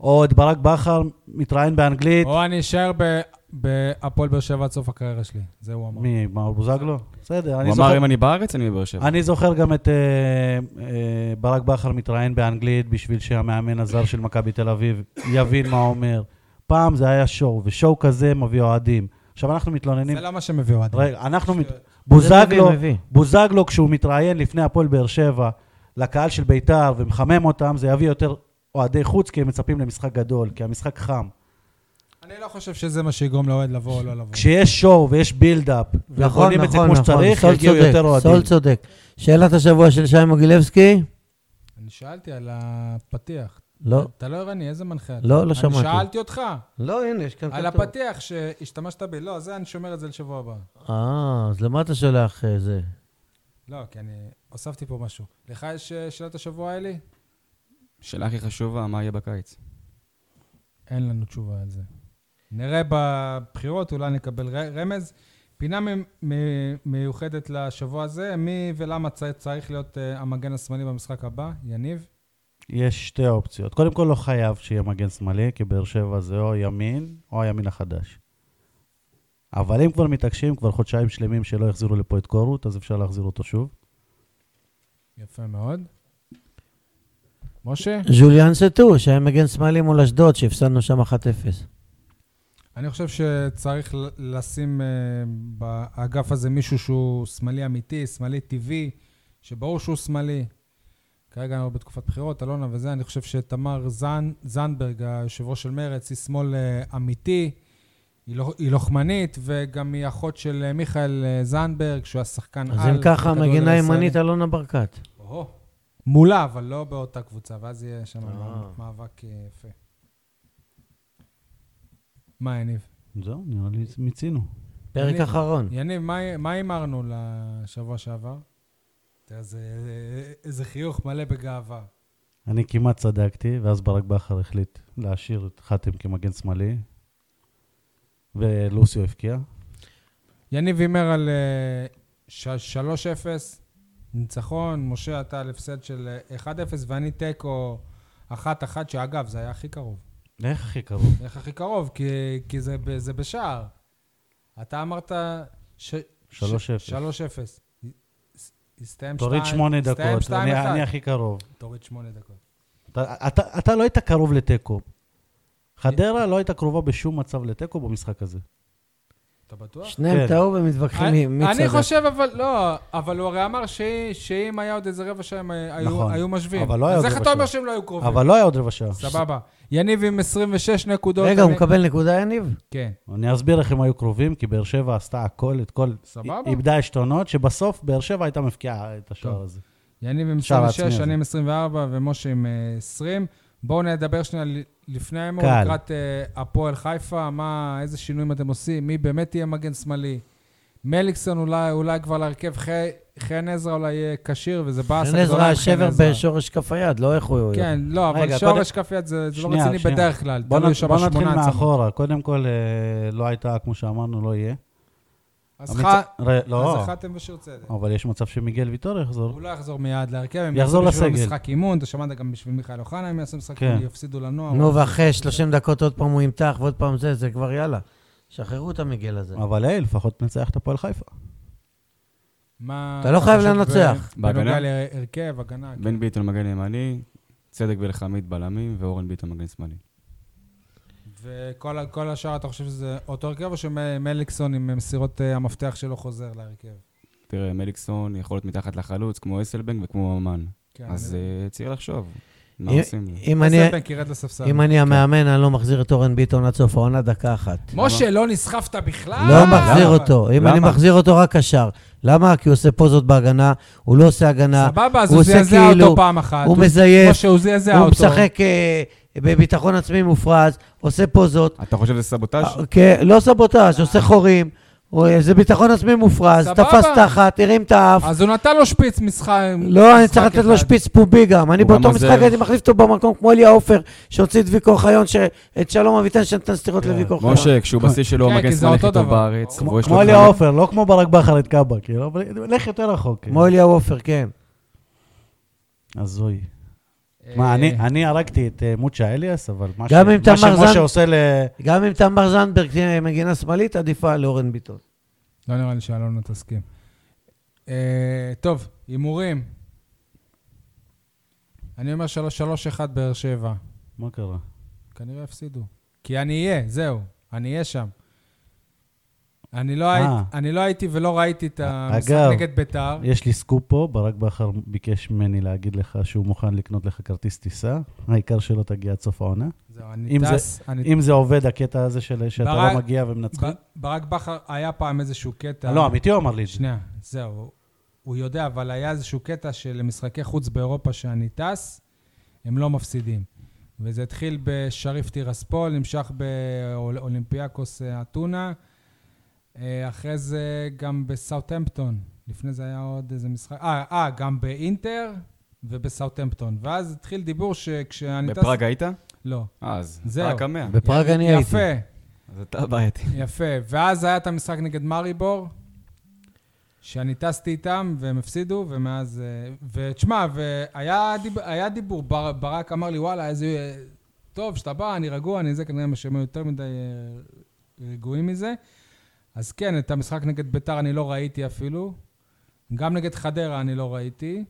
S2: או את ברק בכר מתראיין באנגלית,
S1: או אני אשאר ב- בהפועל באר שבע עד סוף הקריירה שלי. זה הוא אמר.
S2: מי, מאור בוזגלו? בסדר, אני
S4: הוא
S2: זוכר...
S4: אמר, אם אני בארץ, אני מבאר שבע.
S2: אני זוכר גם את אה, אה, ברק בכר מתראיין באנגלית בשביל שהמאמן הזר של מכבי תל אביב יבין מה הוא אומר. פעם זה היה שואו, ושואו כזה מביא אוהדים. עכשיו אנחנו מתלוננים...
S1: זה לא למה שהם הביאו עד.
S2: רגע, אנחנו... מת-
S3: זה מביא,
S2: בוזגלו,
S3: מביא.
S2: בוזגלו, כשהוא מתראיין לפני הפועל באר שבע לקהל של ביתר ומחמם אותם, זה יביא יותר אוהדי חוץ, כי הם מצפים למשחק גדול, כי המשחק חם.
S1: אני לא חושב שזה מה שיגרום לאוהד לבוא או לא לבוא.
S2: כשיש שואו ויש בילדאפ,
S3: נכון,
S2: ובונים את זה
S3: נכון,
S2: כמו
S3: נכון.
S2: שצריך,
S3: סול
S2: יגיעו
S3: צודק,
S2: יותר
S3: סול
S2: אוהדים.
S3: צודק. שאלת השבוע של שי מוגילבסקי?
S1: אני שאלתי על הפתיח.
S3: לא.
S1: אתה לא ערני, איזה מנחה אתה?
S3: לא, לא שמעתי.
S1: אני שאלתי אותך,
S3: לא, הנה, יש כאן
S1: על הפתיח שהשתמשת בי. לא, זה, אני שומר את זה לשבוע הבא.
S3: אה, אז למה אתה שולח אה, זה?
S1: לא, כי אני הוספתי פה משהו. לך יש אה, שאלת השבוע, אלי?
S4: שאלה הכי חשובה, מה יהיה בקיץ?
S1: אין לנו תשובה על זה. נראה בבחירות, אולי נקבל ר- רמז. פינה מ- מ- מיוחדת לשבוע הזה, מי ולמה צ- צריך להיות אה, המגן השמאלי במשחק הבא? יניב?
S2: יש שתי אופציות. קודם כל, לא חייב שיהיה מגן שמאלי, כי באר שבע זה או ימין או הימין החדש. אבל אם כבר מתעקשים, כבר חודשיים שלמים שלא יחזירו לפה את קורות, אז אפשר להחזיר אותו שוב.
S1: יפה מאוד. משה?
S3: ז'וליאן סטו, שהיה מגן שמאלי מול אשדוד, שהפסדנו שם 1-0.
S1: אני חושב שצריך ל- לשים אה, באגף הזה מישהו שהוא שמאלי אמיתי, שמאלי טבעי, שברור שהוא שמאלי. כרגע אנחנו בתקופת בחירות, אלונה וזה, אני חושב שתמר זנ, זנדברג, היושב ראש של מרצ, היא שמאל אה, אמיתי, היא, לא, היא לוחמנית, וגם היא אחות של אה, מיכאל אה, זנדברג, שהוא השחקן
S3: אז אם ככה,
S1: בכדורגל
S3: מגינה
S1: הישראלי.
S3: ימנית אלונה ברקת.
S1: או, מולה, אבל לא באותה קבוצה, ואז יהיה שם
S3: אה.
S1: מאבק אה, יפה. מה, יניב?
S2: זהו, נראה לי מיצינו.
S3: פרק
S1: אני-
S3: אחרון.
S1: יניב, מה- מה הימרנו לשבוע שעבר? אתה יודע, זה- איזה חיוך מלא בגאווה.
S2: אני כמעט צדקתי, ואז ברק בכר החליט להשאיר את חתם כמגן שמאלי, ולוסיו הבקיע.
S1: יניב הימר על אה, ש- 3-0, ניצחון, משה אתה על הפסד של אה, 1-0, ואני תיקו 1-1, שאגב, זה היה הכי קרוב.
S2: איך הכי קרוב?
S1: איך הכי קרוב? כי, כי זה, ב- זה בשער. אתה אמרת... ש... 3-0.
S2: 3-0.
S1: הסתיים 2
S2: תוריד שמונה דקות, אני- אני הכי קרוב.
S1: תוריד שמונה דקות.
S2: אתה, אתה, אתה לא היית קרוב לתיקו. חדרה לא הייתה קרובה בשום מצב לתיקו במשחק הזה.
S1: אתה בטוח?
S2: כן.
S3: שניהם טעו ומתווכחים
S1: אני-
S3: מי- מי
S1: אני
S3: צדק.
S1: חושב, אבל לא, אבל הוא הרי אמר ש- שאם היה עוד איזה רבע שעה, הם היו-
S2: נכון.
S1: היו משווים.
S2: אבל לא היה
S1: אז
S2: עוד
S1: איך
S2: רבע
S1: אתה אומר
S2: שעה.
S1: שהם לא היו קרובים?
S2: אבל לא היה עוד רבע שעה.
S1: סבבה. יניב עם 26 נקודות.
S3: רגע, הוא
S1: אני-
S3: מקבל נקודה, יניב?
S1: כן.
S2: אני אסביר איך הם היו קרובים, כי באר שבע עשתה הכל, את כל...
S1: סבבה.
S2: איבדה עשתונות, שבסוף באר שבע הייתה מפקיעה את השער
S1: טוב.
S2: הזה.
S1: יניב עם
S2: שער
S1: 26,
S2: עצמי
S1: אני עם 24 ומשה עם אה, 20. בואו נדבר שנייה ל- לפני ההימור,
S2: קל.
S1: לקראת אה, הפועל חיפה, מה, איזה שינויים אתם עושים, מי באמת יהיה מגן שמאלי, מליקסון אולי, אולי כבר להרכב, ח- חן עזרא אולי יהיה כשיר, וזה באסה
S3: חן
S1: גדולה עם
S3: עזרא, שבר בשורש כף היד, לא איך הוא...
S1: כן, לא, אבל
S2: רגע,
S1: שורש כף יד זה זה לא
S2: שנייה,
S1: רציני
S2: שנייה.
S1: בדרך כלל.
S2: בוא
S1: תלוי
S2: נ-
S1: שם
S2: בוא נתחיל
S1: שמונה עצמים.
S2: מאחורה. קודם כל, אה, לא הייתה, כמו שאמרנו, לא יהיה.
S1: אז
S2: המצ-
S1: ח-
S2: ר-
S1: אז
S2: לא,
S1: אחתם בשיר צדק.
S2: אבל יש מצב שמיגל ויטור יחזור.
S1: הוא לא יחזור מיד להרכב, הם
S2: יחזור
S1: יעשו בשבילו
S2: לסגל.
S1: משחק אימון, אתה שמעת גם בשביל מיכאל אוחנה, הם יעשו משחק
S2: כן.
S1: אימון, יפסידו לנוער.
S3: נו, ואחרי 30 דקות עוד פעם הוא ימתח ועוד פעם זה, זה כבר יאללה. שחררו את המיגל הזה.
S2: אבל היי, לפחות נצליח את הפועל חיפה.
S1: מה...
S3: אתה לא חייב
S1: חושב
S3: לנצח.
S1: ב- בנוגע
S4: בהגנה?
S1: להרכב, הגנה. כן.
S4: בן ביטון מגן ימני, צדק ולחמית בלמים, ואורן ביטון מגן שמאלי.
S1: וכל ה- כל השאר, אתה חושב שזה אותו הרכב, או שמליקסון עם מסירות אה, המפתח שלו חוזר להרכב?
S4: תראה, מליקסון יכול להיות מתחת לחלוץ, כמו אסלבנק וכמו ממן.
S1: כן,
S4: אז
S1: אני-
S4: אה, צריך לחשוב, מה
S3: אם-
S4: עושים? עם
S3: אם אני-
S1: אסלבנק ירד לספסל.
S3: אם אני המאמן, אני לא מחזיר את אורן ביטון עד סוף העונה דקה אחת.
S1: משה, לא נסחפת בכלל?
S3: לא מחזיר
S1: אבל-
S3: אותו. אם
S4: למה?
S3: אני מחזיר אותו רק קשר. למה? כי הוא עושה פוזות בהגנה, הוא לא עושה הגנה,
S1: סבבה, אז
S3: הוא
S1: הוא
S3: עושה
S1: זעזע
S3: כאילו-
S1: אותו פעם אחת.
S3: הוא מזייף,
S1: משה, הוא זעזע אותו.
S3: הוא משחק אה, בביטחון עצמי מופרז, עושה פוזות.
S4: אתה חושב שזה סבוטאז'?
S3: אה, כן, לא סבוטאז', עושה חורים. הוא- זה ביטחון עצמי מופרז,
S1: סבבה.
S3: תפס תחת, הרים את האף.
S1: אז הוא נתן לו שפיץ משחק.
S3: לא, אני
S1: משחק
S3: צריך לתת לו
S1: אחד.
S3: שפיץ פומבי גם. אני
S4: הוא
S3: באותו
S4: גם
S3: משחק
S4: עוזב.
S3: הייתי מחליף אותו במקום, כמו אליה עופר, שהוציא את ויקו חיון, את שלום אביטן שנתן סטירות
S2: כן.
S3: לויקו חיון.
S4: משה, כשהוא בשיא שלו,
S1: כן, כי
S4: המגן
S1: זה
S4: שמאלי הכי
S1: אותו
S4: טוב
S1: דבר.
S4: בארץ,
S1: כמו-
S4: והוא יש לו
S2: כמו
S4: את
S2: אליה
S4: חלוץ.
S2: עופר, לא כמו ברק בכר את קאבה, כאילו, אבל לך יותר רחוק. כאילו.
S3: כמו אליה עופר, כן.
S2: הזוי.
S1: אה,
S2: מה, אני- אני הרגתי את אה, מוצ'ה אליאס, אבל מה ש-
S3: גם אם
S2: מה
S3: תמר זנד-
S2: שמשה עושה ל...
S3: גם אם תמר זנדברג תהיה מגינה שמאלית, עדיפה לאורן ביטון.
S1: לא נראה לי שאלונה תסכים. אה, טוב, הימורים. אני אומר 3-1 באר שבע.
S2: מה קרה?
S1: כנראה יפסידו. כי אני אהיה, זהו. אני אהיה שם. אני לא,
S2: אה.
S1: היית, אני לא הייתי ולא ראיתי את המשחק
S2: אגב,
S1: נגד ביתר.
S2: יש לי סקופ פה, ברק בכר ביקש ממני להגיד לך שהוא מוכן לקנות לך כרטיס טיסה, העיקר שלא תגיע עד סוף העונה.
S1: זהו, אני
S2: אם זה-
S1: טס. אני...
S2: אם זה עובד, הקטע הזה של שאתה
S1: ברק-
S2: לא מגיע
S1: ב-
S2: ומנצחים.
S1: ברק בכר היה פעם איזשהו קטע.
S2: לא, אמיתי הוא אמר לי את זה.
S1: שנייה, זהו. הוא יודע, אבל היה איזשהו קטע של משחקי חוץ באירופה שאני טס, הם לא מפסידים. וזה התחיל בשריף טירספול, נמשך באולימפיאקוס אה, אתונה, אה, אחרי זה גם בסאוטהמפטון. לפני זה היה עוד איזה משחק... אה, אה, גם באינטר ובסאוטהמפטון. ואז התחיל דיבור שכשאני טס...
S4: בפראג היית?
S1: לא.
S4: אז,
S1: זהו.
S4: רק המאה.
S3: בפראג אני הייתי.
S1: יפה,
S4: אז אתה בעייתי.
S1: יפה. ואז היה את המשחק נגד מריבור, שאני טסתי איתם, והם הפסידו, ומאז... אה, ותשמע, והיה דיב, היה דיבור, בר, ברק אמר לי, וואלה, איזה... אה, טוב, שאתה בא, אני רגוע, אני זה, כנראה שהם היו יותר מדי אה, רגועים מזה. אז כן, את המשחק נגד ביתר אני לא ראיתי אפילו. גם נגד חדרה אני לא ראיתי.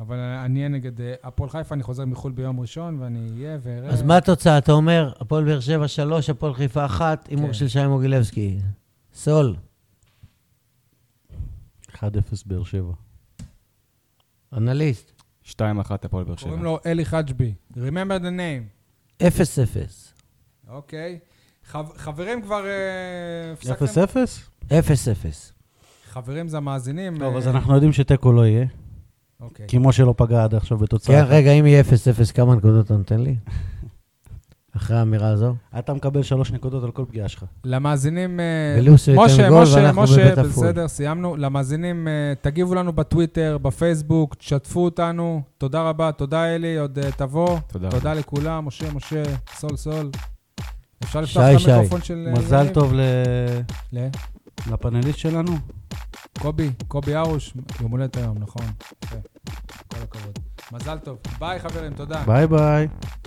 S1: אבל אני אהיה נגד אה, הפועל חיפה, אני חוזר מחו"ל ביום ראשון, ואני אהיה ואראה.
S3: אז מה התוצאה? אתה אומר, הפועל באר שבע שלוש, הפועל חיפה אחת, הימור
S1: כן.
S3: של שי מוגילבסקי. סול,
S2: 1-0 באר שבע.
S3: אנליסט,
S4: 2-1 הפועל באר שבע.
S1: קוראים לו אלי חג'בי. Remember the name.
S3: אפס אפס.
S1: אוקיי. חב- חברים כבר אה,
S2: 0-0?
S1: הפסקתם? אה.
S3: אפס אפס.
S1: חברים זה המאזינים.
S2: טוב,
S1: אה,
S2: אז אנחנו יודעים שתיקו לא יהיה,
S1: אוקיי.
S2: כי משה לא פגע עד עכשיו
S3: כן,
S2: בתוצאה.
S3: רגע, אם יהיה אפס אפס, כמה נקודות אתה נותן לי? אחרי האמירה הזו?
S2: אתה מקבל שלוש נקודות על כל פגיעה שלך.
S1: למאזינים... אה,
S3: ולוסיו ייתן
S1: משה,
S3: גול
S1: משה,
S3: ואנחנו
S1: משה,
S3: בבית הפועל.
S1: בסדר, סיימנו. למאזינים, אה, תגיבו לנו בטוויטר, בפייסבוק, תשתפו אותנו. תודה רבה, תודה אלי, עוד אה, תבוא.
S4: תודה.
S1: תודה לכולם, משה, משה, סול סול. אפשר
S3: שי,
S1: לפתוח את
S3: שי.
S1: המיקרופון של... אה,
S2: מזל
S1: יניב?
S2: טוב ל-
S1: ל-
S2: לפאנליסט שלנו.
S1: קובי, קובי ארוש, יום הולדת היום, נכון. יפה. כל הכבוד. מזל טוב. ביי, חברים, תודה.
S2: ביי ביי.